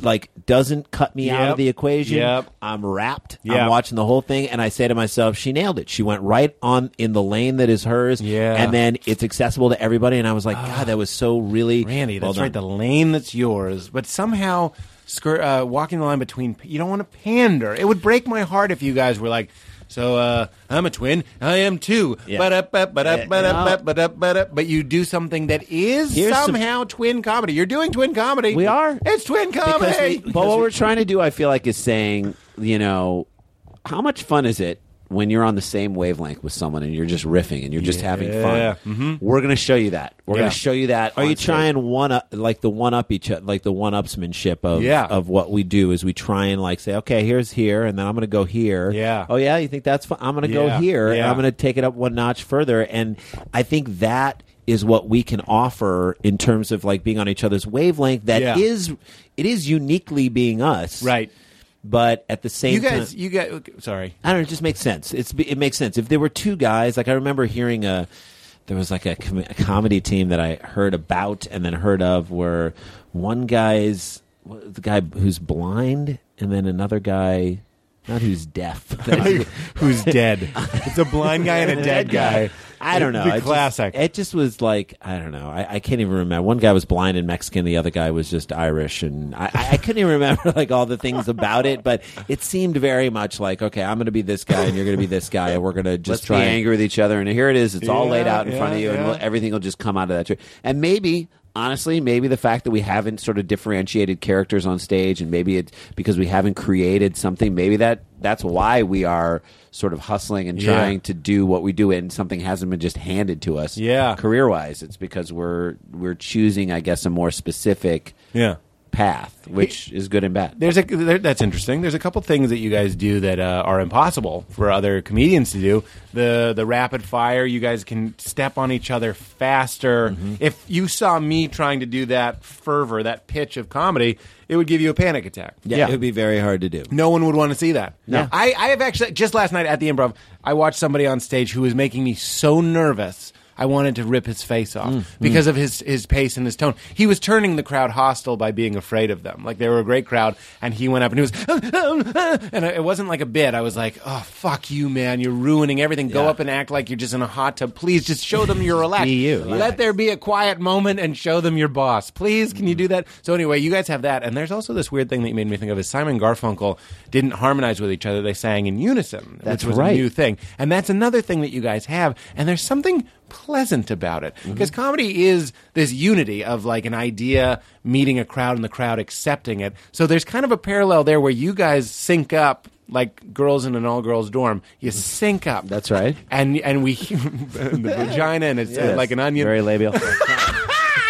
[SPEAKER 6] like doesn't cut me out
[SPEAKER 4] Yep.
[SPEAKER 6] of the equation.
[SPEAKER 4] Yep.
[SPEAKER 6] I'm wrapped.
[SPEAKER 4] Yep.
[SPEAKER 6] I'm watching the whole thing, and I say to myself, she nailed it. She went right on in the lane that is hers.
[SPEAKER 4] Yeah.
[SPEAKER 6] and then it's accessible to everybody. And I was like, God, that was so really
[SPEAKER 4] Randy,
[SPEAKER 6] well
[SPEAKER 4] that's
[SPEAKER 6] done.
[SPEAKER 4] right. The lane that's yours, but somehow skir- uh, walking the line between. You don't want to pander. It would break my heart if you guys were like, "So uh, I'm a twin. I am too."
[SPEAKER 6] Yeah.
[SPEAKER 4] But up, but
[SPEAKER 6] Yeah,
[SPEAKER 4] up, but
[SPEAKER 6] no.
[SPEAKER 4] up, but up, but up. But you do something that is
[SPEAKER 6] Here's some-
[SPEAKER 4] somehow twin comedy. You're doing twin comedy.
[SPEAKER 6] We are.
[SPEAKER 4] It's twin
[SPEAKER 6] Because
[SPEAKER 4] comedy.
[SPEAKER 6] we-
[SPEAKER 5] But what we're trying to do, I feel like, is saying, you know, how much fun is it when you're on the same wavelength with someone and you're just riffing and you're just having
[SPEAKER 4] Yeah. Mm-hmm.
[SPEAKER 5] fun? We're going to show you that. We're
[SPEAKER 4] Yeah.
[SPEAKER 5] going to show you that.
[SPEAKER 6] Are
[SPEAKER 5] on
[SPEAKER 6] you
[SPEAKER 5] stage.
[SPEAKER 6] trying one up, like the one up each, like the one upsmanship of
[SPEAKER 4] Yeah.
[SPEAKER 6] of what we do? Is we try and like say, okay, here's here, and then I'm going to go here.
[SPEAKER 4] Yeah.
[SPEAKER 6] Oh yeah, you think that's fun? I'm going to go
[SPEAKER 4] Yeah.
[SPEAKER 6] here, and
[SPEAKER 4] Yeah.
[SPEAKER 6] I'm going to take it up one notch further. And I think that is what we can offer in terms of like being on each other's wavelength.
[SPEAKER 4] Yeah.
[SPEAKER 6] That is, it is uniquely being us,
[SPEAKER 4] right.
[SPEAKER 6] But at the same,
[SPEAKER 4] You guys.
[SPEAKER 6] time,
[SPEAKER 4] You guys. okay,
[SPEAKER 6] [laughs]
[SPEAKER 4] Sorry. [laughs]
[SPEAKER 6] I don't know. It just makes sense. It's it makes sense. If there were two guys, like I remember hearing a there was like a, com- a comedy team that I heard about and then heard of where one guy's the guy who's blind and then another guy not who's
[SPEAKER 4] [laughs]
[SPEAKER 6] deaf.
[SPEAKER 4] Oh, Who's dead? It's a blind guy
[SPEAKER 6] [laughs]
[SPEAKER 4] and a dead guy.
[SPEAKER 6] I don't know.
[SPEAKER 4] The
[SPEAKER 6] It just-
[SPEAKER 4] classic.
[SPEAKER 6] it just was like I don't know. I, I can't even remember. One guy was blind and Mexican. The other guy was just Irish, and I, I I couldn't even remember [laughs] like all the things about it. But it seemed very much like okay, I'm going to be this guy, and you're going to be this guy, and we're going to just
[SPEAKER 5] Let's be
[SPEAKER 6] try. and-
[SPEAKER 5] angry with each other. And here it is. It's all
[SPEAKER 4] Yeah,
[SPEAKER 5] laid out in
[SPEAKER 4] yeah,
[SPEAKER 5] front of you, and
[SPEAKER 4] yeah.
[SPEAKER 5] we'll, everything will just come out of that. tr- And maybe, honestly, maybe the fact that we haven't sort of differentiated characters on stage, and maybe it's because we haven't created something. Maybe that that's why we are sort of hustling and
[SPEAKER 4] Yeah.
[SPEAKER 5] trying to do what we do, and something hasn't been just handed to us.
[SPEAKER 4] Yeah.
[SPEAKER 5] career wise, it's because we're we're choosing, I guess, a more specific
[SPEAKER 4] Yeah.
[SPEAKER 5] path, which is good and bad.
[SPEAKER 4] There's a there, that's interesting. There's a couple things that you guys do that uh, are impossible for other comedians to do. The the rapid fire, you guys can step on each other faster. If you saw me trying to do that fervor, that pitch of comedy, it would give you a panic attack.
[SPEAKER 6] yeah, it would be very hard to do.
[SPEAKER 4] No one would want to see that.
[SPEAKER 5] No.
[SPEAKER 4] I, I have actually just last night at the improv, I watched somebody on stage who was making me so nervous. I wanted to rip his face off because of his, his pace and his tone. He was turning the crowd hostile by being afraid of them. Like they were a great crowd, and he went up and he was, [laughs] and it wasn't like a bit. I was like, oh fuck you, man! You're ruining everything. Go up and act like you're just in a hot tub. Please, just show them you're relaxed.
[SPEAKER 6] you.
[SPEAKER 4] Let there be a quiet moment and show them your boss. Please, can you
[SPEAKER 5] Mm.
[SPEAKER 4] do that? So anyway, you guys have that, and there's also this weird thing that you made me think of is Simon and Garfunkel didn't harmonize with each other; they sang in unison,
[SPEAKER 5] That's
[SPEAKER 4] which was
[SPEAKER 5] right.
[SPEAKER 4] a new thing. And that's another thing that you guys have, and there's something pleasant about it
[SPEAKER 5] Mm-hmm.
[SPEAKER 4] because comedy is this unity of like an idea meeting a crowd and the crowd accepting it. So there's kind of a parallel there where you guys sync up. Like girls in an all-girls dorm, you sync up.
[SPEAKER 5] That's right.
[SPEAKER 4] and and we [laughs] the vagina, and it's uh, like an onion.
[SPEAKER 5] very
[SPEAKER 4] [laughs]
[SPEAKER 5] labial.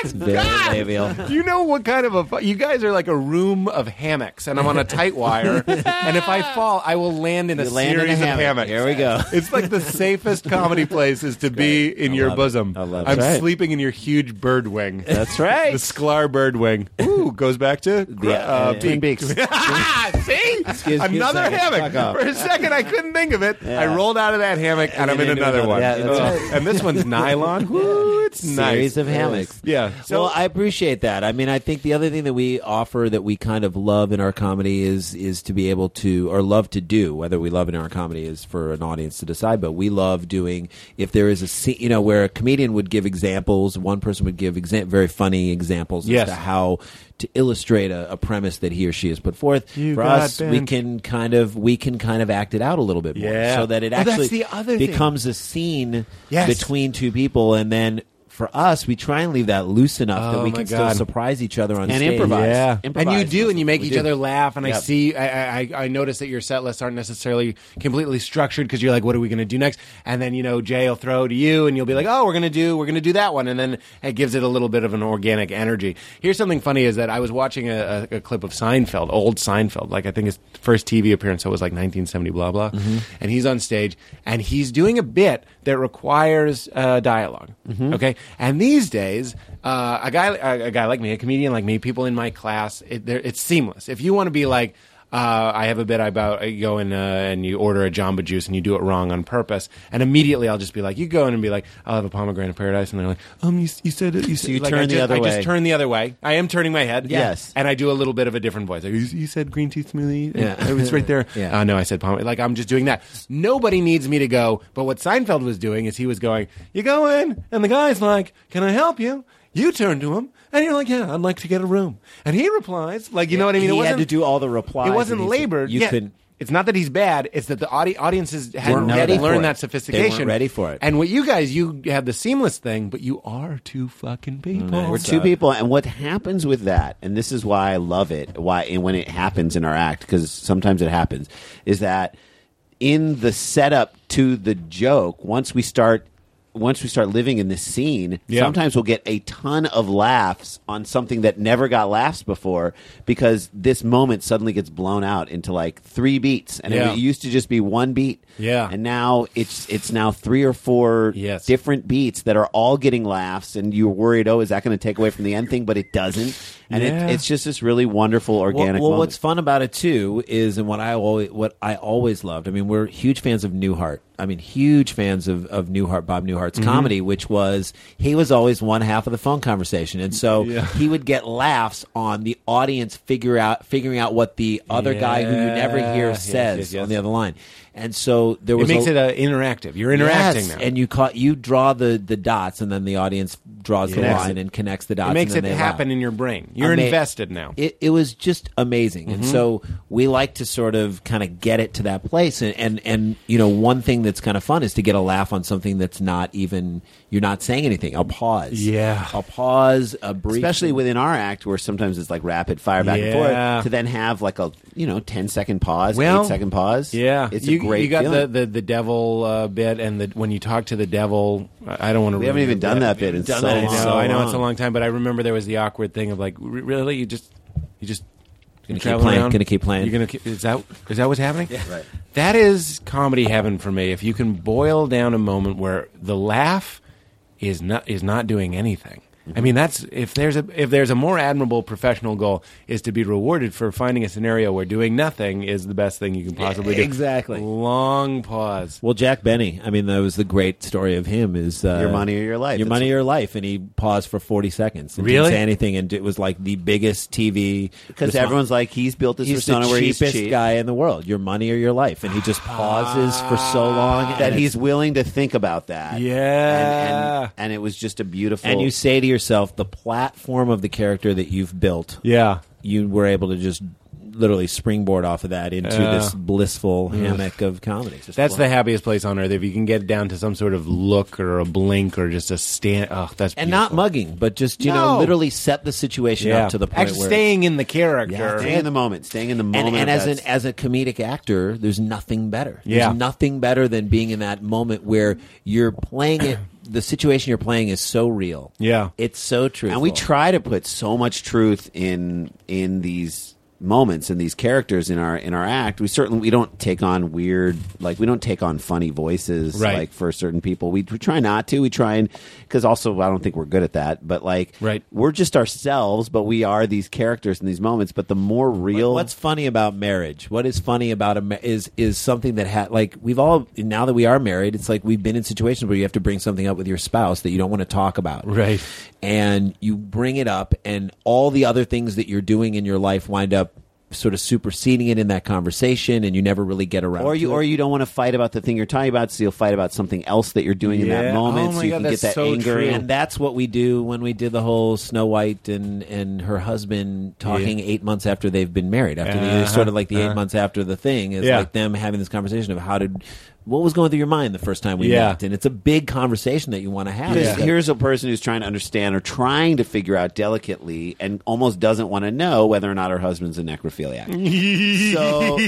[SPEAKER 6] Very labial.
[SPEAKER 4] You know what kind of a fu- you guys are like a room of hammocks, and I'm on a tight
[SPEAKER 6] [laughs]
[SPEAKER 4] wire, and if I fall, I will land in a
[SPEAKER 6] You land in a
[SPEAKER 4] series
[SPEAKER 6] hammock.
[SPEAKER 4] of hammocks.
[SPEAKER 6] Here we go.
[SPEAKER 4] It's like
[SPEAKER 6] [laughs]
[SPEAKER 4] the safest comedy place is to be in your
[SPEAKER 6] love it.
[SPEAKER 4] bosom.
[SPEAKER 6] I love it.
[SPEAKER 4] I'm
[SPEAKER 6] That's right.
[SPEAKER 4] sleeping in your huge bird wing.
[SPEAKER 6] That's right.
[SPEAKER 4] The Sklar bird
[SPEAKER 6] [laughs]
[SPEAKER 4] wing. Ooh, goes back to the,
[SPEAKER 6] uh, Twin
[SPEAKER 5] Beaks.
[SPEAKER 4] [laughs] See,
[SPEAKER 6] Excuse- excuse
[SPEAKER 4] another
[SPEAKER 6] me.
[SPEAKER 4] hammock.
[SPEAKER 6] Fuck off.
[SPEAKER 4] For a second, I couldn't think of it. I rolled out of that hammock, and, I'm in
[SPEAKER 6] into
[SPEAKER 4] another
[SPEAKER 6] another.
[SPEAKER 4] one.
[SPEAKER 6] [laughs] Yeah, that's
[SPEAKER 4] Ugh. And this one's nylon. Woo, it's nice.
[SPEAKER 6] Series of hammocks.
[SPEAKER 4] Yeah,
[SPEAKER 2] Yeah.
[SPEAKER 6] [laughs] well, I appreciate that. I mean, I think the other thing that we offer that we kind of love in our comedy is is to be able to or love to do. Whether we love it in our comedy is for an audience to decide, but we love doing if there is a scene, you know, where a comedian would give examples, one person would give exa- very funny examples
[SPEAKER 4] Yes.
[SPEAKER 6] as to how to illustrate a, a premise that he or she has put forth.
[SPEAKER 4] You
[SPEAKER 6] for
[SPEAKER 4] got
[SPEAKER 6] us, we
[SPEAKER 4] bent.
[SPEAKER 6] can kind of we can kind of act it out a little bit more,
[SPEAKER 4] Yeah.
[SPEAKER 6] so that it
[SPEAKER 4] Oh, that's
[SPEAKER 6] actually
[SPEAKER 4] the other thing.
[SPEAKER 6] becomes a scene
[SPEAKER 4] Yes.
[SPEAKER 6] between two people, and then for us, we try and leave that loose enough that we
[SPEAKER 4] my
[SPEAKER 6] can
[SPEAKER 4] God.
[SPEAKER 6] still surprise each other on
[SPEAKER 5] Oh And
[SPEAKER 6] stage.
[SPEAKER 5] improvise.
[SPEAKER 4] Yeah,
[SPEAKER 5] Improvise
[SPEAKER 4] and you do,
[SPEAKER 5] is
[SPEAKER 4] and you make
[SPEAKER 5] what we
[SPEAKER 4] each
[SPEAKER 5] do.
[SPEAKER 4] other laugh. And I
[SPEAKER 5] Yep.
[SPEAKER 4] see, I, I, I notice that your set lists aren't necessarily completely structured because you're like, what are we going to do next? And then you know, Jay will throw to you, and you'll be like, oh, we're going to do, we're going to do that one, and then it gives it a little bit of an organic energy. Here's something funny: is that I was watching a, a, a clip of Seinfeld, old Seinfeld, like I think his first TV appearance so it was like 1970, blah blah,
[SPEAKER 5] Mm-hmm.
[SPEAKER 4] and he's on stage and he's doing a bit that requires uh, dialog
[SPEAKER 6] Mm-hmm.
[SPEAKER 4] Okay, and these days, uh, a guy a, a guy like me, a comedian like me, people in my class, it, they're- it's seamless. If you want to be like. Uh, I have a bit about I go in uh, and you order a Jamba Juice and you do it wrong on purpose, and immediately I'll just be like, you go in and be like, I'll have a pomegranate paradise, and they're like, um, you, you said it, you said
[SPEAKER 6] you
[SPEAKER 4] like,
[SPEAKER 6] turn
[SPEAKER 4] I
[SPEAKER 6] the
[SPEAKER 4] just,
[SPEAKER 6] other
[SPEAKER 4] I just
[SPEAKER 6] way.
[SPEAKER 4] turn the other way. I am turning my head,
[SPEAKER 6] Yes.
[SPEAKER 4] and I do a little bit of a different voice. Like, you, you said green tea smoothie,
[SPEAKER 6] Yeah.
[SPEAKER 4] it was right there.
[SPEAKER 6] [laughs] Yeah.
[SPEAKER 4] Uh, no, I said pomegranate. Like I'm just doing that. Nobody needs me to go. But what Seinfeld was doing is he was going, "You go in," and the guy's like, "Can I help you?" You turn to him, and you're like, "Yeah, I'd like to get a room." And he replies, "Like, you know what I mean?"
[SPEAKER 6] He had
[SPEAKER 4] wasn't-
[SPEAKER 6] to do all the replies
[SPEAKER 4] It
[SPEAKER 6] and
[SPEAKER 4] wasn't
[SPEAKER 6] he said,
[SPEAKER 4] labored.
[SPEAKER 6] you
[SPEAKER 4] yeah.
[SPEAKER 6] couldn't-
[SPEAKER 4] It's not that he's bad. It's that the audi- audiences hadn't
[SPEAKER 6] Weren't
[SPEAKER 4] yet
[SPEAKER 6] ready for
[SPEAKER 4] learned that
[SPEAKER 6] it. They weren't
[SPEAKER 4] sophistication.
[SPEAKER 6] ready for it.
[SPEAKER 4] And what you guys, you have the seamless thing, but you are two fucking people.
[SPEAKER 5] We're two people, and what happens with that, and this is why I love it, why and when it happens in our act, because sometimes it happens, is that in the setup to the joke, once we start once we start living in this scene,
[SPEAKER 4] Yeah.
[SPEAKER 5] sometimes we'll get a ton of laughs on something that never got laughs before because this moment suddenly gets blown out into like three beats. And
[SPEAKER 4] Yeah.
[SPEAKER 5] it used to just be one beat.
[SPEAKER 4] Yeah.
[SPEAKER 5] And now it's it's now three or four
[SPEAKER 4] Yes.
[SPEAKER 5] different different beats that are all getting laughs, and you're worried, oh, is that going to take away from the end thing? But it doesn't, and
[SPEAKER 4] Yeah.
[SPEAKER 5] it, it's just this really wonderful organic.
[SPEAKER 6] Well, well
[SPEAKER 5] moment.
[SPEAKER 6] what's fun about it too is, and what I always what I always loved. I mean, we're huge fans of Newhart. I mean, huge fans of of Newhart, Bob Newhart's
[SPEAKER 5] Mm-hmm.
[SPEAKER 6] comedy, which was he was always one half of the phone conversation, and so he would get laughs on the audience figure out figuring out what the other guy who you never hear
[SPEAKER 4] Yes,
[SPEAKER 6] says
[SPEAKER 4] yes, yes.
[SPEAKER 6] on the other line, and so there
[SPEAKER 4] It
[SPEAKER 6] was
[SPEAKER 4] makes
[SPEAKER 6] a,
[SPEAKER 4] it uh, interactive. You're interacting
[SPEAKER 6] Yes,
[SPEAKER 4] now.
[SPEAKER 6] and you caught you draw the the dots, and then the audience draws the
[SPEAKER 4] Connects
[SPEAKER 6] line
[SPEAKER 4] it.
[SPEAKER 6] and connects the dots.
[SPEAKER 4] it makes
[SPEAKER 6] and
[SPEAKER 4] it
[SPEAKER 6] then they
[SPEAKER 4] happen
[SPEAKER 6] laugh.
[SPEAKER 4] in your brain. You're
[SPEAKER 6] Ama-
[SPEAKER 4] invested now.
[SPEAKER 6] It, it was just amazing, and
[SPEAKER 5] Mm-hmm.
[SPEAKER 6] so we like to sort of kind of get it to that place, and, and and you know one thing that's kind of fun is to get a laugh on something that's not even you're not saying anything. A pause,
[SPEAKER 4] Yeah.
[SPEAKER 6] a pause, a brief,
[SPEAKER 5] especially within our act, where sometimes it's like rapid fire back
[SPEAKER 4] Yeah.
[SPEAKER 5] and forth, to then have like a you know 10 second pause,
[SPEAKER 4] Well,
[SPEAKER 5] eight second pause.
[SPEAKER 4] Yeah,
[SPEAKER 5] it's
[SPEAKER 4] you,
[SPEAKER 5] a great.
[SPEAKER 4] You got
[SPEAKER 5] feeling.
[SPEAKER 4] the the the devil uh, bit, and the when you talk to the devil, I I don't want to.
[SPEAKER 5] we haven't even done that bit in so
[SPEAKER 6] that
[SPEAKER 5] long.
[SPEAKER 6] in
[SPEAKER 4] I know,
[SPEAKER 6] so
[SPEAKER 4] I know it's a long time, but I remember there was the awkward thing of like, "R- really, you just, you just. Gonna
[SPEAKER 6] keep playing, gonna keep playing.
[SPEAKER 4] You're gonna keep, is that is that what's happening? Yeah, right. That is comedy heaven for me. If you can boil down a moment where the laugh is not is not doing anything. I mean, that's if there's a if there's a more admirable professional goal is to be rewarded for finding a scenario where doing nothing is the best thing you can possibly do.
[SPEAKER 6] exactly.
[SPEAKER 4] Long pause.
[SPEAKER 6] Well, Jack Benny. I mean, that was the great story of him. Is uh,
[SPEAKER 5] Your money or your life.
[SPEAKER 6] Your
[SPEAKER 5] It's-
[SPEAKER 6] money or your life. And he paused for forty seconds. And
[SPEAKER 4] Really?
[SPEAKER 6] didn't say anything, and it was like the biggest TV
[SPEAKER 5] because everyone's like he's built this
[SPEAKER 6] he's the
[SPEAKER 5] persona where he's
[SPEAKER 6] cheapest
[SPEAKER 5] cheap.
[SPEAKER 6] guy in the world. Your money or your life, and he just pauses for so long
[SPEAKER 5] Ah. That
[SPEAKER 6] and
[SPEAKER 5] he's willing to think about that,
[SPEAKER 4] Yeah.
[SPEAKER 5] and, and, and it was just a beautiful.
[SPEAKER 6] and you say to yourself, the platform of the character that you've built,
[SPEAKER 4] Yeah.
[SPEAKER 6] you were able to just literally springboard off of that into
[SPEAKER 4] Yeah.
[SPEAKER 6] this blissful hammock of comedy.
[SPEAKER 4] That's the happiest place on earth if you can get down to some sort of look or a blink or just a stand. Oh, that's
[SPEAKER 6] and not
[SPEAKER 4] beautiful.
[SPEAKER 6] mugging, but just you know,
[SPEAKER 4] No.
[SPEAKER 6] literally set the situation
[SPEAKER 4] Yeah.
[SPEAKER 6] up to the point
[SPEAKER 4] Actually,
[SPEAKER 6] where
[SPEAKER 4] staying in the character.
[SPEAKER 5] staying in the moment, staying in the moment,
[SPEAKER 6] and, and
[SPEAKER 5] of
[SPEAKER 6] as
[SPEAKER 5] that
[SPEAKER 6] an as a comedic actor, there's nothing better.
[SPEAKER 4] Yeah.
[SPEAKER 6] There's nothing better than being in that moment where you're
[SPEAKER 5] [clears throat]
[SPEAKER 6] playing it. The situation you're playing is so real.
[SPEAKER 4] Yeah.
[SPEAKER 6] it's so true.
[SPEAKER 5] and we try to put so much truth in in these moments and these characters in our in our act. We certainly we don't take on weird like we don't take on funny voices
[SPEAKER 4] Right.
[SPEAKER 5] like for certain people. We, we try not to. We try and because also I don't think we're good at that. But like
[SPEAKER 4] Right.
[SPEAKER 5] we're just ourselves, but we are these characters in these moments. But the more real,
[SPEAKER 6] What's funny about marriage? What is funny about a ma- is is something that ha- like we've all now that we are married, it's like we've been in situations where you have to bring something up with your spouse that you don't want to talk about,
[SPEAKER 4] Right.
[SPEAKER 6] And you bring it up, and all the other things that you're doing in your life wind up sort of superseding it in that conversation, and you never really get around.
[SPEAKER 5] or
[SPEAKER 6] to
[SPEAKER 5] you
[SPEAKER 6] it.
[SPEAKER 5] or you don't want to fight about the thing you're talking about, so you'll fight about something else that you're doing in
[SPEAKER 4] Yeah.
[SPEAKER 5] that moment,
[SPEAKER 4] Oh
[SPEAKER 5] so
[SPEAKER 4] my
[SPEAKER 5] you
[SPEAKER 4] God,
[SPEAKER 5] can get
[SPEAKER 4] that's
[SPEAKER 5] that
[SPEAKER 4] so
[SPEAKER 5] anger.
[SPEAKER 4] true.
[SPEAKER 5] And
[SPEAKER 6] And that's what we do when we did the whole Snow White and, and her husband talking eight months after they've been married. After
[SPEAKER 5] Uh-huh.
[SPEAKER 6] the, sort of like the eight months after the thing is
[SPEAKER 4] Yeah.
[SPEAKER 6] like them having this conversation of how did what was going through your mind the first time we
[SPEAKER 4] Yeah.
[SPEAKER 6] met, and it's a big conversation that you want to have.
[SPEAKER 5] Because
[SPEAKER 6] It's like,
[SPEAKER 5] here's a person who's trying to understand or trying to figure out delicately and almost doesn't want to know whether or not her husband's a necrophiliac.
[SPEAKER 6] [laughs]
[SPEAKER 5] so,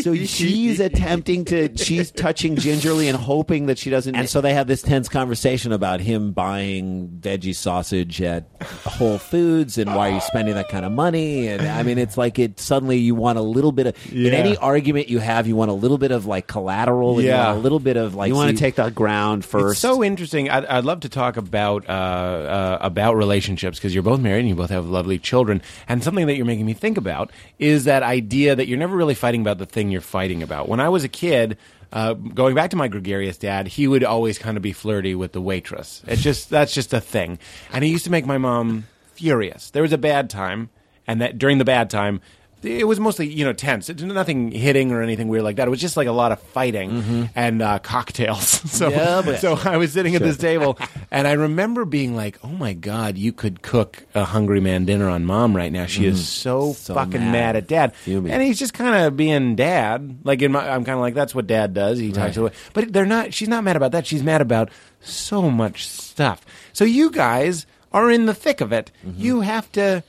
[SPEAKER 5] so she's attempting to, she's touching gingerly and hoping that she doesn't.
[SPEAKER 6] and so they have this tense conversation about him buying veggie sausage at Whole Foods and why are you spending that kind of money? And I mean, it's like it suddenly you want a little bit of in
[SPEAKER 4] Yeah.
[SPEAKER 6] any argument you have, you want a little bit of like collateral. And
[SPEAKER 4] Yeah.
[SPEAKER 6] you want a little bit of like
[SPEAKER 5] you want
[SPEAKER 6] see-
[SPEAKER 5] to take the ground first.
[SPEAKER 4] It's so interesting. I'd, I'd love to talk about uh, uh, about relationships because you're both married and you both have lovely children. And something that you're making me think about is that idea that you're never really fighting about the thing you're fighting about. When I was a kid. Uh, going back to my gregarious dad, he would always kind of be flirty with the waitress. It's just that's just a thing, and he used to make my mom furious. There was a bad time, and that during the bad time, it was mostly you know tense. It, nothing hitting or anything weird like that. It was just like a lot of fighting and uh, cocktails. [laughs] so so I was sitting at this table, and I remember being like, "Oh my god, you could cook a hungry man dinner on mom right now. She is Mm-hmm. so, fucking mad.
[SPEAKER 6] mad.
[SPEAKER 4] at dad."
[SPEAKER 6] Fuming.
[SPEAKER 4] And he's just kind of being dad. Like in my, I'm kind of like, "That's what dad does." He talks away, but they're not. She's not mad about that. She's mad about so much stuff. So you guys are in the thick of it. You have to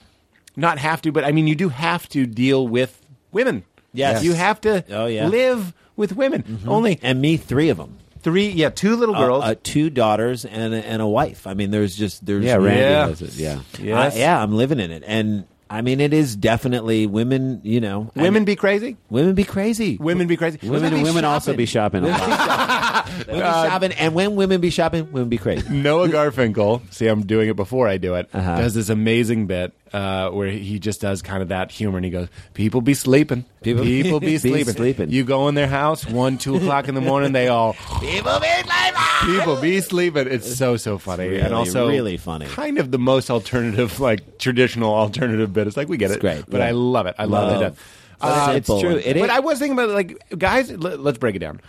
[SPEAKER 4] not have to, but I mean, you do have to deal with women.
[SPEAKER 6] Yes.
[SPEAKER 4] you have to
[SPEAKER 6] Oh, yeah.
[SPEAKER 4] live with women. Only
[SPEAKER 6] and me three of them.
[SPEAKER 4] three, yeah, two little girls.
[SPEAKER 6] Uh, uh, two daughters and a, and a wife. I mean, there's just there's
[SPEAKER 5] yeah, Randy
[SPEAKER 4] Yeah.
[SPEAKER 5] does it. Yeah.
[SPEAKER 4] Yes.
[SPEAKER 6] I- yeah, I'm living in it, and I mean, it is definitely women. You know, I
[SPEAKER 4] women
[SPEAKER 6] mean,
[SPEAKER 4] be crazy.
[SPEAKER 6] women be crazy.
[SPEAKER 4] Women be crazy.
[SPEAKER 5] Women,
[SPEAKER 4] Women
[SPEAKER 5] women
[SPEAKER 4] be
[SPEAKER 5] also
[SPEAKER 4] shopping.
[SPEAKER 5] be shopping
[SPEAKER 4] Uh,
[SPEAKER 5] a lot.
[SPEAKER 4] [laughs]
[SPEAKER 6] Women be shopping, and when women be shopping, women be crazy.
[SPEAKER 4] Noah Garfinkel. See, I'm doing it before I do it.
[SPEAKER 6] Uh-huh.
[SPEAKER 4] Does this amazing bit uh, where he just does kind of that humor, and he goes, "People be sleeping. People, be,
[SPEAKER 6] [laughs]
[SPEAKER 5] be
[SPEAKER 4] sleeping.
[SPEAKER 5] sleeping.
[SPEAKER 4] You go in their house one, two o'clock in the morning. They
[SPEAKER 6] [laughs]
[SPEAKER 4] all people be sleeping. People be sleeping. It's so so funny, and
[SPEAKER 6] really,
[SPEAKER 4] also
[SPEAKER 6] really funny.
[SPEAKER 4] Kind of the most alternative, like traditional alternative bit. It's like we get it,
[SPEAKER 6] great,
[SPEAKER 4] But
[SPEAKER 6] yeah.
[SPEAKER 4] I love it. I love,
[SPEAKER 6] Love.
[SPEAKER 4] it.
[SPEAKER 6] But it's simple.
[SPEAKER 4] true.
[SPEAKER 6] It
[SPEAKER 4] but
[SPEAKER 6] is-
[SPEAKER 4] I was thinking about it, like guys. Let, let's break it down.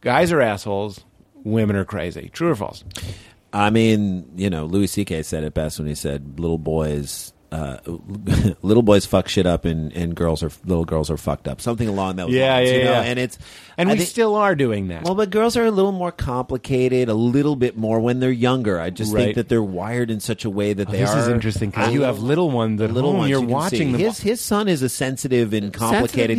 [SPEAKER 4] Guys are assholes. Women are crazy. True or false?
[SPEAKER 6] I mean, you know, Louis C.K. said it best when he said, "Little boys." Uh, [laughs] little boys fuck shit up, and, and girls are little girls are fucked up. Something along those
[SPEAKER 4] Yeah,
[SPEAKER 6] lines,
[SPEAKER 4] yeah,
[SPEAKER 6] you know?
[SPEAKER 4] yeah.
[SPEAKER 6] And it's
[SPEAKER 4] And
[SPEAKER 6] I
[SPEAKER 4] we
[SPEAKER 6] think-
[SPEAKER 4] still are doing that.
[SPEAKER 6] Well, but girls are a little more complicated, a little bit more when they're younger. I just
[SPEAKER 4] Right. Oh,
[SPEAKER 6] think that they're wired in such a way that they
[SPEAKER 4] this
[SPEAKER 6] are.
[SPEAKER 4] is interesting because you have little ones at
[SPEAKER 6] little
[SPEAKER 4] home.
[SPEAKER 6] ones
[SPEAKER 4] you're
[SPEAKER 6] you can
[SPEAKER 4] watching
[SPEAKER 6] see.
[SPEAKER 4] them.
[SPEAKER 6] His his son is a sensitive and complicated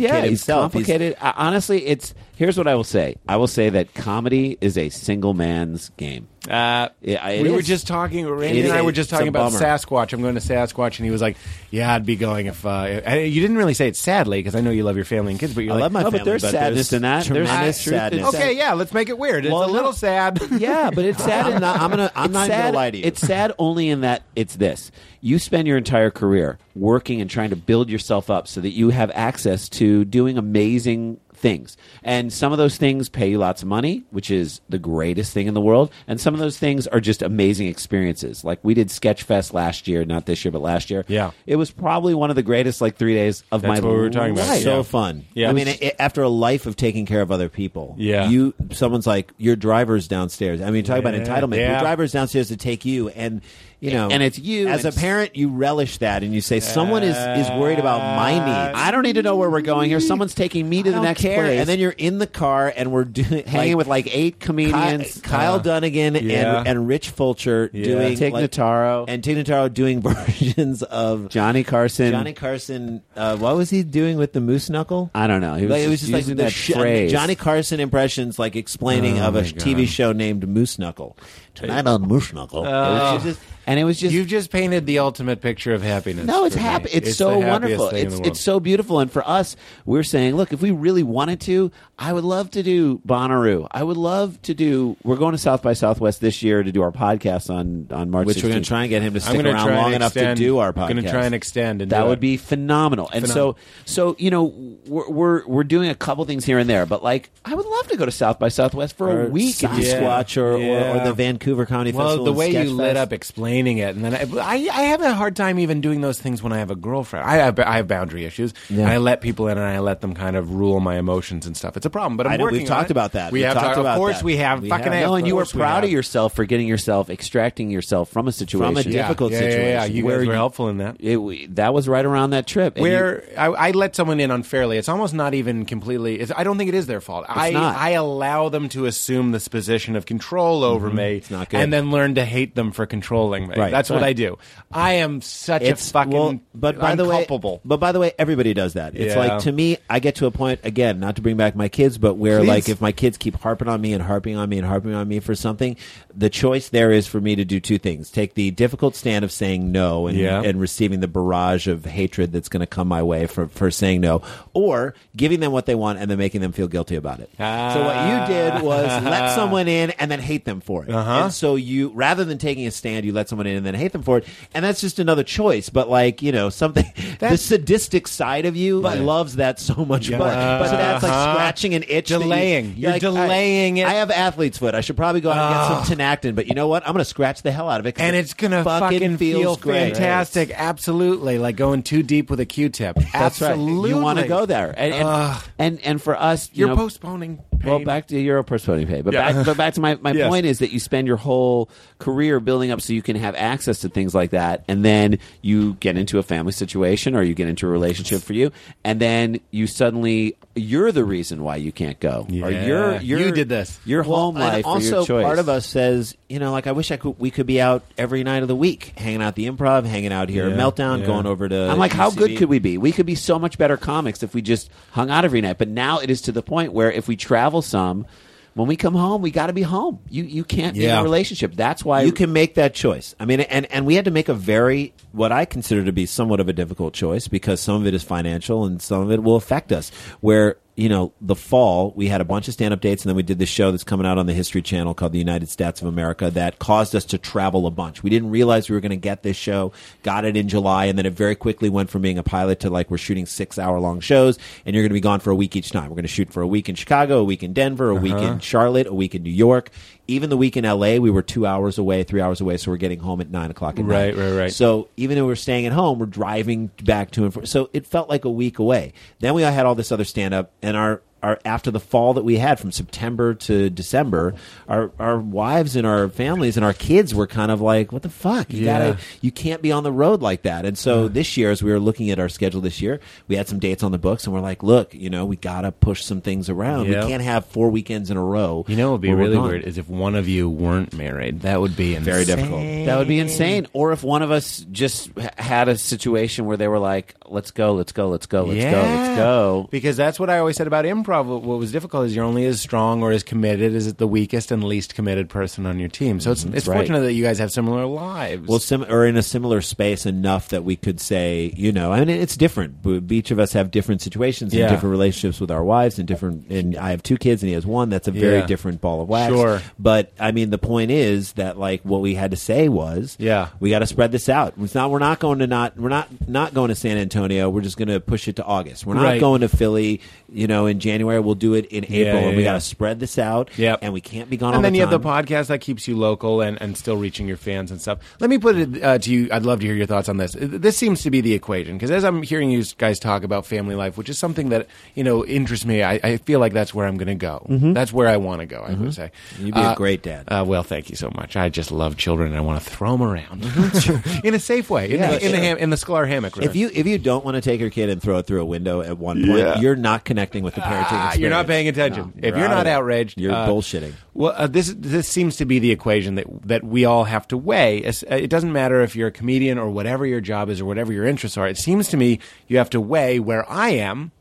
[SPEAKER 5] Sensitive, yeah,
[SPEAKER 6] kid
[SPEAKER 5] he's
[SPEAKER 6] himself. He's-
[SPEAKER 5] Complicated. I- honestly, it's here's what I will say. I will say that comedy is a single man's game.
[SPEAKER 4] uh,
[SPEAKER 5] Yeah, it
[SPEAKER 4] we were
[SPEAKER 5] is.
[SPEAKER 4] just talking. Randy
[SPEAKER 5] It
[SPEAKER 4] and I
[SPEAKER 5] is.
[SPEAKER 4] were just
[SPEAKER 5] It's a
[SPEAKER 4] talking about
[SPEAKER 5] bummer.
[SPEAKER 4] Sasquatch. I'm going to Sasquatch, and he was like, "Yeah, I'd be going if." Uh, I- you didn't really say it sadly because I know you love your family and kids, but you're
[SPEAKER 6] I
[SPEAKER 4] like,
[SPEAKER 6] love my
[SPEAKER 5] No, but
[SPEAKER 6] family,
[SPEAKER 5] there's sadness in that. There's
[SPEAKER 6] tremendous
[SPEAKER 5] truth in
[SPEAKER 6] sadness.
[SPEAKER 5] that.
[SPEAKER 4] "Okay, yeah, let's make it weird. It's
[SPEAKER 6] Well,
[SPEAKER 4] a little [laughs]
[SPEAKER 6] no.
[SPEAKER 4] sad."
[SPEAKER 5] Yeah, but it's sad.
[SPEAKER 6] I'm not-
[SPEAKER 5] [laughs]
[SPEAKER 6] I'm gonna- I'm
[SPEAKER 5] it's
[SPEAKER 6] not even gonna
[SPEAKER 5] sad-
[SPEAKER 6] lie to you.
[SPEAKER 5] It's sad only in that it's this: you spend your entire career working and trying to build yourself up so that you have access to doing amazing things. And some of those things pay you lots of money, which is the greatest thing in the world. And some of those things are just amazing experiences. Like we did Sketchfest last year, not this year, but last year.
[SPEAKER 4] Yeah.
[SPEAKER 5] it was probably one of the greatest like three days of my
[SPEAKER 4] That's what we were talking about.
[SPEAKER 5] life.
[SPEAKER 6] so
[SPEAKER 4] Yeah.
[SPEAKER 6] fun.
[SPEAKER 4] Yeah.
[SPEAKER 6] I mean, it, after a life of taking care of other people,
[SPEAKER 4] Yeah.
[SPEAKER 6] you someone's like your driver's downstairs. I mean, talk about
[SPEAKER 4] Yeah.
[SPEAKER 6] entitlement.
[SPEAKER 4] Yeah.
[SPEAKER 6] Your driver's downstairs to take you, and you know,
[SPEAKER 5] And it's you,
[SPEAKER 6] as
[SPEAKER 5] and
[SPEAKER 6] a
[SPEAKER 5] it's-
[SPEAKER 6] parent. You relish that, and you say someone is is worried about my
[SPEAKER 5] Uh,
[SPEAKER 6] needs.
[SPEAKER 5] I don't need to know where we're going here. Someone's taking me to the
[SPEAKER 6] don't
[SPEAKER 5] next
[SPEAKER 6] care.
[SPEAKER 5] place.
[SPEAKER 6] and then you're in the car, and we're do- [laughs]
[SPEAKER 5] hanging
[SPEAKER 6] like,
[SPEAKER 5] with like uh, eight comedians.
[SPEAKER 6] Ki- Kyle Dunnigan
[SPEAKER 4] yeah.
[SPEAKER 6] and, and Rich Fulcher doing
[SPEAKER 5] Tig Notaro.
[SPEAKER 6] and Tig Notaro doing [laughs] versions of
[SPEAKER 5] Johnny Carson.
[SPEAKER 6] Johnny Carson. Uh, what was he doing with the moose knuckle?
[SPEAKER 5] I don't know. He was
[SPEAKER 6] like, it was
[SPEAKER 5] just
[SPEAKER 6] just like
[SPEAKER 5] using
[SPEAKER 6] the
[SPEAKER 5] that
[SPEAKER 6] sh-
[SPEAKER 5] phrase. Oh
[SPEAKER 6] Johnny Carson impressions,
[SPEAKER 5] Oh.
[SPEAKER 6] like explaining of a TV show named Moose Knuckle. Tonight on Moose Knuckle. It was just-
[SPEAKER 5] And it was just
[SPEAKER 4] You've just painted the ultimate picture of happiness.
[SPEAKER 5] No, it's
[SPEAKER 4] for me.
[SPEAKER 5] happy. It's,
[SPEAKER 4] the
[SPEAKER 5] so
[SPEAKER 4] happiest
[SPEAKER 5] wonderful.
[SPEAKER 4] thing in
[SPEAKER 5] It's
[SPEAKER 4] the
[SPEAKER 5] it's
[SPEAKER 4] world.
[SPEAKER 5] so beautiful. And for us, we're saying, look, if we really wanted to, I would love to do Bonnaroo. I would love to do. We're going to South by Southwest this year to do our podcast on on March.
[SPEAKER 6] Which we're going
[SPEAKER 5] 16th.
[SPEAKER 6] to try and get him to
[SPEAKER 4] I'm
[SPEAKER 6] stick
[SPEAKER 4] going to
[SPEAKER 6] around
[SPEAKER 4] try
[SPEAKER 6] long
[SPEAKER 4] and
[SPEAKER 6] enough
[SPEAKER 4] extend,
[SPEAKER 6] to do our podcast.
[SPEAKER 4] I'm going to try and extend, and
[SPEAKER 5] That
[SPEAKER 4] do
[SPEAKER 5] would
[SPEAKER 4] it.
[SPEAKER 5] be phenomenal. And so, so you know, we're, we're we're doing a couple things here and there. But like, I would love to go to South by Southwest for
[SPEAKER 6] or
[SPEAKER 5] a week. and just-
[SPEAKER 6] Sasquatch or, or, or
[SPEAKER 4] Yeah.
[SPEAKER 6] the Vancouver Comedy
[SPEAKER 4] Well,
[SPEAKER 6] Festival.
[SPEAKER 4] the
[SPEAKER 6] and
[SPEAKER 4] way you
[SPEAKER 6] Sketchfest.
[SPEAKER 4] lit up explaining it, and then I, I, I have a hard time even doing those things when I have a girlfriend. I have, I have boundary issues, and I let people in, and I let them kind of rule my emotions and stuff. It's a problem, but I'm
[SPEAKER 6] I know,
[SPEAKER 4] working.
[SPEAKER 6] we've
[SPEAKER 4] on it.
[SPEAKER 6] talked about that.
[SPEAKER 4] We,
[SPEAKER 6] We've
[SPEAKER 4] have
[SPEAKER 6] talked
[SPEAKER 4] talked
[SPEAKER 6] about
[SPEAKER 4] Of course,
[SPEAKER 6] that.
[SPEAKER 4] we have.
[SPEAKER 6] We
[SPEAKER 4] fucking
[SPEAKER 6] have.
[SPEAKER 4] A,
[SPEAKER 5] no,
[SPEAKER 4] of
[SPEAKER 5] and you were
[SPEAKER 4] course we
[SPEAKER 5] proud of
[SPEAKER 4] have.
[SPEAKER 5] yourself for getting yourself, extracting yourself from a situation.
[SPEAKER 4] Yeah.
[SPEAKER 6] difficult
[SPEAKER 4] yeah, yeah, Yeah, yeah,
[SPEAKER 6] situation
[SPEAKER 4] you
[SPEAKER 6] where
[SPEAKER 4] guys were
[SPEAKER 6] you-
[SPEAKER 4] helpful in that.
[SPEAKER 5] It, we- that was right around that trip. And you-
[SPEAKER 4] where I, I let someone in unfairly. It's almost not even completely. It's, I don't think it is their fault. I
[SPEAKER 5] not.
[SPEAKER 4] I allow them to assume this position of control over me,
[SPEAKER 6] Mm-hmm. not good.
[SPEAKER 4] and then learn to hate them for controlling me.
[SPEAKER 6] Right,
[SPEAKER 4] That's what
[SPEAKER 6] right.
[SPEAKER 4] I do. I am such a
[SPEAKER 6] it's
[SPEAKER 4] fucking.
[SPEAKER 6] well, but by
[SPEAKER 4] I'm
[SPEAKER 6] the way,
[SPEAKER 4] culpable.
[SPEAKER 6] but by the way, everybody does that. It's
[SPEAKER 4] Yeah.
[SPEAKER 6] like to me, I get to a point again, not to bring back my kids, but where
[SPEAKER 4] Please.
[SPEAKER 6] like if my kids keep harping on me and harping on me and harping on me for something, the choice there is for me to do two things: take the difficult stand of saying no and
[SPEAKER 4] Yeah.
[SPEAKER 6] and receiving the barrage of hatred that's going to come my way for for saying no, or giving them what they want and then making them feel guilty about it. So what you
[SPEAKER 4] Ah.
[SPEAKER 6] did was let someone in and then hate them for it.
[SPEAKER 4] Uh-huh.
[SPEAKER 6] And so you, rather than taking a stand, you let someone in and then hate them for it. And that's just another choice. But like you know, something [laughs] the sadistic side of you loves that so much more. But that's like scratching an itch, that you-
[SPEAKER 4] Uh-huh. Delaying. You're
[SPEAKER 6] like, all right,
[SPEAKER 4] delaying it. Ah.
[SPEAKER 6] I have athlete's foot. I should probably go out and get some Tenactin. But you know what? I'm going to scratch the hell out of it. 'cause
[SPEAKER 4] and
[SPEAKER 6] it
[SPEAKER 4] it's gonna
[SPEAKER 6] fucking,
[SPEAKER 4] fucking,
[SPEAKER 6] feels
[SPEAKER 4] feel
[SPEAKER 6] great.
[SPEAKER 4] fantastic. Absolutely, like going too deep with a Q-tip.
[SPEAKER 6] That's right.
[SPEAKER 4] Absolutely,
[SPEAKER 6] You want to go there, and and,
[SPEAKER 4] Ugh.
[SPEAKER 6] and and for us, you
[SPEAKER 4] You're
[SPEAKER 6] know,
[SPEAKER 4] postponing. Pain.
[SPEAKER 5] Well, back to your postponing pay, but
[SPEAKER 4] Yeah.
[SPEAKER 5] back, but back to my, my
[SPEAKER 4] [laughs] Yes.
[SPEAKER 5] point is that you spend your whole career building up so you can have access to things like that, and then you get into a family situation or you get into a relationship for you, and then you suddenly you're the reason why you can't go, or
[SPEAKER 4] Yeah.
[SPEAKER 5] you're, you're
[SPEAKER 4] You did this.
[SPEAKER 5] your home
[SPEAKER 6] and
[SPEAKER 5] life,
[SPEAKER 6] also
[SPEAKER 5] or your choice.
[SPEAKER 6] part of us says, you know, like I wish I could. We could be out every night of the week, hanging out at the improv, hanging out here at
[SPEAKER 4] Yeah,
[SPEAKER 6] Meltdown,
[SPEAKER 4] yeah.
[SPEAKER 6] going over to.
[SPEAKER 5] I'm like, how good
[SPEAKER 6] UCB.
[SPEAKER 5] could we be? We could be so much better comics if we just hung out every night. But now it is to the point where if we travel some, when we come home, we got to be home. You you can't be in
[SPEAKER 4] Yeah.
[SPEAKER 5] a relationship. That's why
[SPEAKER 6] You can make that choice. I mean, and and we had to make a very what I consider to be somewhat of a difficult choice because some of it is financial and some of it will affect us. Where you know the fall, we had a bunch of stand up dates, and then we did this show that's coming out on the History Channel called The United Stats of America that caused us to travel a bunch. We didn't realize we were going to get this show, got it in July, and then it very quickly went from being a pilot to like we're shooting six hour long shows, and you're going to be gone for a week each time. We're going to shoot for a week in Chicago, a week in Denver, a week
[SPEAKER 4] Uh-huh.
[SPEAKER 6] in Charlotte, a week in New York. Even the week in LA, we were two hours away, three hours away, so we're getting home at nine o'clock at
[SPEAKER 4] Right,
[SPEAKER 6] night.
[SPEAKER 4] right, right.
[SPEAKER 6] So even though we were staying at home, we're driving back to and forth. So it felt like a week away. Then we all had all this other stand up, and our our after the fall that we had from September to December, our our wives and our families and our kids were kind of like, "What the fuck? You
[SPEAKER 4] Yeah.
[SPEAKER 6] gotta you can't be on the road like that. And so this year, as we were looking at our schedule this year, we had some dates on the books, and we're like, look, you know, we gotta push some things around.
[SPEAKER 4] Yeah.
[SPEAKER 6] We can't have four weekends in a row.
[SPEAKER 4] You know, what would be
[SPEAKER 6] where we're
[SPEAKER 4] really
[SPEAKER 6] gone.
[SPEAKER 4] weird is if one of you weren't married. That would be insane.
[SPEAKER 6] Very difficult.
[SPEAKER 5] That would be insane. Or if one of us just h- had a situation where they were like, "Let's go, let's go, let's go, let's go, let's go."
[SPEAKER 4] Because that's what I always said about improv. What what was difficult is you're only as strong or as committed as the weakest and least committed person on your team. So it's, it's
[SPEAKER 5] Right.
[SPEAKER 4] fortunate that you guys have similar lives.
[SPEAKER 6] Well, sim- or in a similar space enough that we could say, you know, I mean, it's different. But Each of us have different situations and
[SPEAKER 4] Yeah.
[SPEAKER 6] different relationships with our wives, and different. And I have two kids, and he has one. That's a very
[SPEAKER 4] Yeah.
[SPEAKER 6] different ball of wax.
[SPEAKER 4] Sure.
[SPEAKER 6] But I mean, the point is that like what we had to say was,
[SPEAKER 4] Yeah.
[SPEAKER 6] we got to spread this out. It's not. We're not going to not. We're not not going to San Antonio. We're just going to push it to August. We're not
[SPEAKER 4] Right.
[SPEAKER 6] going to Philly. You know, in January we'll do it in April,
[SPEAKER 4] yeah,
[SPEAKER 6] and we
[SPEAKER 4] yeah.
[SPEAKER 6] got to spread this out.
[SPEAKER 4] Yep.
[SPEAKER 6] and we can't be gone. all
[SPEAKER 4] and then
[SPEAKER 6] the
[SPEAKER 4] you have the
[SPEAKER 6] time.
[SPEAKER 4] podcast that keeps you local and, and still reaching your fans and stuff. Let me put it uh, to you. I'd love to hear your thoughts on this. Uh, This seems to be the equation because as I'm hearing you guys talk about family life, which is something that you know interests me, I, I feel like that's where I'm going to go. That's where I want to go. I would say
[SPEAKER 6] You'd be a great dad.
[SPEAKER 4] Uh, well, thank you so much. I just love children and I want to throw them [laughs] around in a safe way. In, the, in, the, ham, in the Sklar hammock.
[SPEAKER 6] If you if you don't want to take your kid and throw it through a window at one point, you're not connecting with the parenting
[SPEAKER 4] Ah,
[SPEAKER 6] experience.
[SPEAKER 4] you're not paying attention.
[SPEAKER 6] No,
[SPEAKER 4] if you're
[SPEAKER 6] out of
[SPEAKER 4] not
[SPEAKER 6] it.
[SPEAKER 4] outraged,
[SPEAKER 6] you're
[SPEAKER 4] uh,
[SPEAKER 6] bullshitting.
[SPEAKER 4] Well, uh, this this seems to be the equation that that we all have to weigh. It's- uh, It doesn't matter if you're a comedian or whatever your job is or whatever your interests are. It seems to me you have to weigh where I am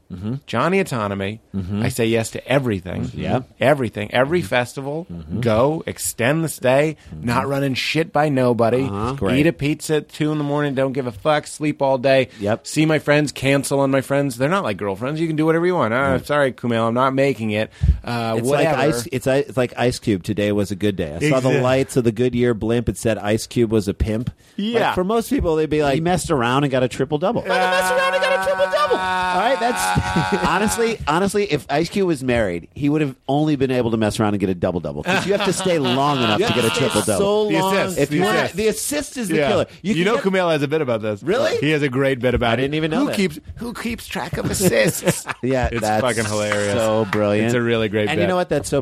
[SPEAKER 4] Johnny Autonomy. I say yes to everything.
[SPEAKER 5] Yeah.
[SPEAKER 4] Everything. Every festival. Go. Extend the stay. Not running shit by nobody.
[SPEAKER 5] Great.
[SPEAKER 4] Eat a pizza at two in the morning. Don't give a fuck. Sleep all day.
[SPEAKER 5] Yep.
[SPEAKER 4] See my friends. Cancel on my friends. They're not like girlfriends. You can do whatever you want. Ah, Sorry, Kumail. I'm not making it. Uh,
[SPEAKER 6] It's
[SPEAKER 4] whatever.
[SPEAKER 6] like ice. It's, i- it's like Ice Cube. Today was a good day. I saw the
[SPEAKER 4] Exact-
[SPEAKER 6] lights of the Goodyear blimp. It said Ice Cube was a pimp.
[SPEAKER 4] Yeah.
[SPEAKER 6] Like, for most people, they'd be like,
[SPEAKER 5] he messed around and got a triple double. Like, he messed around and got a triple double. All right, that's [laughs] honestly, honestly, if Ice Cube was married, he would have only been able to mess around and get a double double because you have to stay long
[SPEAKER 6] [laughs]
[SPEAKER 5] enough to get a triple
[SPEAKER 6] so
[SPEAKER 5] double.
[SPEAKER 2] The
[SPEAKER 6] long.
[SPEAKER 2] assist,
[SPEAKER 5] if
[SPEAKER 2] the
[SPEAKER 5] you want,
[SPEAKER 2] assist.
[SPEAKER 5] the assist is the
[SPEAKER 2] Yeah.
[SPEAKER 5] killer.
[SPEAKER 2] You,
[SPEAKER 5] can
[SPEAKER 2] know,
[SPEAKER 5] get-
[SPEAKER 2] Kumail has a bit about this.
[SPEAKER 5] Really?
[SPEAKER 2] He has a great bit about it.
[SPEAKER 5] didn't even know
[SPEAKER 2] who
[SPEAKER 5] that.
[SPEAKER 2] keeps who keeps track of assists.
[SPEAKER 5] [laughs] yeah,
[SPEAKER 2] it's
[SPEAKER 5] that's
[SPEAKER 2] fucking hilarious.
[SPEAKER 5] So brilliant.
[SPEAKER 2] It's a really great.
[SPEAKER 6] And
[SPEAKER 2] bit.
[SPEAKER 6] you know what? That's so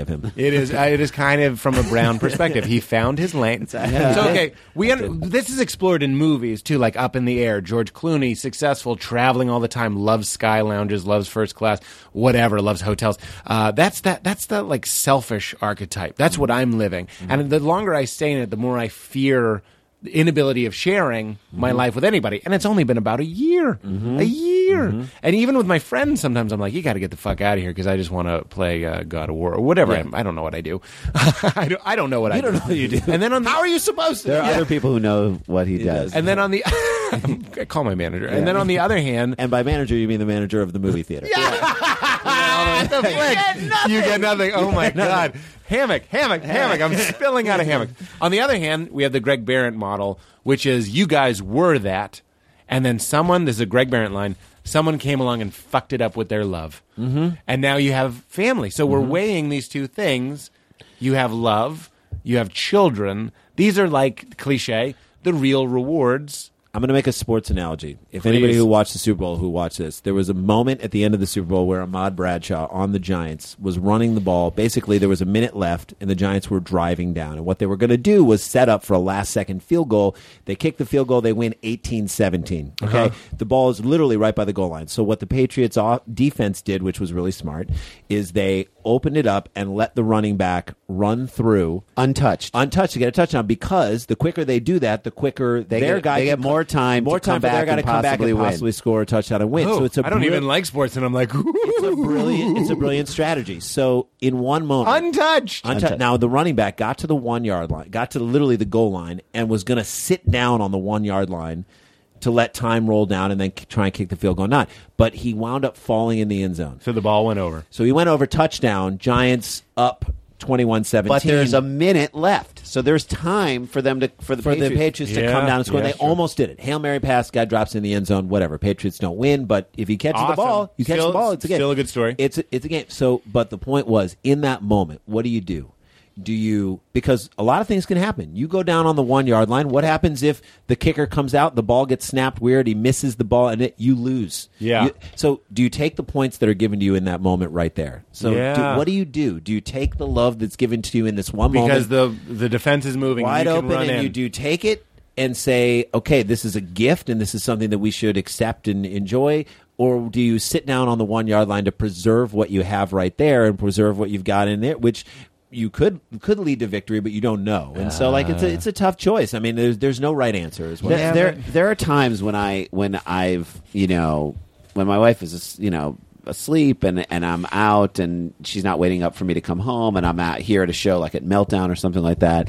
[SPEAKER 2] [laughs]
[SPEAKER 6] of him.
[SPEAKER 4] It is. uh, It is kind of from a
[SPEAKER 5] [laughs]
[SPEAKER 4] brown perspective. He found his lane.
[SPEAKER 5] uh,
[SPEAKER 4] So okay, we un- this is explored in movies too, like Up in the Air. George Clooney, successful, traveling all the time, loves sky lounges, loves first class, whatever, loves hotels. Uh, that's that. That's the like selfish archetype. That's what I'm living.
[SPEAKER 5] Mm-hmm.
[SPEAKER 4] And the longer I stay in it, the more I fear the inability of sharing my
[SPEAKER 6] Mm-hmm.
[SPEAKER 4] life with anybody. And it's only been about a year. A year.
[SPEAKER 6] Mm-hmm.
[SPEAKER 4] And even with my friends, sometimes I'm like, you got to get the fuck out of here because I just want to play uh, God of War or whatever. I, I don't know what I do. [laughs] I, don't, I don't know what I do.
[SPEAKER 6] don't know what you do.
[SPEAKER 4] And then on the, How are you supposed to?
[SPEAKER 5] there are other people who know what he, does.
[SPEAKER 4] And then on the. [laughs] I call my manager. And then on the other hand,
[SPEAKER 6] And by manager, you mean the manager of the movie theater.
[SPEAKER 4] Ah, the flick. You get nothing. Oh my god. Hammock, hammock, hammock. I'm spilling out of [laughs] hammock. On the other hand, we have the Greg Barrett model, which is you guys were that, and then someone. This is a Greg Barrett line. Someone came along and fucked it up with their love, mm-hmm. and now you have family. So we're weighing these two things. You have love. You have children. These are like cliche. The real rewards.
[SPEAKER 6] I'm going to make a sports analogy. If anybody who watched the Super Bowl who watched this, there was a moment at the end of the Super Bowl where Ahmad Bradshaw on the Giants was running the ball. Basically, there was a minute left, and the Giants were driving down. And what they were going to do was set up for a last second field goal. They kick the field goal, they win 18 17. Okay. The ball is literally right by the goal line. So, what the Patriots off- defense did, which was really smart, is they opened it up and let the running back run through
[SPEAKER 5] Untouched.
[SPEAKER 6] untouched to get a touchdown because the quicker they do that, the quicker they
[SPEAKER 5] Their
[SPEAKER 6] get,
[SPEAKER 5] guy
[SPEAKER 6] they
[SPEAKER 5] can
[SPEAKER 6] get
[SPEAKER 5] co-
[SPEAKER 6] more time,
[SPEAKER 5] more
[SPEAKER 6] more
[SPEAKER 5] time
[SPEAKER 6] time
[SPEAKER 5] for
[SPEAKER 6] for
[SPEAKER 5] their
[SPEAKER 6] guy to come back and possibly score a touchdown and win. so it's a
[SPEAKER 4] Oh, I don't
[SPEAKER 6] bri-
[SPEAKER 4] even like sports, and I'm like, [laughs]
[SPEAKER 6] it's a brilliant it's a brilliant strategy. So in one moment,
[SPEAKER 4] untouched.
[SPEAKER 6] Untou- Now the running back got to the one yard line, got to literally the goal line, and was going to sit down on the one yard line to let time roll down and then k- try and kick the field goal. Not, but he wound up falling in the end zone.
[SPEAKER 4] so the ball went over.
[SPEAKER 6] So he went over touchdown. Giants up 21-17.
[SPEAKER 5] but there's a minute left, so there's time for them to for the
[SPEAKER 6] for
[SPEAKER 5] Patriots.
[SPEAKER 6] the Patriots to
[SPEAKER 4] Yeah,
[SPEAKER 6] come down and score.
[SPEAKER 4] yeah,
[SPEAKER 6] they
[SPEAKER 4] sure.
[SPEAKER 6] almost did it. Hail Mary pass, guy drops in the end zone, whatever. Patriots don't win, but if you catch the
[SPEAKER 4] Awesome.
[SPEAKER 6] ball, you catch
[SPEAKER 4] Still-
[SPEAKER 6] the ball, it's a game.
[SPEAKER 4] still a good story.
[SPEAKER 6] It's a, it's a game. So, but the point was, in that moment, what do you do? Do you because a lot of things can happen. You go down on the one yard line. What happens if the kicker comes out, the ball gets snapped weird, he misses the ball, and it, you lose?
[SPEAKER 4] Yeah.
[SPEAKER 6] You- so, do you take the points that are given to you in that moment right there? So,
[SPEAKER 4] Yeah.
[SPEAKER 6] do, what do you do? Do you take the love that's given to you in this one moment
[SPEAKER 4] because the the defense is moving and
[SPEAKER 6] wide
[SPEAKER 4] you can
[SPEAKER 6] open,
[SPEAKER 4] run
[SPEAKER 6] and
[SPEAKER 4] in.
[SPEAKER 6] you do take it and say, okay, this is a gift, and this is something that we should accept and enjoy. Or do you sit down on the one yard line to preserve what you have right there and preserve what you've got in there, which you could could lead to victory, but you don't know. And so, like, it's a it's a tough choice. I mean, there's there's no right answer. Is what
[SPEAKER 5] Th- there, there are times when I when I've you know when my wife is as- you know asleep and and I'm out and she's not waiting up for me to come home and I'm out here at a show like at Meltdown or something like that.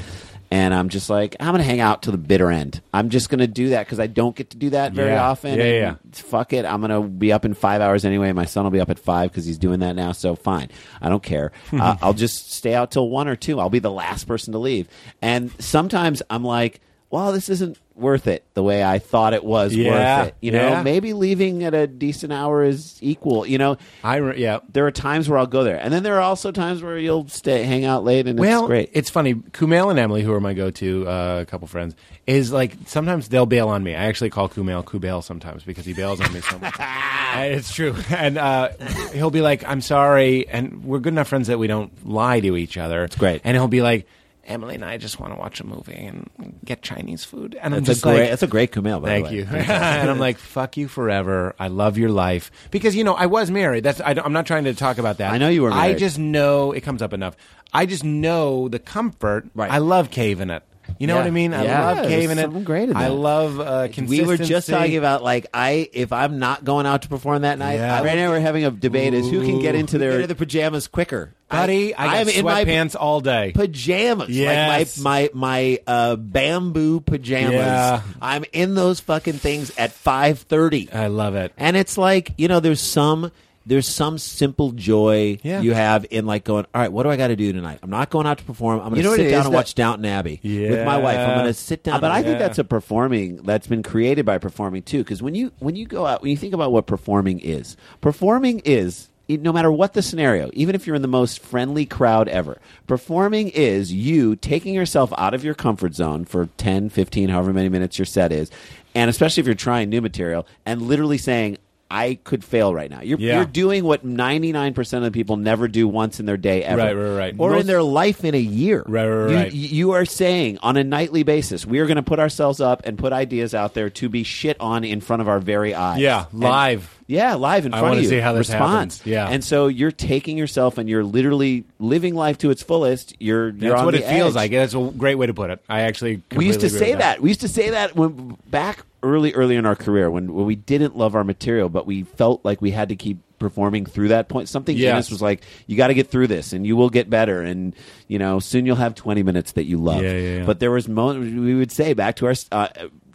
[SPEAKER 5] And I'm just like I'm gonna hang out to the bitter end. I'm just gonna do that because I don't get to do that very
[SPEAKER 4] Yeah.
[SPEAKER 5] often.
[SPEAKER 4] Yeah,
[SPEAKER 5] and
[SPEAKER 4] yeah.
[SPEAKER 5] fuck it. I'm gonna be up in five hours anyway. My son will be up at five because he's doing that now. So fine, I don't
[SPEAKER 4] [laughs]
[SPEAKER 5] care. uh, I'll just stay out till one or two. I'll be the last person to leave. And sometimes I'm like, well, this isn't worth it the way I thought it was
[SPEAKER 4] Yeah,
[SPEAKER 5] worth it. You know,
[SPEAKER 4] yeah.
[SPEAKER 5] maybe leaving at a decent hour is equal. You know,
[SPEAKER 4] I re- yeah.
[SPEAKER 5] there are times where I'll go there, and then there are also times where you'll stay, hang out late, and
[SPEAKER 4] Well,
[SPEAKER 5] it's great.
[SPEAKER 4] it's funny. Kumail and Emily, who are my go-to uh, couple friends, is like sometimes they'll bail on me. I actually call Kumail Kubail sometimes because he bails on me so
[SPEAKER 6] [laughs]
[SPEAKER 4] much. And it's true, and uh, he'll be like, "I'm sorry," and we're good enough friends that we don't lie to each other. It's
[SPEAKER 6] great.
[SPEAKER 4] And he'll be like, "Emily and I just want to watch a movie and get Chinese food," and I'm
[SPEAKER 6] that's a
[SPEAKER 4] just
[SPEAKER 6] great
[SPEAKER 4] like,
[SPEAKER 6] that's a great Kumail. By
[SPEAKER 4] Thank
[SPEAKER 6] the way.
[SPEAKER 4] you. [laughs] and I'm like, fuck you forever. I love your life because you know I was married. That's I, am not trying to talk about that.
[SPEAKER 5] I know you were
[SPEAKER 4] I
[SPEAKER 5] married.
[SPEAKER 4] just know it comes up enough. I just know the comfort.
[SPEAKER 6] Right.
[SPEAKER 4] I love caving it. You know
[SPEAKER 5] Yeah.
[SPEAKER 4] what I mean? I
[SPEAKER 5] Yeah,
[SPEAKER 4] love
[SPEAKER 5] there's
[SPEAKER 4] caving
[SPEAKER 5] something
[SPEAKER 4] it.
[SPEAKER 5] great in
[SPEAKER 4] I
[SPEAKER 5] that.
[SPEAKER 4] love uh,
[SPEAKER 5] We
[SPEAKER 4] consistency.
[SPEAKER 5] were just talking about like I if I'm not going out to perform that night.
[SPEAKER 4] Yeah.
[SPEAKER 5] I, right now we're having a debate is who can get into their
[SPEAKER 6] the pajamas quicker.
[SPEAKER 4] buddy. I,
[SPEAKER 5] I
[SPEAKER 4] got
[SPEAKER 5] am in my-
[SPEAKER 4] sweatpants all day.
[SPEAKER 5] pajamas.
[SPEAKER 4] Yes.
[SPEAKER 5] Like my my my uh, bamboo pajamas.
[SPEAKER 4] Yeah.
[SPEAKER 5] I'm in those fucking things at five thirty.
[SPEAKER 4] I love it.
[SPEAKER 5] And it's like, you know, there's some there's some simple joy
[SPEAKER 4] Yeah.
[SPEAKER 5] you have in like going, all right, what do I got to do tonight? I'm not going out to perform. I'm going to
[SPEAKER 6] You know what
[SPEAKER 5] sit
[SPEAKER 6] it
[SPEAKER 5] down
[SPEAKER 6] is
[SPEAKER 5] and
[SPEAKER 6] that- Uh,
[SPEAKER 5] watch Downton Abbey with my wife. I'm
[SPEAKER 4] Yeah.
[SPEAKER 5] going to sit down.
[SPEAKER 6] but I
[SPEAKER 4] Yeah.
[SPEAKER 6] think that's a performing that's been created by performing too. Because when you when you go out, when you think about what performing is, performing is e- no matter what the scenario, even if you're in the most friendly crowd ever, performing is you taking yourself out of your comfort zone for 10, 15, however many minutes your set is, and especially if you're trying new material, and literally saying. I could fail right now. You're,
[SPEAKER 4] Yeah.
[SPEAKER 6] you're doing what 99% of the people never do once in their day ever.
[SPEAKER 4] Right, right, right.
[SPEAKER 6] Or
[SPEAKER 4] Most-
[SPEAKER 6] in their life in a year.
[SPEAKER 4] Right, right,
[SPEAKER 6] You-
[SPEAKER 4] right.
[SPEAKER 6] y- you are saying on a nightly basis, we are going to put ourselves up and put ideas out there to be shit on in front of our very eyes.
[SPEAKER 4] Yeah,
[SPEAKER 6] And-
[SPEAKER 4] live.
[SPEAKER 6] yeah, live in
[SPEAKER 4] I
[SPEAKER 6] front
[SPEAKER 4] wanna
[SPEAKER 6] of you.
[SPEAKER 4] see how this
[SPEAKER 6] Response.
[SPEAKER 4] happens. Yeah.
[SPEAKER 6] and so you're taking yourself and you're literally living life to its fullest. You're you're
[SPEAKER 4] That's
[SPEAKER 6] on
[SPEAKER 4] what
[SPEAKER 6] the
[SPEAKER 4] it feels
[SPEAKER 6] edge.
[SPEAKER 4] like. That's a great way to put it. I actually
[SPEAKER 6] We used to
[SPEAKER 4] completely agree
[SPEAKER 6] say
[SPEAKER 4] with
[SPEAKER 6] that. We used to say that when back early, early in our career when, when we didn't love our material, but we felt like we had to keep performing through that point. Something in
[SPEAKER 4] Yes.
[SPEAKER 6] us was like, you got to get through this, and you will get better, and you know, soon you'll have twenty minutes that you love.
[SPEAKER 4] Yeah, yeah, yeah.
[SPEAKER 6] But there was moments we would say back to our uh,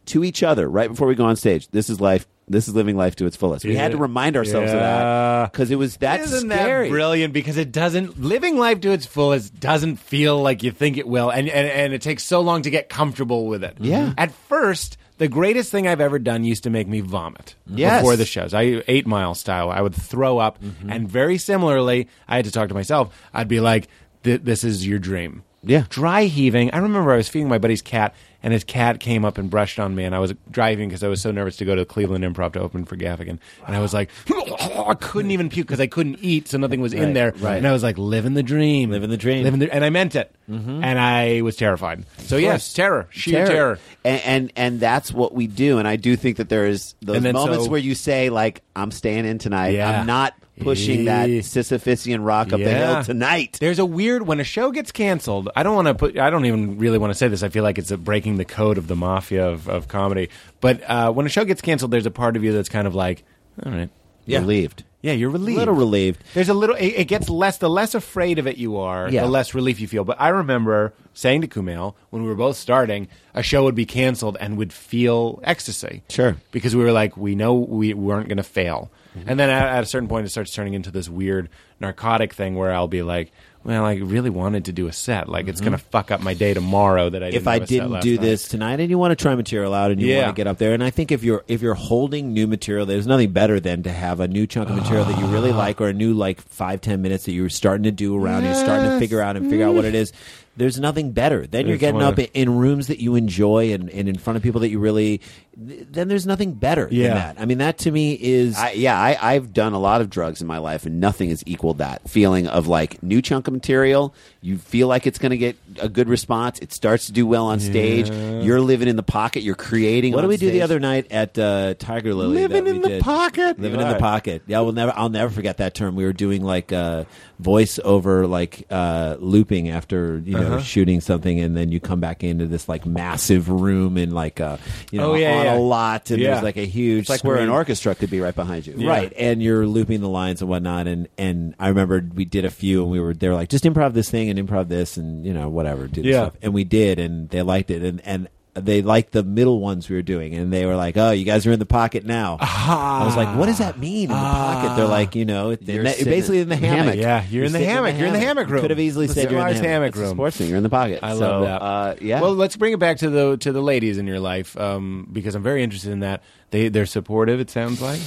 [SPEAKER 6] to each other right before we go on stage. This is life. This is living life to its fullest. We had to
[SPEAKER 4] Yeah.
[SPEAKER 6] remind ourselves of
[SPEAKER 4] Yeah.
[SPEAKER 6] that because it was that
[SPEAKER 4] Isn't
[SPEAKER 6] scary.
[SPEAKER 4] that brilliant? Because it doesn't living life to its fullest doesn't feel like you think it will, and and, and it takes so long to get comfortable with it.
[SPEAKER 6] Yeah.
[SPEAKER 4] At first, the greatest thing I've ever done used to make me vomit
[SPEAKER 6] Yes.
[SPEAKER 4] before the shows. I eight mile style. I would throw up,
[SPEAKER 6] Mm-hmm.
[SPEAKER 4] and very similarly, I had to talk to myself. I'd be like, "Th- "This is your dream."
[SPEAKER 6] Yeah.
[SPEAKER 4] Dry heaving. I remember I was feeding my buddy's cat, and his cat came up and brushed on me, and I was driving because I was so nervous to go to the Cleveland Improv to open for Gaffigan, and I was like, [laughs] I couldn't even puke because I couldn't eat, so nothing was in there,
[SPEAKER 6] right.
[SPEAKER 4] and I was like, living the dream,
[SPEAKER 6] Living the dream. Mm-hmm.
[SPEAKER 4] living the, and I meant it, and I was terrified. So yes, terror, sheer terror.
[SPEAKER 6] And, and and that's what we do. And I do think that there is those
[SPEAKER 4] And then
[SPEAKER 6] moments
[SPEAKER 4] so-
[SPEAKER 6] where you say like, "I'm staying in tonight.
[SPEAKER 4] Yeah.
[SPEAKER 6] I'm not pushing that
[SPEAKER 4] Yeah.
[SPEAKER 6] Sisyphusian rock up the
[SPEAKER 4] Yeah.
[SPEAKER 6] hill tonight."
[SPEAKER 4] There's a weird when a show gets canceled. I don't want to put. I don't even really want to say this. I feel like it's a breaking the code of the mafia of, of comedy. But uh, when a show gets canceled, there's a part of you that's kind of like, all right,
[SPEAKER 6] Relieved,
[SPEAKER 4] yeah, you're relieved.
[SPEAKER 6] a little relieved.
[SPEAKER 4] There's a little. It, it gets less. The less afraid of it you are,
[SPEAKER 6] Yeah.
[SPEAKER 4] the less relief you feel. But I remember saying to Kumail when we were both starting, a show would be canceled and would feel ecstasy.
[SPEAKER 6] Sure. Mm-hmm.
[SPEAKER 4] because we were like, we know we weren't going to fail. And then at, at a certain point, it starts turning into this weird narcotic thing where I'll be like, well, I really wanted to do a set. Like it's going to fuck up my day tomorrow that I didn't
[SPEAKER 6] Mm-hmm. if I
[SPEAKER 4] have a set
[SPEAKER 6] didn't
[SPEAKER 4] last
[SPEAKER 6] do
[SPEAKER 4] night.
[SPEAKER 6] this tonight and you want to try material out and you
[SPEAKER 4] Yeah.
[SPEAKER 6] want to get up there and I think if you're if you're holding new material there's nothing better than to have a new chunk of material that you really
[SPEAKER 4] Ah.
[SPEAKER 6] like or a new like five ten minutes that you're starting to do around and you're starting to figure out and figure
[SPEAKER 4] Mm.
[SPEAKER 6] out what it is there's nothing better then you're
[SPEAKER 4] It's
[SPEAKER 6] getting up
[SPEAKER 4] wonder-
[SPEAKER 6] in rooms that you enjoy and, and in front of people that you really th- then there's nothing better
[SPEAKER 4] Yeah.
[SPEAKER 6] than that I mean that to me is
[SPEAKER 5] I, yeah, I, I've done a lot of drugs in my life, and nothing has equaled that feeling of like new chunk of material. You feel like it's going to get a good response. It starts to do well on stage. You're living in the pocket. You're creating.
[SPEAKER 6] What
[SPEAKER 5] on
[SPEAKER 6] did we do the
[SPEAKER 5] stage.
[SPEAKER 6] other night at uh, Tiger Lily?
[SPEAKER 4] Living
[SPEAKER 6] that we
[SPEAKER 4] in the
[SPEAKER 6] did?
[SPEAKER 4] pocket.
[SPEAKER 6] Living
[SPEAKER 4] You
[SPEAKER 6] in the
[SPEAKER 4] are.
[SPEAKER 6] pocket. Yeah, we'll never. I'll never forget that term. We were doing like uh, voice over, like uh, looping after you
[SPEAKER 5] Uh-huh.
[SPEAKER 6] know shooting something, and then you come back into this like massive room and like uh, you know
[SPEAKER 4] Oh, yeah,
[SPEAKER 6] on
[SPEAKER 4] yeah.
[SPEAKER 6] a lot, and
[SPEAKER 4] Yeah.
[SPEAKER 6] there's like a huge
[SPEAKER 5] It's like where an
[SPEAKER 6] screen.
[SPEAKER 5] orchestra could be right behind you.
[SPEAKER 6] Right, and you're looping the lines and whatnot, and and I remember we did a few, and we were they were like just improv this thing and improv this, and you know whatever, do this
[SPEAKER 4] Yeah.
[SPEAKER 6] stuff, and we did, and they liked it, and and they liked the middle ones we were doing, and they were like, oh, you guys are in the pocket now. I was like, what does that mean in the pocket? They're like, you know, it-
[SPEAKER 5] You're
[SPEAKER 6] in that-
[SPEAKER 5] sitting
[SPEAKER 6] basically in the
[SPEAKER 5] in the
[SPEAKER 6] hammock.
[SPEAKER 5] hammock.
[SPEAKER 4] Ah. Yeah, you're, in the
[SPEAKER 6] sitting
[SPEAKER 4] hammock. You're in the hammock room.
[SPEAKER 6] Could have easily
[SPEAKER 4] The
[SPEAKER 6] said you're in the
[SPEAKER 4] civilized
[SPEAKER 6] hammock.
[SPEAKER 4] hammock room.
[SPEAKER 5] Sports thing. You're in the pocket.
[SPEAKER 4] I
[SPEAKER 5] So,
[SPEAKER 4] love that.
[SPEAKER 5] Uh, yeah.
[SPEAKER 4] Well, let's bring it back to the to the ladies in your life um, because I'm very interested in that. They they're supportive. It sounds like.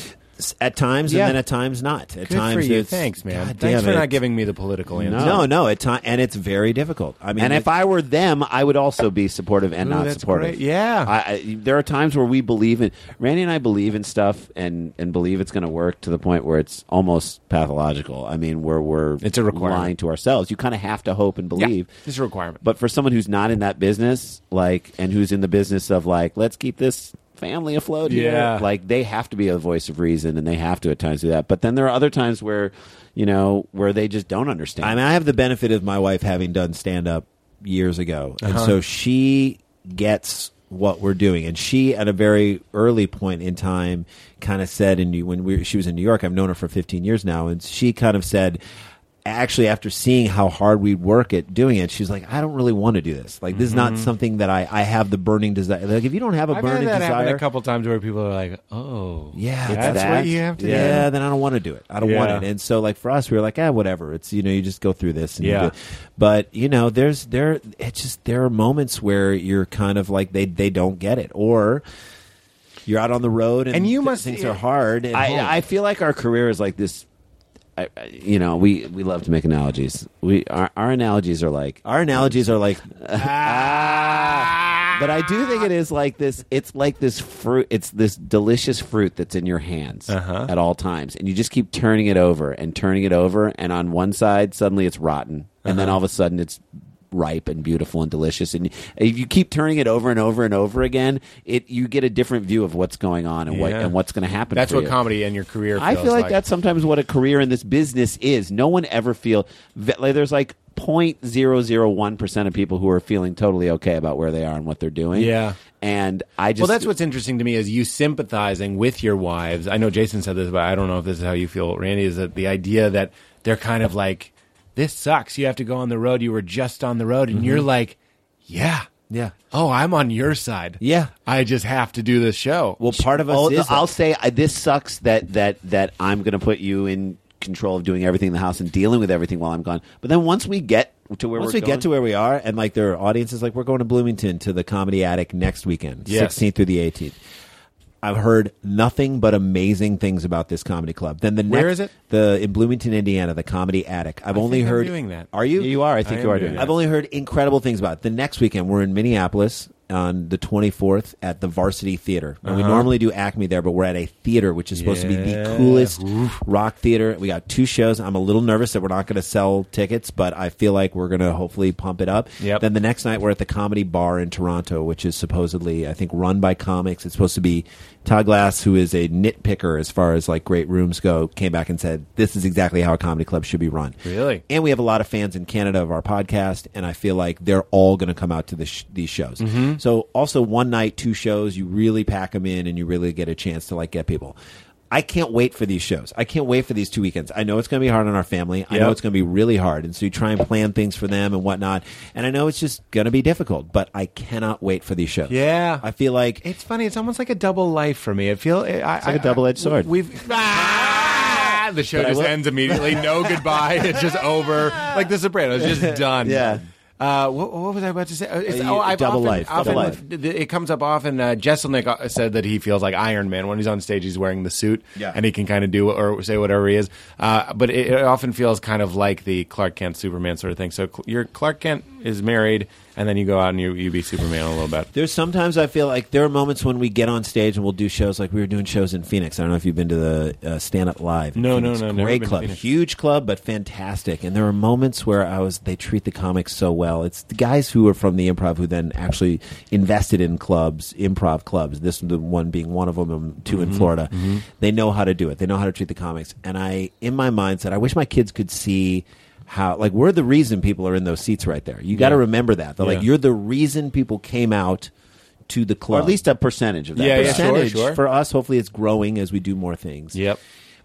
[SPEAKER 6] At times,
[SPEAKER 4] Yeah.
[SPEAKER 6] and then at times not. At
[SPEAKER 4] Good
[SPEAKER 6] times,
[SPEAKER 4] for you.
[SPEAKER 6] it's-
[SPEAKER 4] Thanks, man.
[SPEAKER 6] God
[SPEAKER 4] Thanks
[SPEAKER 6] damn
[SPEAKER 4] for
[SPEAKER 6] it.
[SPEAKER 4] not giving me the political answer.
[SPEAKER 6] No, no. At time, and it's very difficult. I mean,
[SPEAKER 5] and
[SPEAKER 6] it-
[SPEAKER 5] if I were them, I would also be supportive and
[SPEAKER 4] Ooh,
[SPEAKER 5] not
[SPEAKER 4] that's
[SPEAKER 5] supportive.
[SPEAKER 4] great. Yeah.
[SPEAKER 5] I, I, there are times where we believe in Randy and I believe in stuff and and believe it's going to work to the point where it's almost pathological. I mean, where we're
[SPEAKER 4] It's a requirement.
[SPEAKER 5] lying to ourselves. You kind of have to hope and
[SPEAKER 4] Yeah,
[SPEAKER 5] believe.
[SPEAKER 4] it's a requirement.
[SPEAKER 5] But for someone who's not in that business, like, and who's in the business of like, let's keep this family afloat here.
[SPEAKER 4] Yeah.
[SPEAKER 5] Like, they have to be a voice of reason, and they have to at times do that. But then there are other times where, you know, where they just don't understand.
[SPEAKER 6] I mean, I have the benefit of my wife having done stand up years ago, and
[SPEAKER 4] Uh-huh.
[SPEAKER 6] so she gets what we're doing. And she, at a very early point in time, kind of said, and when we, she was in New York, I've known her for 15 years now, and she kind of said. Actually, after seeing how hard we work at doing it, she's like, "I don't really want to do this. Like, this is not something that I, I have the burning desire. Like, if you don't have a
[SPEAKER 4] Mm-hmm. I've
[SPEAKER 6] burning
[SPEAKER 4] had that happen
[SPEAKER 6] desire,
[SPEAKER 4] a couple times where people are like, "Oh,
[SPEAKER 6] yeah,
[SPEAKER 4] that's what you have to
[SPEAKER 6] yeah,
[SPEAKER 4] do."
[SPEAKER 6] then I don't want to do it. I don't
[SPEAKER 4] Yeah.
[SPEAKER 6] want it. And so, like for us, we were like, ah, whatever. It's you know, you just go through this. And you
[SPEAKER 4] Yeah.
[SPEAKER 6] do it. But you know, there's there. It's just there are moments where you're kind of like they they don't get it, or you're out on the road and,
[SPEAKER 4] And you
[SPEAKER 6] th-
[SPEAKER 4] must-
[SPEAKER 6] things are hard. at home.
[SPEAKER 5] I, I feel like our career is like this. I, I- you know, we, we love to make analogies. We our, our analogies are like
[SPEAKER 6] our analogies are like
[SPEAKER 5] But I do think it is like this. It's like this fruit. It's this delicious fruit that's in your hands
[SPEAKER 4] Uh-huh.
[SPEAKER 5] at all times, and you just keep turning it over and turning it over. And on one side, suddenly it's rotten, and
[SPEAKER 4] Uh-huh.
[SPEAKER 5] then all of a sudden it's ripe and beautiful and delicious. And if you keep turning it over and over and over again, it you get a different view of what's going on and what
[SPEAKER 4] Yeah.
[SPEAKER 5] and what's going to happen.
[SPEAKER 4] That's
[SPEAKER 5] for
[SPEAKER 4] what
[SPEAKER 5] you.
[SPEAKER 4] comedy and your career.
[SPEAKER 5] I
[SPEAKER 4] feels
[SPEAKER 5] feel like, that's sometimes what a career in this business is. No one ever feel ve- like there's like 0.001 percent of people who are feeling totally okay about where they are and what they're doing.
[SPEAKER 4] Yeah.
[SPEAKER 5] and I just
[SPEAKER 4] well, that's what's interesting to me is you sympathizing with your wives. I know Jason said this, but I don't know if this is how you feel, Randy. Is that the idea that they're kind of like, "This sucks. You have to go on the road. You were just on the road, and you're like, yeah,
[SPEAKER 6] Mm-hmm. yeah.
[SPEAKER 4] oh, I'm on your side.
[SPEAKER 6] Yeah.
[SPEAKER 4] I just have to do this show.
[SPEAKER 6] Well, part of us
[SPEAKER 5] Oh,
[SPEAKER 6] is that.
[SPEAKER 5] I'll say I, this sucks that that that I'm going to put you in control of doing everything in the house and dealing with everything while I'm gone. But then once we get to where
[SPEAKER 6] Once
[SPEAKER 5] we're
[SPEAKER 6] we
[SPEAKER 5] going-
[SPEAKER 6] get to where we are, and like there are audiences, like we're going to Bloomington to the Comedy Attic next weekend,
[SPEAKER 4] Yes.
[SPEAKER 6] 16th through the 18th. I've heard nothing but amazing things about this comedy club. Then the next,
[SPEAKER 4] Where is it?
[SPEAKER 6] The in Bloomington, Indiana, the Comedy Attic. I've only
[SPEAKER 4] think I'm
[SPEAKER 6] heard
[SPEAKER 4] doing that.
[SPEAKER 6] Are you?
[SPEAKER 5] Yeah, you are. I think
[SPEAKER 4] I
[SPEAKER 5] you
[SPEAKER 4] am
[SPEAKER 5] are
[SPEAKER 4] doing
[SPEAKER 5] doing
[SPEAKER 4] that.
[SPEAKER 5] it.
[SPEAKER 6] I've only heard incredible things about it. The next weekend, we're in Minneapolis on the 24th at the Varsity Theater. And We normally do Acme there, but we're at a theater, which is supposed to be the
[SPEAKER 4] Uh-huh. Yeah.
[SPEAKER 6] coolest rock theater. We got two shows. I'm a little nervous that we're not going to sell tickets, but I feel like we're going to hopefully pump it up.
[SPEAKER 4] Yep.
[SPEAKER 6] Then the next night, we're at the Comedy Bar in Toronto, which is supposedly, I think, run by comics. It's supposed to be Todd Glass, who is a nitpicker as far as like great rooms go, came back and said, This is exactly how a comedy club should be run.
[SPEAKER 4] Really?
[SPEAKER 6] And we have a lot of fans in Canada of our podcast, and I feel like they're all going to come out to the sh- these shows.
[SPEAKER 4] Mm-hmm.
[SPEAKER 6] So, also one night, two shows, you really pack them in, and you really get a chance to like get people. I can't wait for these shows. I can't wait for these two weekends. I know it's going to be hard on our family. I know
[SPEAKER 4] Yep.
[SPEAKER 6] it's going to be really hard, and so you try and plan things for them and whatnot. And I know it's just going to be difficult, but I cannot wait for these shows.
[SPEAKER 4] Yeah.
[SPEAKER 6] I feel like
[SPEAKER 4] it's funny. It's almost like a double life for me. It feel I, I,
[SPEAKER 5] like a double-edged
[SPEAKER 4] I-
[SPEAKER 5] sword.
[SPEAKER 4] We've [laughs] Ah! the show
[SPEAKER 5] I
[SPEAKER 4] just
[SPEAKER 5] will-
[SPEAKER 4] ends immediately. [laughs] No goodbye. It's just over. Like The Sopranos, just done.
[SPEAKER 5] Yeah.
[SPEAKER 4] Uh, what, what was I about to say? Uh, It's,
[SPEAKER 6] Uh, you-
[SPEAKER 4] oh, I've
[SPEAKER 6] double
[SPEAKER 4] often,
[SPEAKER 6] life, double
[SPEAKER 4] often-
[SPEAKER 6] life.
[SPEAKER 4] th- It comes up often. Uh, Jesselnick uh, said that he feels like Iron Man when he's on stage. He's wearing the suit,
[SPEAKER 6] Yeah.
[SPEAKER 4] and he can kind of do or say whatever he is. Uh, but it, it often feels kind of like the Clark Kent Superman sort of thing. So Cl- your Clark Kent is married, and then you go out and you, you be Superman a little bit.
[SPEAKER 6] There's sometimes I feel like there are moments when we get on stage and we'll do shows like we were doing shows in Phoenix. I don't know if you've been to the uh, Stand Up Live. in
[SPEAKER 4] No, no,
[SPEAKER 6] Phoenix.
[SPEAKER 4] no, never
[SPEAKER 6] Great
[SPEAKER 4] been to
[SPEAKER 6] club,
[SPEAKER 4] Phoenix.
[SPEAKER 6] huge club, but fantastic. And there are moments where I was they treat the comics so well. It's the guys who are from the improv who then actually invested in clubs, improv clubs. This the one being one of them, and 2
[SPEAKER 4] Mm-hmm.
[SPEAKER 6] in Florida. They know how to do it. They know how to treat the comics. And I, in my mind, said, I wish my kids could see. How like we're the reason people are in those seats right there. You got to remember that. They're like
[SPEAKER 4] Yeah.
[SPEAKER 6] you're the reason people came out to the
[SPEAKER 5] or
[SPEAKER 6] club,
[SPEAKER 5] at least a percentage of that.
[SPEAKER 4] Yeah, yeah,
[SPEAKER 5] percentage.
[SPEAKER 4] sure,
[SPEAKER 6] percentage
[SPEAKER 4] sure.
[SPEAKER 6] for us. Hopefully, it's growing as we do more things.
[SPEAKER 4] Yep.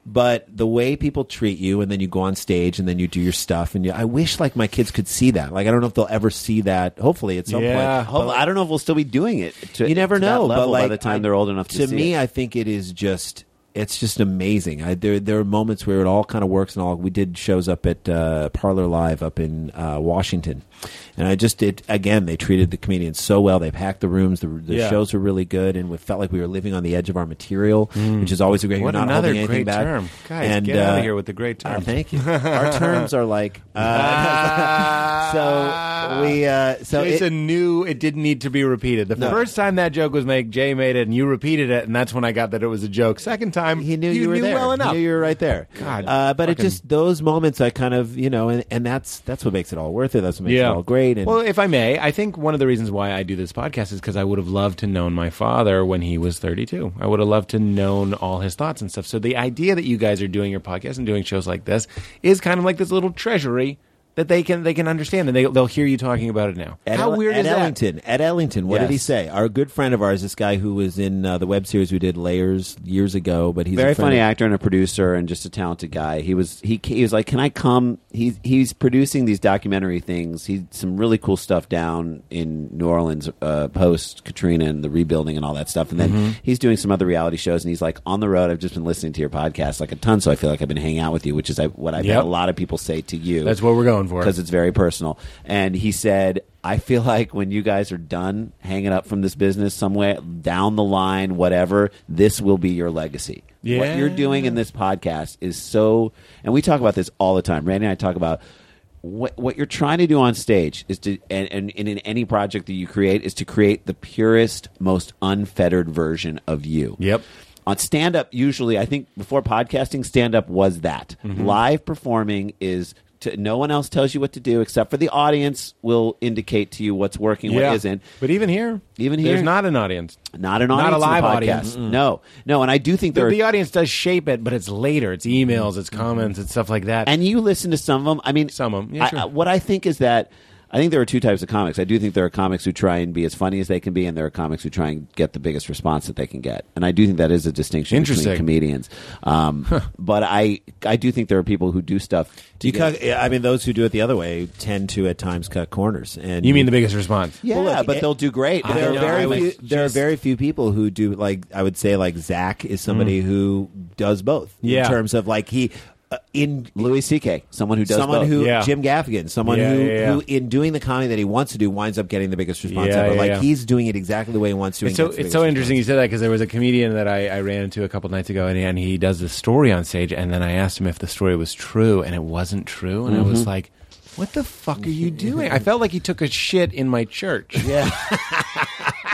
[SPEAKER 6] But the way people treat you, and then you go on stage, and then you do your stuff, and you, I wish like my kids could see that. Like I don't know if they'll ever see that. Hopefully, at some
[SPEAKER 4] Yeah.
[SPEAKER 6] point, But,
[SPEAKER 5] Hopefully-
[SPEAKER 6] like,
[SPEAKER 5] I don't know if we'll still be doing it. To,
[SPEAKER 6] you never
[SPEAKER 5] to that
[SPEAKER 6] know.
[SPEAKER 5] level
[SPEAKER 6] but like
[SPEAKER 5] by the time
[SPEAKER 6] I-
[SPEAKER 5] they're old enough to,
[SPEAKER 6] to
[SPEAKER 5] see
[SPEAKER 6] me,
[SPEAKER 5] it.
[SPEAKER 6] I think it is just it's just amazing. I, there there are moments where it all kind of works and all. We did shows up at uh, Parlor Live up in uh, Washington, and I just did again. They treated the comedians so well. They packed the rooms. The, the
[SPEAKER 4] Yeah.
[SPEAKER 6] shows were really good, and we felt like we were living on the edge of our material, which is always a great.
[SPEAKER 4] What
[SPEAKER 6] you're not
[SPEAKER 4] another
[SPEAKER 6] holding anything
[SPEAKER 4] great
[SPEAKER 6] back.
[SPEAKER 4] term. Guys,
[SPEAKER 6] and,
[SPEAKER 4] get out
[SPEAKER 6] uh,
[SPEAKER 4] of
[SPEAKER 6] [laughs]
[SPEAKER 4] here with the great
[SPEAKER 6] uh,
[SPEAKER 4] term.
[SPEAKER 6] thank you. Our terms
[SPEAKER 4] [laughs]
[SPEAKER 6] are like uh, so. We uh, so it-
[SPEAKER 4] Jason knew it didn't need to be repeated. The first time that joke was made, Jay made it, and you repeated it, and that's when I got that it was a joke. Second time,
[SPEAKER 6] he knew you, were there.
[SPEAKER 4] well enough.
[SPEAKER 6] He knew you were right there.
[SPEAKER 4] God,
[SPEAKER 6] uh, but it
[SPEAKER 4] fucking-
[SPEAKER 6] just those moments I kind of you know, and, and that's that's what makes it all worth it. That's what makes it all great. And
[SPEAKER 4] well, if I may, I think one of the reasons why I do this podcast is because I would have loved to known my father when he was 32. I would have loved to known all his thoughts and stuff. So the idea that you guys are doing your podcast and doing shows like this is kind of like this little treasury that they can they can understand and they they'll hear you talking about it now.
[SPEAKER 6] At
[SPEAKER 4] How
[SPEAKER 6] El-
[SPEAKER 4] weird
[SPEAKER 6] at
[SPEAKER 4] is that?
[SPEAKER 6] Ellington, At Ellington, what did he
[SPEAKER 4] Yes.
[SPEAKER 6] say? Our good friend of ours, this guy who was in uh, the web series we did Layers years ago, but he's
[SPEAKER 5] very
[SPEAKER 6] a friend
[SPEAKER 5] funny
[SPEAKER 6] of-
[SPEAKER 5] actor and a producer and just a talented guy. He was he he was like, "Can I come?" He's he's producing these documentary things. He some really cool stuff down in New Orleans uh, post Katrina and the rebuilding and all that stuff. And then
[SPEAKER 6] Mm-hmm.
[SPEAKER 5] he's doing some other reality shows. And he's like, "On the road, I've just been listening to your podcast like a ton, so I feel like I've been hanging out with you," which is I, what I've
[SPEAKER 4] Yep.
[SPEAKER 5] had a lot of people say to you.
[SPEAKER 4] That's what we're going for.
[SPEAKER 5] because it's very personal. And he said, I feel like when you guys are done hanging up from this business somewhere down the line, whatever, this will be your legacy.
[SPEAKER 4] Yeah.
[SPEAKER 5] What you're doing in this podcast is so, and we talk about this all the time. Randy and I talk about what, what you're trying to do on stage is to, and, and, and in any project that you create, is to create the purest, most unfettered version of you
[SPEAKER 4] Yep.
[SPEAKER 5] on stand up usually i think before podcasting stand up was that
[SPEAKER 4] Mm-hmm.
[SPEAKER 5] live performing is to, no one else tells you what to do except for the audience will indicate to you what's working
[SPEAKER 4] Yeah.
[SPEAKER 5] what isn't
[SPEAKER 4] But even here,
[SPEAKER 5] Even here-
[SPEAKER 4] there's not an audience.
[SPEAKER 5] not an
[SPEAKER 4] Not a
[SPEAKER 5] audience
[SPEAKER 4] live
[SPEAKER 5] in the podcast
[SPEAKER 4] audience.
[SPEAKER 5] no no and i do think there
[SPEAKER 4] The,
[SPEAKER 5] are
[SPEAKER 4] the audience does shape it, but it's later. It's emails, it's comments, it's stuff like that.
[SPEAKER 5] And you listen to some of them. I mean,
[SPEAKER 4] Some of 'em. Yeah,
[SPEAKER 5] I-
[SPEAKER 4] sure.
[SPEAKER 5] I- what I think is that I think there are two types of comics. I do think there are comics who try and be as funny as they can be, and there are comics who try and get the biggest response that they can get. And I do think that is a distinction
[SPEAKER 4] Interesting.
[SPEAKER 5] between comedians. Um, but I I do think there are people who do stuff.
[SPEAKER 6] Do you cut, I mean, those who do it the other way tend to at times cut corners. And
[SPEAKER 4] you mean the biggest response?
[SPEAKER 5] Yeah,
[SPEAKER 6] Well, look,
[SPEAKER 5] but
[SPEAKER 6] it-
[SPEAKER 5] they'll do great. But they'll
[SPEAKER 6] there are
[SPEAKER 5] do
[SPEAKER 6] very
[SPEAKER 5] great.
[SPEAKER 6] few, there are very few people who do like I would say like Zach is somebody who does both
[SPEAKER 4] Yeah.
[SPEAKER 6] in terms of like he uh, in
[SPEAKER 5] Louis C.K. Someone who does
[SPEAKER 6] someone
[SPEAKER 5] both.
[SPEAKER 6] who
[SPEAKER 4] Yeah.
[SPEAKER 6] Jim Gaffigan, someone
[SPEAKER 4] Yeah,
[SPEAKER 6] who,
[SPEAKER 4] yeah, yeah.
[SPEAKER 6] who in doing the comedy that he wants to do winds up getting the biggest response.
[SPEAKER 4] Yeah,
[SPEAKER 6] ever.
[SPEAKER 4] yeah,
[SPEAKER 6] like
[SPEAKER 4] yeah.
[SPEAKER 6] he's doing it exactly the way he wants to.
[SPEAKER 4] It's
[SPEAKER 6] and
[SPEAKER 4] so
[SPEAKER 6] gets the
[SPEAKER 4] it's so
[SPEAKER 6] biggest
[SPEAKER 4] interesting you
[SPEAKER 6] response.
[SPEAKER 4] said that because there was a comedian that I, I ran into a couple nights ago and, and he does this story on stage and then I asked him if the story was true and it wasn't true and I
[SPEAKER 6] Mm-hmm.
[SPEAKER 4] was like, "What the fuck are
[SPEAKER 6] [laughs]
[SPEAKER 4] you doing?" I felt like he took a shit in my church. Yeah, [laughs]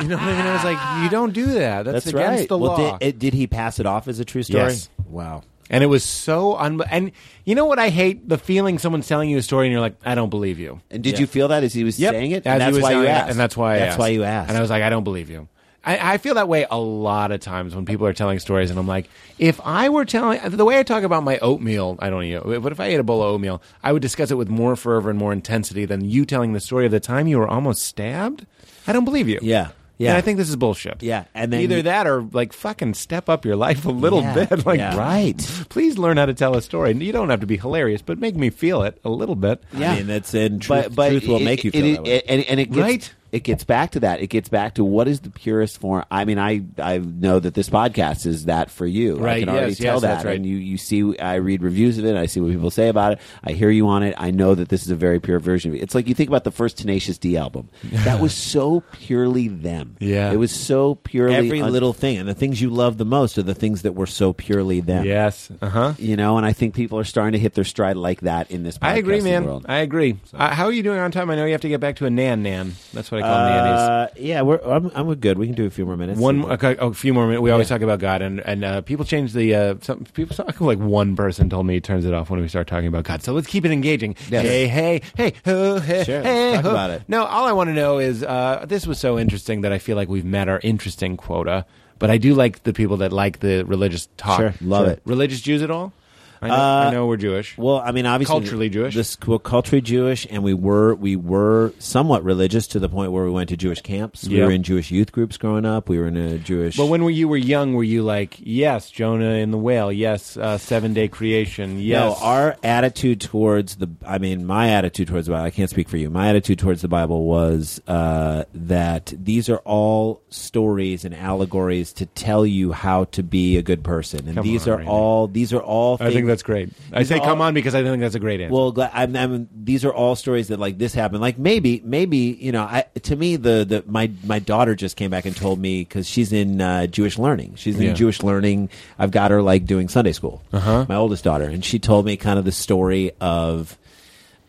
[SPEAKER 4] you know what I mean. I was like, "You don't do that. That's,
[SPEAKER 5] That's
[SPEAKER 4] against
[SPEAKER 5] right.
[SPEAKER 4] the
[SPEAKER 6] Well,
[SPEAKER 4] law."
[SPEAKER 6] did, it, did he pass it off as a true story?
[SPEAKER 4] Yes.
[SPEAKER 6] Wow.
[SPEAKER 4] and it was so un. And you know what I hate the feeling someone's telling you a story and you're like, "I don't believe you."
[SPEAKER 5] And did you feel that as he was
[SPEAKER 4] Yep.
[SPEAKER 5] saying it?
[SPEAKER 4] As
[SPEAKER 5] and
[SPEAKER 4] he
[SPEAKER 5] that's
[SPEAKER 4] was
[SPEAKER 5] why you
[SPEAKER 4] saying it,
[SPEAKER 5] asked.
[SPEAKER 4] and that's why I
[SPEAKER 6] That's
[SPEAKER 4] asked.
[SPEAKER 6] why you asked.
[SPEAKER 4] And I was like, I don't believe you. I, I feel that way a lot of times when people are telling stories, and I'm like, if I were telling the way I talk about my oatmeal, I don't eat. oat- But if I ate a bowl of oatmeal, I would discuss it with more fervor and more intensity than you telling the story of the time you were almost stabbed. I don't believe you.
[SPEAKER 6] Yeah. Yeah.
[SPEAKER 4] And I think this is bullshit.
[SPEAKER 6] Yeah. And then
[SPEAKER 4] either
[SPEAKER 6] you-
[SPEAKER 4] that or like fucking step up your life a little
[SPEAKER 6] Yeah.
[SPEAKER 4] bit. [laughs] Like
[SPEAKER 6] Yeah. Right.
[SPEAKER 4] Please learn how to tell a story. You don't have to be hilarious, but make me feel it a little bit.
[SPEAKER 5] Yeah.
[SPEAKER 6] I mean, that's in truth, truth will
[SPEAKER 5] it-
[SPEAKER 6] make you
[SPEAKER 5] it-
[SPEAKER 6] feel
[SPEAKER 5] it-
[SPEAKER 6] that way.
[SPEAKER 5] it- and, and it gets,
[SPEAKER 4] Right?
[SPEAKER 5] It gets back to that. It gets back to what is the purest form. I mean, I I know that this podcast is that for you.
[SPEAKER 4] Right,
[SPEAKER 5] I can already
[SPEAKER 4] yes,
[SPEAKER 5] tell
[SPEAKER 4] yes,
[SPEAKER 5] that.
[SPEAKER 4] that's right.
[SPEAKER 5] And you you see, I read reviews of it. I see what people say about it. I hear you on it. I know that this is a very pure version of it. It's like you think about the first Tenacious D album. that
[SPEAKER 4] [laughs]
[SPEAKER 5] was so purely them.
[SPEAKER 4] Yeah.
[SPEAKER 5] it was so purely
[SPEAKER 6] Every
[SPEAKER 5] un-
[SPEAKER 6] little thing, and the things you love the most are the things that were so purely them.
[SPEAKER 4] Yes. Uh huh.
[SPEAKER 5] You know, and I think people are starting to hit their stride like that in this.
[SPEAKER 4] I agree,
[SPEAKER 5] podcasting
[SPEAKER 4] man.
[SPEAKER 5] World.
[SPEAKER 4] I agree. Uh, how are you doing on time? I know you have to get back to a nan nan. That's what I call nannies.
[SPEAKER 6] Uh, yeah, we're I'm, I'm good. We can do a few more minutes.
[SPEAKER 4] One okay, oh, a few more minutes. We always talk about God, and and uh, people change the uh, some [laughs] people talk like one person told me he turns it off when we start talking about God. So let's keep it engaging. Hey, hey, hey, ho, hey,
[SPEAKER 6] Sure, let's
[SPEAKER 4] hey,
[SPEAKER 6] talk
[SPEAKER 4] ho.
[SPEAKER 6] about it.
[SPEAKER 4] No, all I want to know is uh, this was so interesting that I feel like we've met our interesting quota. But I do like the people that like the religious talk.
[SPEAKER 6] Sure, love it. Uh,
[SPEAKER 4] Religious Jews at all? I know, I know we're Jewish.
[SPEAKER 6] Well, I mean, obviously,
[SPEAKER 4] Culturally Jewish.
[SPEAKER 6] This we're culturally Jewish, and we were we were somewhat religious to the point where we went to Jewish camps. We
[SPEAKER 4] Yeah.
[SPEAKER 6] were in Jewish youth groups growing up. We were in a Jewish.
[SPEAKER 4] But when were you were young, were you like, yes, Jonah and the whale, yes, uh, seven day creation, yes,
[SPEAKER 6] No, our attitude towards the. I mean, my attitude towards the Bible. I can't speak for you. My attitude towards the Bible was uh, that these are all stories and allegories to tell you how to be a good person, and
[SPEAKER 4] Come
[SPEAKER 6] these
[SPEAKER 4] on,
[SPEAKER 6] are
[SPEAKER 4] Randy.
[SPEAKER 6] all. These are all.
[SPEAKER 4] I think
[SPEAKER 6] things-
[SPEAKER 4] that's great. I
[SPEAKER 6] These
[SPEAKER 4] say
[SPEAKER 6] are
[SPEAKER 4] come
[SPEAKER 6] all-
[SPEAKER 4] on because I think that's a great answer.
[SPEAKER 6] Well, gla- I'm, I'm, these are all stories that like this happened. Like maybe, maybe you know, I, to me, the, the my my daughter just came back and told me because she's in uh, Jewish learning. She's in
[SPEAKER 4] Yeah.
[SPEAKER 6] Jewish learning. I've got her like doing Sunday school. Uh-huh. My oldest daughter, and she told me kind of the story of.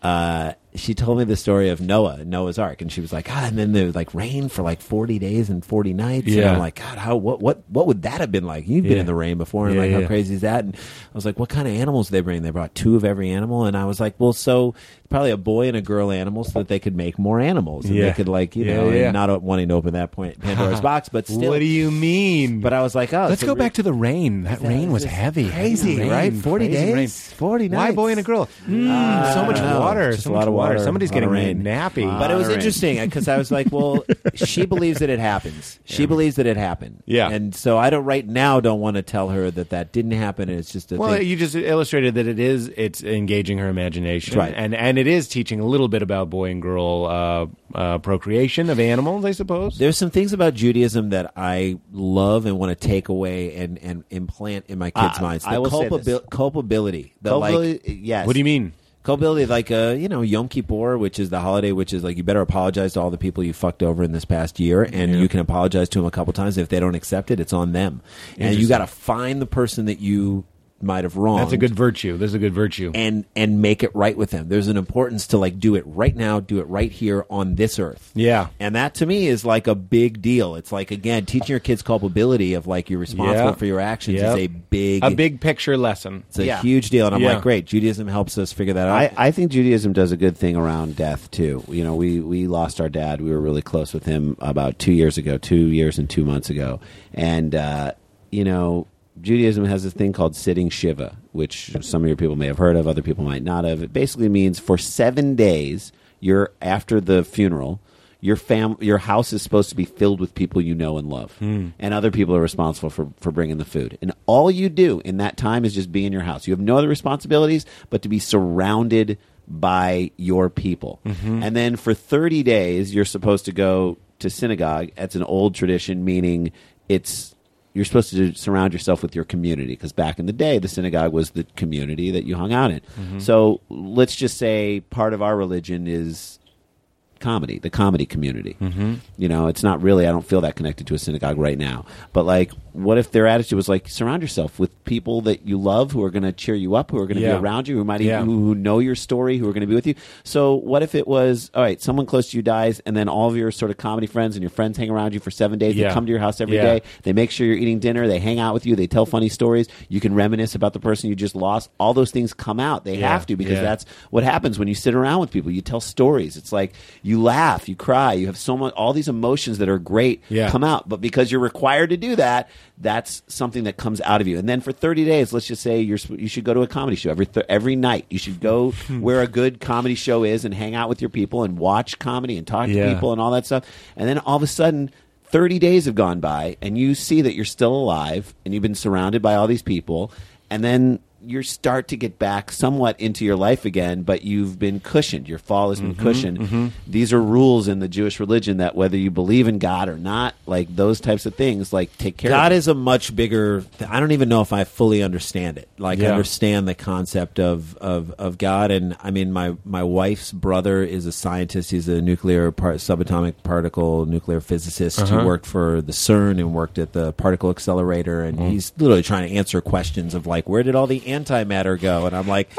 [SPEAKER 6] Uh, she told me the story of Noah, Noah's Ark, and she was like, ah, and then there was like rain for like forty days and forty nights. And
[SPEAKER 4] Yeah.
[SPEAKER 6] I'm like, God, how what what what would that have been like? You've been
[SPEAKER 4] Yeah.
[SPEAKER 6] in the rain before, and
[SPEAKER 4] Yeah,
[SPEAKER 6] like
[SPEAKER 4] yeah.
[SPEAKER 6] how crazy is that? And I was like, what kind of animals did they bring? They brought two of every animal, and I was like, well, so probably a boy and a girl animal, so that they could make more animals, and
[SPEAKER 4] Yeah.
[SPEAKER 6] they could like you
[SPEAKER 4] Yeah,
[SPEAKER 6] know,
[SPEAKER 4] yeah, yeah.
[SPEAKER 6] and not wanting to open that point
[SPEAKER 4] [laughs]
[SPEAKER 6] Pandora's box, but still.
[SPEAKER 4] what do you mean?
[SPEAKER 6] but I was like, oh,
[SPEAKER 4] Let's
[SPEAKER 6] it's a
[SPEAKER 4] go
[SPEAKER 6] re-
[SPEAKER 4] back to the rain. That rain was heavy.
[SPEAKER 6] crazy,
[SPEAKER 4] Rain,
[SPEAKER 6] right? 40
[SPEAKER 4] crazy
[SPEAKER 6] days,
[SPEAKER 4] rain. Why
[SPEAKER 6] 40 nights.
[SPEAKER 4] boy and a girl? Mm, so much
[SPEAKER 6] know.
[SPEAKER 4] water.
[SPEAKER 6] Just
[SPEAKER 4] so
[SPEAKER 6] a
[SPEAKER 4] much
[SPEAKER 6] lot of water,
[SPEAKER 4] Somebody's
[SPEAKER 6] a lot
[SPEAKER 4] getting
[SPEAKER 6] of rain.
[SPEAKER 4] nappy.
[SPEAKER 6] But it was
[SPEAKER 5] Honoring.
[SPEAKER 6] interesting because I was like,
[SPEAKER 4] [laughs]
[SPEAKER 6] well, she believes that it happens. She believes that it happened.
[SPEAKER 4] Yeah.
[SPEAKER 6] And so I don't right now don't want to tell her that that didn't happen. And it's just a
[SPEAKER 4] well,
[SPEAKER 6] thing.
[SPEAKER 4] you just illustrated that it is it's engaging her imagination,
[SPEAKER 6] That's right.
[SPEAKER 4] And and it is teaching a little bit about boy and girl uh, uh, procreation of animals, I suppose.
[SPEAKER 6] There's some things about Judaism that I love and want to take away and, and implant in my kids'
[SPEAKER 5] I-
[SPEAKER 6] minds. The
[SPEAKER 5] Ah, I will say
[SPEAKER 6] culpabil-
[SPEAKER 5] this.
[SPEAKER 6] culpability. The
[SPEAKER 5] Culpability-
[SPEAKER 6] like,
[SPEAKER 5] yes.
[SPEAKER 4] What do you mean?
[SPEAKER 6] Culpability, like uh, you know, Yom Kippur, which is the holiday, which is like you better apologize to all the people you fucked over in this past year, and you can apologize to them a couple times. If they don't accept it, it's on them, and you
[SPEAKER 4] Interesting.
[SPEAKER 6] got to find the person that you might have wronged.
[SPEAKER 4] That's a good virtue. There's a good virtue.
[SPEAKER 6] and and make it right with them. There's an importance to like do it right now, do it right here on this earth.
[SPEAKER 4] Yeah.
[SPEAKER 6] And that to me is like a big deal. It's like again, teaching your kids culpability of like you're responsible
[SPEAKER 4] Yeah.
[SPEAKER 6] for your actions
[SPEAKER 4] Yep.
[SPEAKER 6] is a big
[SPEAKER 4] a big picture lesson.
[SPEAKER 6] it's a
[SPEAKER 5] Yeah.
[SPEAKER 6] huge deal. And I'm
[SPEAKER 4] Yeah.
[SPEAKER 6] like, great, Judaism helps us figure that out.
[SPEAKER 5] I, I think Judaism does a good thing around death too. You know, we we lost our dad. We were really close with him about two years ago, two years and two months ago, and uh, you know. Judaism has this thing called sitting Shiva, which some of your people may have heard of, other people might not have. It basically means for seven days, you're after the funeral, your fam, your house is supposed to be filled with people you know and love, and other people are responsible for for bringing the food. And all you do in that time is just be in your house. You have no other responsibilities but to be surrounded by your people. And then for thirty days, you're supposed to go to synagogue. That's an old tradition, meaning it's you're supposed to surround yourself with your community because back in the day the synagogue was the community that you hung out in so let's just say part of our religion is comedy, the comedy community. Mm-hmm. You know, it's not really, I don't feel that connected to a synagogue right now. But like, what if their attitude was like, surround yourself with people that you love who are going to cheer you up, who are going to
[SPEAKER 4] Yeah.
[SPEAKER 5] be around you, who might
[SPEAKER 4] Yeah.
[SPEAKER 5] even, who know your story, who are going to be with you. So what if it was, all right, someone close to you dies and then all of your sort of comedy friends and your friends hang around you for seven days.
[SPEAKER 4] Yeah.
[SPEAKER 5] They come to your house every day.
[SPEAKER 4] Yeah.
[SPEAKER 5] They make sure you're eating dinner. They hang out with you. They tell funny stories. You can reminisce about the person you just lost. All those things come out. They
[SPEAKER 4] Yeah.
[SPEAKER 5] have to because
[SPEAKER 4] Yeah.
[SPEAKER 5] that's what happens when you sit around with people. You tell stories. It's like you laugh, you cry, you have so much. All these emotions that are great
[SPEAKER 4] Yeah.
[SPEAKER 5] come out, but because you're required to do that, that's something that comes out of you. And then for 30 days, let's just say you're sp- you should go to a comedy show every th- every night. You should
[SPEAKER 4] [laughs]
[SPEAKER 5] go where a good comedy show is and hang out with your people and watch comedy and talk
[SPEAKER 4] Yeah.
[SPEAKER 5] to people and all that stuff. And then all of a sudden, 30 days have gone by and you see that you're still alive and you've been surrounded by all these people. And then you start to get back somewhat into your life again, but you've been cushioned. Your fall has been
[SPEAKER 6] Mm-hmm,
[SPEAKER 5] cushioned. These are rules in the Jewish religion that whether you believe in God or not, like those types of things, like take care
[SPEAKER 6] God
[SPEAKER 5] of
[SPEAKER 6] is a much bigger. I don't even know if I fully understand it. Like
[SPEAKER 4] Yeah.
[SPEAKER 6] understand the concept of, of of God, and I mean my my wife's brother is a scientist. He's a nuclear part, subatomic particle nuclear physicist who worked for the CERN and worked at the particle accelerator, and he's literally trying to answer questions of like where did all the antimatter go? And I'm like,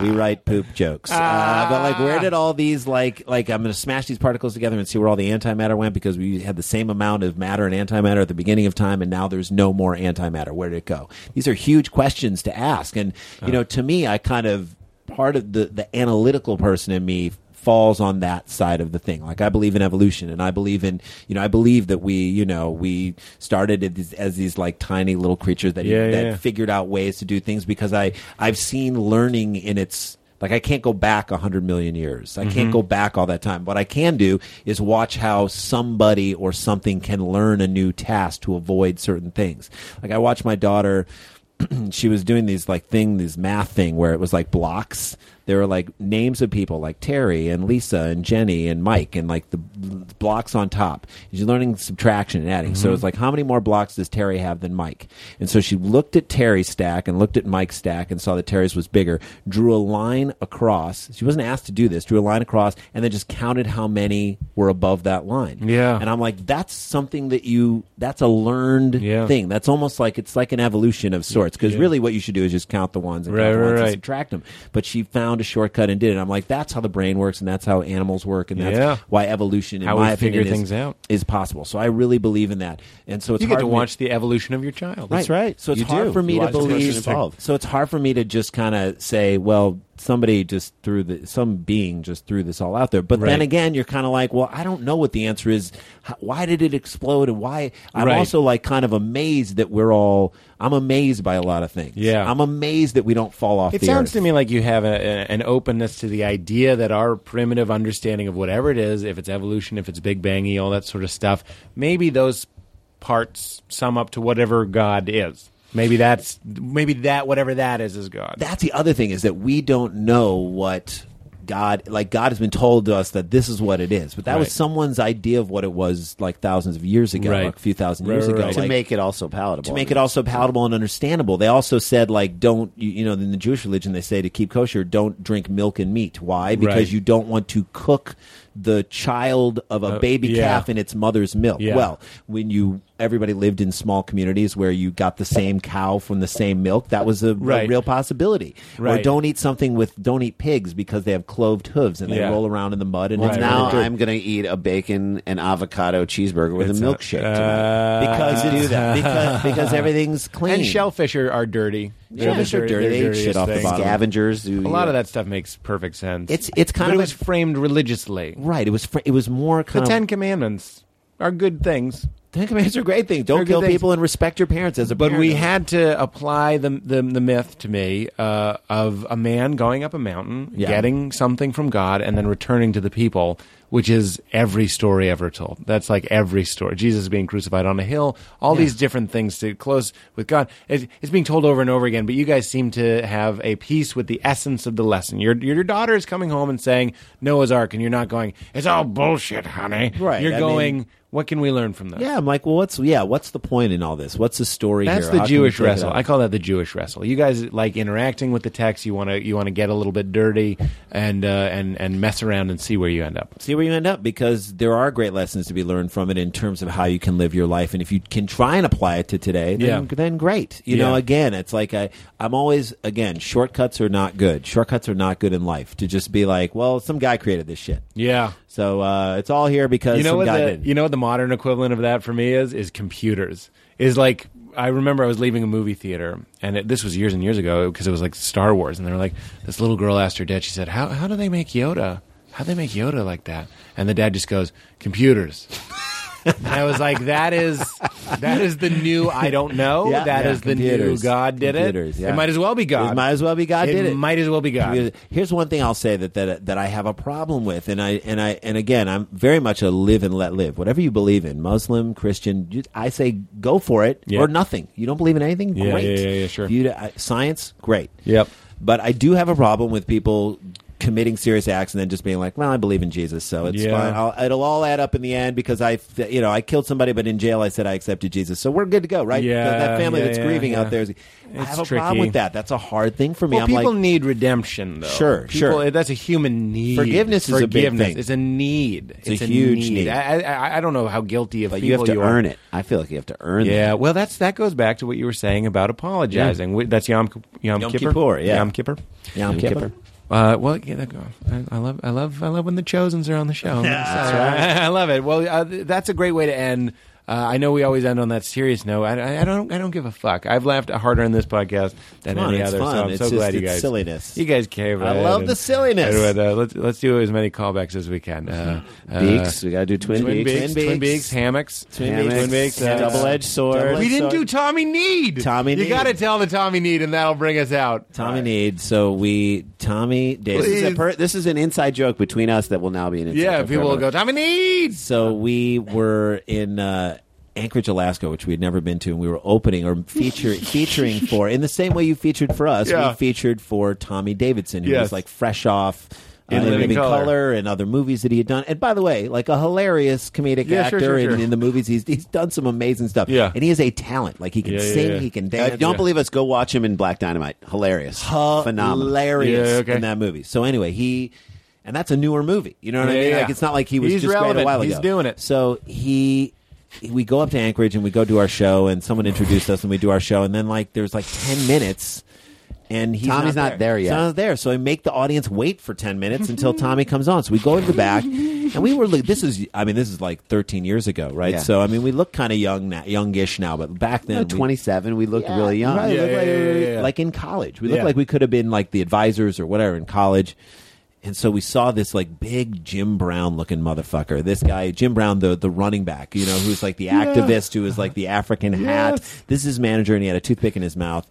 [SPEAKER 6] we write poop jokes, uh, but like where did all these like like I'm going to smash these particles together and see where all the antimatter went because we had the same amount of matter and antimatter at the beginning of time and now there's no more antimatter where did it go these are huge questions to ask and you know to me i kind of part of the the analytical person in me falls on that side of the thing like i believe in evolution and i believe in you know i believe that we you know we started as these, as these like tiny little creatures that
[SPEAKER 4] Yeah,
[SPEAKER 6] that
[SPEAKER 4] yeah.
[SPEAKER 6] figured out ways to do things because I I've seen learning in its like I can't go back a hundred million years. I can't go back all that time. What I can do is watch how somebody or something can learn a new task to avoid certain things. Like I watch my daughter. [clears throat] she was doing these like thing, these math thing where it was like blocks. There were like names of people like Terry and Lisa and Jenny and Mike and like the b- blocks on top. She's learning subtraction and adding. So it's like how many more blocks does Terry have than Mike? And so she looked at Terry's stack and looked at Mike's stack and saw that Terry's was bigger. Drew a line across. She wasn't asked to do this. Drew a line across and then just counted how many were above that line.
[SPEAKER 4] Yeah.
[SPEAKER 6] And I'm like, that's something that you that's a learned
[SPEAKER 4] Yeah.
[SPEAKER 6] thing. That's almost like it's like an evolution of sorts because really what you should do is just count the ones and
[SPEAKER 4] Right,
[SPEAKER 6] count the
[SPEAKER 4] right,
[SPEAKER 6] ones and
[SPEAKER 4] right.
[SPEAKER 6] subtract them. But she found found a shortcut and did it. I'm like, that's how the brain works, and that's how animals work, and that's
[SPEAKER 4] Yeah.
[SPEAKER 6] why evolution, in
[SPEAKER 4] How we
[SPEAKER 6] my opinion,
[SPEAKER 4] figure
[SPEAKER 6] is-
[SPEAKER 4] things out.
[SPEAKER 6] is possible. So I really believe in that, and so it's
[SPEAKER 4] you get
[SPEAKER 6] hard
[SPEAKER 4] to
[SPEAKER 6] for me-
[SPEAKER 4] watch the evolution of your child.
[SPEAKER 6] Right. So it's hard for me to believe. So it's hard for me to just kind of say, well, somebody just threw the some being just threw this all out there. But then
[SPEAKER 4] Right.
[SPEAKER 6] again, you're kind of like, well, I don't know what the answer is. H- Why did it explode? And why? I'm
[SPEAKER 4] Right.
[SPEAKER 6] also like kind of amazed that we're all. I'm amazed by a lot of things.
[SPEAKER 4] Yeah.
[SPEAKER 6] I'm amazed that we don't fall off.
[SPEAKER 4] It
[SPEAKER 6] the
[SPEAKER 4] sounds
[SPEAKER 6] earth.
[SPEAKER 4] to me like you have a, a- an openness to the idea that our primitive understanding of whatever it is, if it's evolution, if it's Big Bangy, all that sort of stuff, maybe those parts sum up to whatever God is. Maybe that's maybe that whatever that is is God.
[SPEAKER 6] that's the other thing is that we don't know what God like God has been told to us that this is what it is, but that
[SPEAKER 4] Right.
[SPEAKER 6] was someone's idea of what it was like thousands of years ago,
[SPEAKER 4] Right.
[SPEAKER 6] or a few thousand
[SPEAKER 4] Right,
[SPEAKER 6] years
[SPEAKER 4] right,
[SPEAKER 6] ago,
[SPEAKER 4] right.
[SPEAKER 5] to
[SPEAKER 6] like-
[SPEAKER 5] make it also palatable.
[SPEAKER 6] to make it also palatable and understandable. They also said like don't you, you know in the Jewish religion they say to keep kosher don't drink milk and meat. Why? Because
[SPEAKER 4] Right.
[SPEAKER 6] you don't want to cook the child of a
[SPEAKER 4] Uh,
[SPEAKER 6] baby
[SPEAKER 4] yeah.
[SPEAKER 6] calf in its mother's milk.
[SPEAKER 4] Yeah.
[SPEAKER 6] Well, when you everybody lived in small communities where you got the same cow from the same milk, that was a, a
[SPEAKER 4] Right.
[SPEAKER 6] real possibility. Or
[SPEAKER 4] Right.
[SPEAKER 6] don't eat something with don't eat pigs because they have cloved hooves and
[SPEAKER 4] Yeah.
[SPEAKER 6] they roll around in the mud and
[SPEAKER 5] Well,
[SPEAKER 6] it's
[SPEAKER 5] now
[SPEAKER 6] not good.
[SPEAKER 5] I'm going to eat a bacon and avocado cheeseburger with
[SPEAKER 4] It's
[SPEAKER 5] a
[SPEAKER 4] not-
[SPEAKER 5] milkshake
[SPEAKER 4] uh,
[SPEAKER 5] tonight.
[SPEAKER 4] [laughs]
[SPEAKER 6] because
[SPEAKER 5] I do that.
[SPEAKER 6] because because everything's clean
[SPEAKER 4] and shellfish are, are dirty. They're
[SPEAKER 6] Shellfish
[SPEAKER 4] the
[SPEAKER 6] are dirty.
[SPEAKER 4] they're
[SPEAKER 6] They eat
[SPEAKER 4] dirtiest
[SPEAKER 6] shit off the
[SPEAKER 4] thing.
[SPEAKER 6] bottom.
[SPEAKER 5] Scavengers.
[SPEAKER 4] A lot of that stuff makes perfect sense.
[SPEAKER 6] It's- it's kind
[SPEAKER 4] But it
[SPEAKER 6] of a-
[SPEAKER 4] was framed religiously. Um,
[SPEAKER 6] Right. It was fr- it was more
[SPEAKER 4] The
[SPEAKER 6] kind
[SPEAKER 4] Ten
[SPEAKER 6] of
[SPEAKER 4] Commandments are good things.
[SPEAKER 6] Ten Commandments are great things.
[SPEAKER 4] They're
[SPEAKER 6] Don't
[SPEAKER 4] good
[SPEAKER 6] kill
[SPEAKER 4] things.
[SPEAKER 6] people and respect your parents as a.
[SPEAKER 4] But
[SPEAKER 6] parent.
[SPEAKER 4] we had to apply the the, the myth to me uh, of a man going up a mountain,
[SPEAKER 6] Yeah.
[SPEAKER 4] getting something from God, and then returning to the people, which is every story ever told. That's like every story. Jesus being crucified on a hill, all these different things to close with God. It's, it's being told over and over again. But you guys seem to have a peace with the essence of the lesson. Your your daughter is coming home and saying Noah's Ark, and you're not going. It's all bullshit, honey.
[SPEAKER 6] Right,
[SPEAKER 4] You're
[SPEAKER 6] I
[SPEAKER 4] going.
[SPEAKER 6] mean-
[SPEAKER 4] what can we learn from this?
[SPEAKER 6] Yeah, I'm like, well, what's yeah, what's the point in all this? What's the story?
[SPEAKER 4] That's
[SPEAKER 6] here?
[SPEAKER 4] the
[SPEAKER 6] How can we
[SPEAKER 4] Jewish
[SPEAKER 6] take it
[SPEAKER 4] wrestle.
[SPEAKER 6] up?
[SPEAKER 4] I call that the Jewish wrestle. You guys like interacting with the text. You want to you want to get a little bit dirty and uh, and and mess around and see where you end up.
[SPEAKER 6] see where you end up because there are great lessons to be learned from it in terms of how you can live your life and if you can try and apply it to today then,
[SPEAKER 4] Yeah.
[SPEAKER 6] then great you know
[SPEAKER 4] Yeah.
[SPEAKER 6] again it's like I, i'm always again shortcuts are not good shortcuts are not good in life to just be like well some guy created this shit
[SPEAKER 4] Yeah.
[SPEAKER 6] so uh, it's all here because
[SPEAKER 4] You know
[SPEAKER 6] some
[SPEAKER 4] what
[SPEAKER 6] guy
[SPEAKER 4] the
[SPEAKER 6] did
[SPEAKER 4] you know what the modern equivalent of that for me is is computers. Is like I remember I was leaving a movie theater and it, this was years and years ago because it was like Star Wars and they were like this little girl asked her dad she said how how do they make Yoda how do they make Yoda like that and the dad just goes computers. [laughs] And I was like, that is that is the new I don't know. That
[SPEAKER 6] Yeah,
[SPEAKER 4] is
[SPEAKER 6] yeah,
[SPEAKER 4] the
[SPEAKER 6] computers.
[SPEAKER 4] new God did
[SPEAKER 6] Computers,
[SPEAKER 4] it.
[SPEAKER 6] yeah.
[SPEAKER 4] It might as well be God.
[SPEAKER 6] It might as well be God
[SPEAKER 4] It
[SPEAKER 6] did it.
[SPEAKER 4] might as well be God.
[SPEAKER 6] Because Here's one thing I'll say that, that that I have a problem with, and I and I and again, I'm very much a live and let live. Whatever you believe in, Muslim, Christian, you, I say go for it
[SPEAKER 4] Yeah.
[SPEAKER 6] or nothing. You don't believe in anything?
[SPEAKER 4] Yeah,
[SPEAKER 6] great.
[SPEAKER 4] yeah, yeah, yeah, sure.
[SPEAKER 6] If you- I- science, great.
[SPEAKER 4] Yep.
[SPEAKER 6] But I do have a problem with people committing serious acts and then just being like, "Well, I believe in Jesus, so it's
[SPEAKER 4] Yeah.
[SPEAKER 6] fine. I'll, it'll all add up in the end because I, f- you know, I killed somebody, but in jail I said I accepted Jesus, so we're good to go, right?
[SPEAKER 4] Yeah,
[SPEAKER 6] that, that family
[SPEAKER 4] yeah,
[SPEAKER 6] that's
[SPEAKER 4] yeah,
[SPEAKER 6] grieving
[SPEAKER 4] yeah.
[SPEAKER 6] out there is. I
[SPEAKER 4] It's
[SPEAKER 6] have a
[SPEAKER 4] tricky.
[SPEAKER 6] problem with that. That's a hard thing for me.
[SPEAKER 4] Well,
[SPEAKER 6] I'm
[SPEAKER 4] people
[SPEAKER 6] like,
[SPEAKER 4] need redemption, though.
[SPEAKER 6] Sure,
[SPEAKER 4] People- eh,
[SPEAKER 6] sure.
[SPEAKER 4] That's a human need.
[SPEAKER 6] Forgiveness is a big
[SPEAKER 4] Forgiveness.
[SPEAKER 6] thing.
[SPEAKER 4] It's a need. It's,
[SPEAKER 6] a huge
[SPEAKER 4] need.
[SPEAKER 6] need.
[SPEAKER 4] I, I, I don't know how guilty of
[SPEAKER 5] But
[SPEAKER 4] people
[SPEAKER 5] you have to
[SPEAKER 4] are.
[SPEAKER 5] earn it. I feel like you have to earn
[SPEAKER 4] Yeah, well, that's that goes back to what you were saying about apologizing. We- That's Yom Yom,
[SPEAKER 6] Yom
[SPEAKER 4] Kippur.
[SPEAKER 6] Kippur, yeah.
[SPEAKER 4] Yom Kippur.
[SPEAKER 6] Yom Kippur.
[SPEAKER 4] Uh, well, yeah, that- I, I love, I love, I love when the chosen's are on the
[SPEAKER 6] [laughs]
[SPEAKER 4] show. that's right. [laughs] I love it. Well, uh, th- that's a great way to end. Uh, I know we always end on that serious note. I, I- I don't, I don't give a fuck. I've laughed harder in this podcast than
[SPEAKER 6] Come on,
[SPEAKER 4] any
[SPEAKER 6] it's
[SPEAKER 4] other.
[SPEAKER 6] fun.
[SPEAKER 4] So I'm
[SPEAKER 6] It's
[SPEAKER 4] so
[SPEAKER 6] just-
[SPEAKER 4] glad you
[SPEAKER 6] it's
[SPEAKER 4] guys
[SPEAKER 6] silliness.
[SPEAKER 4] You guys came.
[SPEAKER 6] I
[SPEAKER 4] right?
[SPEAKER 6] love the
[SPEAKER 4] And-
[SPEAKER 6] silliness.
[SPEAKER 4] and, uh, let's let's do as many callbacks as we can.
[SPEAKER 6] [laughs]
[SPEAKER 4] Uh, uh,
[SPEAKER 5] it. Beaks. We got to do twin,
[SPEAKER 4] twin
[SPEAKER 5] beaks.
[SPEAKER 4] beaks, twin beaks, hammocks,
[SPEAKER 5] Hammocks.
[SPEAKER 4] twin beaks, uh,
[SPEAKER 5] double-edged sword.
[SPEAKER 4] we didn't do Tommy Need.
[SPEAKER 6] Tommy
[SPEAKER 4] you
[SPEAKER 6] Need.
[SPEAKER 4] got to tell the Tommy Need, and that'll bring us out.
[SPEAKER 6] Tommy needs. So we, Tommy,
[SPEAKER 5] This is,
[SPEAKER 6] Davis.
[SPEAKER 5] a per- this is an inside joke between us that will now be an inside
[SPEAKER 4] Yeah,
[SPEAKER 5] joke
[SPEAKER 4] people will
[SPEAKER 5] forever.
[SPEAKER 4] go Tommy Need.
[SPEAKER 6] So we were in uh, Anchorage, Alaska, which we had never been to, and we were opening or
[SPEAKER 4] [laughs]
[SPEAKER 6] feature, featuring for in the same way you featured for us.
[SPEAKER 4] Yeah.
[SPEAKER 6] We featured for Tommy Davidson, who
[SPEAKER 4] Yes.
[SPEAKER 6] was like fresh off. uh,
[SPEAKER 4] In Living Color.
[SPEAKER 6] and other movies that he had done, and by the way, like a hilarious comedic
[SPEAKER 4] Yeah,
[SPEAKER 6] actor
[SPEAKER 4] sure, sure,
[SPEAKER 6] And
[SPEAKER 4] sure.
[SPEAKER 6] in the movies, he's he's done some amazing stuff.
[SPEAKER 4] Yeah.
[SPEAKER 6] and he is a talent. Like he can
[SPEAKER 4] Yeah, yeah,
[SPEAKER 6] sing,
[SPEAKER 4] yeah.
[SPEAKER 6] he can
[SPEAKER 5] Uh,
[SPEAKER 6] dance.
[SPEAKER 5] don't believe us. Go watch him in Black Dynamite. Hilarious. Phenomenal.
[SPEAKER 6] hilarious
[SPEAKER 4] Yeah, okay.
[SPEAKER 6] in that movie. So anyway, he and that's a newer movie. You know what
[SPEAKER 4] Yeah,
[SPEAKER 6] I mean?
[SPEAKER 4] yeah.
[SPEAKER 6] Like it's not like he was
[SPEAKER 4] He's
[SPEAKER 6] just great
[SPEAKER 4] relevant.
[SPEAKER 6] a while ago.
[SPEAKER 4] He's doing it.
[SPEAKER 6] So he we go up to Anchorage and we go do our show and someone introduced us and we do our show and then like there's like 10 minutes and he's
[SPEAKER 5] Tommy's
[SPEAKER 6] not,
[SPEAKER 5] not there yet.
[SPEAKER 6] He's not there, so I make the audience wait for ten minutes until Tommy comes on. So we go to the back, and we were like, this is I mean this is like thirteen years ago, right?
[SPEAKER 5] Yeah.
[SPEAKER 6] So I mean we look kind of young now, youngish now, but back then
[SPEAKER 5] You know,
[SPEAKER 6] we-
[SPEAKER 5] 27, we looked really young.
[SPEAKER 6] Right, we looked like,
[SPEAKER 8] yeah.
[SPEAKER 6] like in college. We looked
[SPEAKER 8] Yeah.
[SPEAKER 6] like we could have been like the advisors or whatever in college. And so we saw this like big Jim Brown looking motherfucker. This guy, Jim Brown, the, the running back, you know, who's like the activist, who was like the African hat. This is his manager, and he had a toothpick in his mouth.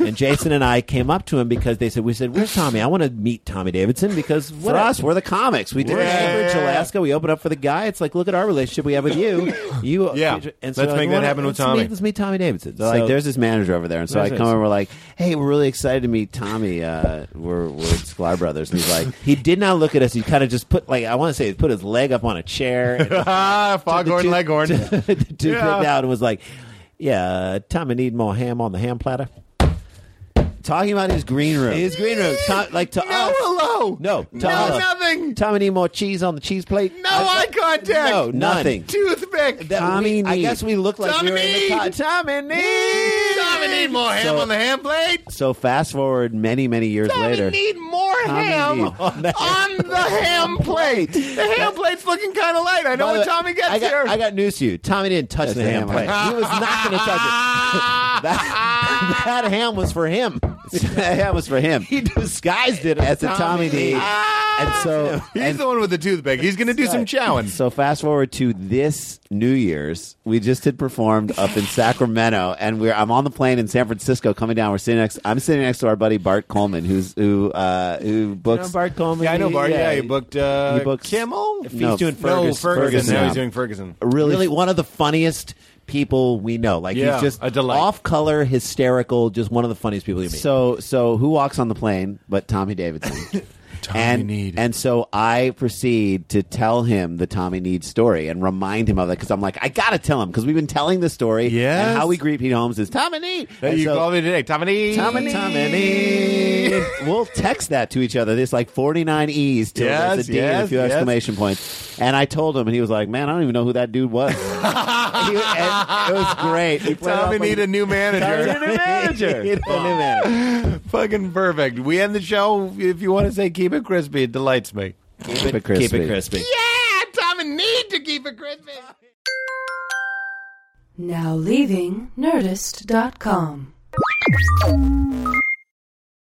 [SPEAKER 6] And Jason and I came up to him because they said, We said, Where's Tommy? I want to meet Tommy Davidson because
[SPEAKER 5] For
[SPEAKER 6] what
[SPEAKER 5] us, we're the comics. We did
[SPEAKER 6] we're in Anchorage,
[SPEAKER 5] yeah.
[SPEAKER 6] Alaska. We open up for the guy. It's like, look at our relationship we have with [laughs] you. You,
[SPEAKER 4] Yeah.
[SPEAKER 6] And
[SPEAKER 4] Let's
[SPEAKER 6] like,
[SPEAKER 4] make that
[SPEAKER 6] "Well,
[SPEAKER 4] happen with
[SPEAKER 6] let's meet-
[SPEAKER 4] Tommy."
[SPEAKER 6] let's meet Tommy Davidson.
[SPEAKER 5] They're like, there's this manager over there. And so I
[SPEAKER 6] There's
[SPEAKER 5] come
[SPEAKER 6] this.
[SPEAKER 5] over, we're like, hey, we're really excited to meet Tommy. Uh, we're, we're Sklar Brothers. And he's like,
[SPEAKER 6] He did not look at us. He kind of just put like I want to say he put his leg up on a
[SPEAKER 5] [laughs]
[SPEAKER 6] chair,
[SPEAKER 4] [laughs]
[SPEAKER 6] and
[SPEAKER 4] Ah,
[SPEAKER 6] The
[SPEAKER 4] Foghorn
[SPEAKER 6] two- [laughs]
[SPEAKER 4] Leghorn.
[SPEAKER 6] the toothpick
[SPEAKER 4] Yeah.
[SPEAKER 6] out, and was like, "Yeah, uh, Tommy need more ham on the ham platter."
[SPEAKER 5] talking about his green room.
[SPEAKER 6] His green room, Tom, like to us,
[SPEAKER 4] hello.
[SPEAKER 6] no, to
[SPEAKER 4] No,
[SPEAKER 6] us,
[SPEAKER 4] nothing.
[SPEAKER 6] Tommy need more cheese on the cheese plate.
[SPEAKER 4] No eye contact.
[SPEAKER 6] no, nothing.
[SPEAKER 4] Toothpick.
[SPEAKER 6] That
[SPEAKER 5] Tommy
[SPEAKER 6] we- I
[SPEAKER 5] need.
[SPEAKER 6] guess we look like we were in
[SPEAKER 4] Tommy
[SPEAKER 6] the co-
[SPEAKER 4] need.
[SPEAKER 6] Tommy need.
[SPEAKER 4] Tommy need more ham
[SPEAKER 5] So-
[SPEAKER 4] on the ham plate.
[SPEAKER 5] So fast forward many, many years
[SPEAKER 4] Tommy
[SPEAKER 5] later.
[SPEAKER 4] need more ham
[SPEAKER 5] need-
[SPEAKER 4] on the ham plate. The
[SPEAKER 6] [laughs]
[SPEAKER 4] ham plate's looking kind of light. I
[SPEAKER 5] By the
[SPEAKER 4] know when
[SPEAKER 5] way,
[SPEAKER 4] Oh, Tommy gets
[SPEAKER 5] I got,
[SPEAKER 4] here.
[SPEAKER 5] I got news to you. Tommy didn't touch
[SPEAKER 6] That's
[SPEAKER 5] the, ham plate. He was not going to touch
[SPEAKER 4] [laughs]
[SPEAKER 6] [laughs]
[SPEAKER 5] it. That, that ham was for him. [laughs] that ham was for him. He disguised it as a Tommy D. And so,
[SPEAKER 6] [laughs]
[SPEAKER 4] He's
[SPEAKER 5] and
[SPEAKER 4] the one with the toothpick. He's going to do some chowing.
[SPEAKER 5] so fast forward to this New Year's, we just had performed up in Sacramento, and we're I'm on the plane in San Francisco coming down. We're sitting next. I'm sitting next to our buddy Bart Coleman, who's who uh, who books
[SPEAKER 6] Bart Coleman.
[SPEAKER 4] Yeah, I know Bart. Yeah, he
[SPEAKER 5] yeah.
[SPEAKER 4] booked, uh,
[SPEAKER 5] He books-
[SPEAKER 4] Kimmel.
[SPEAKER 5] If he's No, doing
[SPEAKER 4] No,
[SPEAKER 5] Fergus-
[SPEAKER 4] Ferguson.
[SPEAKER 5] Ferguson,
[SPEAKER 4] Now
[SPEAKER 5] yeah.
[SPEAKER 4] he's doing Ferguson.
[SPEAKER 5] really,
[SPEAKER 6] Really-
[SPEAKER 5] one of the funniest people we know. Like
[SPEAKER 4] Yeah,
[SPEAKER 5] he's just
[SPEAKER 4] a delight.
[SPEAKER 5] off color, hysterical, just
[SPEAKER 6] Just one of the funniest people you meet.
[SPEAKER 5] So so who walks on the plane but Tommy [laughs] Davidson? Tommy and,
[SPEAKER 4] Need.
[SPEAKER 5] And so I proceed to tell him the Tommy Need story and remind him of it because I'm like, I gotta tell him because we've been telling the story.
[SPEAKER 4] Yes.
[SPEAKER 5] And how we greet Pete Holmes is Tommy Need.
[SPEAKER 4] Hey,
[SPEAKER 5] And
[SPEAKER 4] you
[SPEAKER 5] so-
[SPEAKER 4] called me today, Tommy.
[SPEAKER 5] Tommy, Tommy Need. [laughs] we'll text that to each other. There's like 49 E's till
[SPEAKER 4] Yes,
[SPEAKER 5] there's a D and a
[SPEAKER 4] yes,
[SPEAKER 5] few
[SPEAKER 4] yes.
[SPEAKER 5] exclamation points. And I told him, and he was like, "Man, I don't even know who that dude
[SPEAKER 4] [laughs]
[SPEAKER 5] was." He- and it was great. He played it off
[SPEAKER 4] Tommy
[SPEAKER 5] like-
[SPEAKER 4] need a new manager. [laughs]
[SPEAKER 5] He needed a new manager.
[SPEAKER 4] Fucking perfect. We end the show. If you want to say keep it crispy, it delights me.
[SPEAKER 5] Keep it crispy.
[SPEAKER 6] Keep it crispy.
[SPEAKER 4] Yeah, Tommy need to keep it crispy.
[SPEAKER 1] Now leaving Nerdist.com.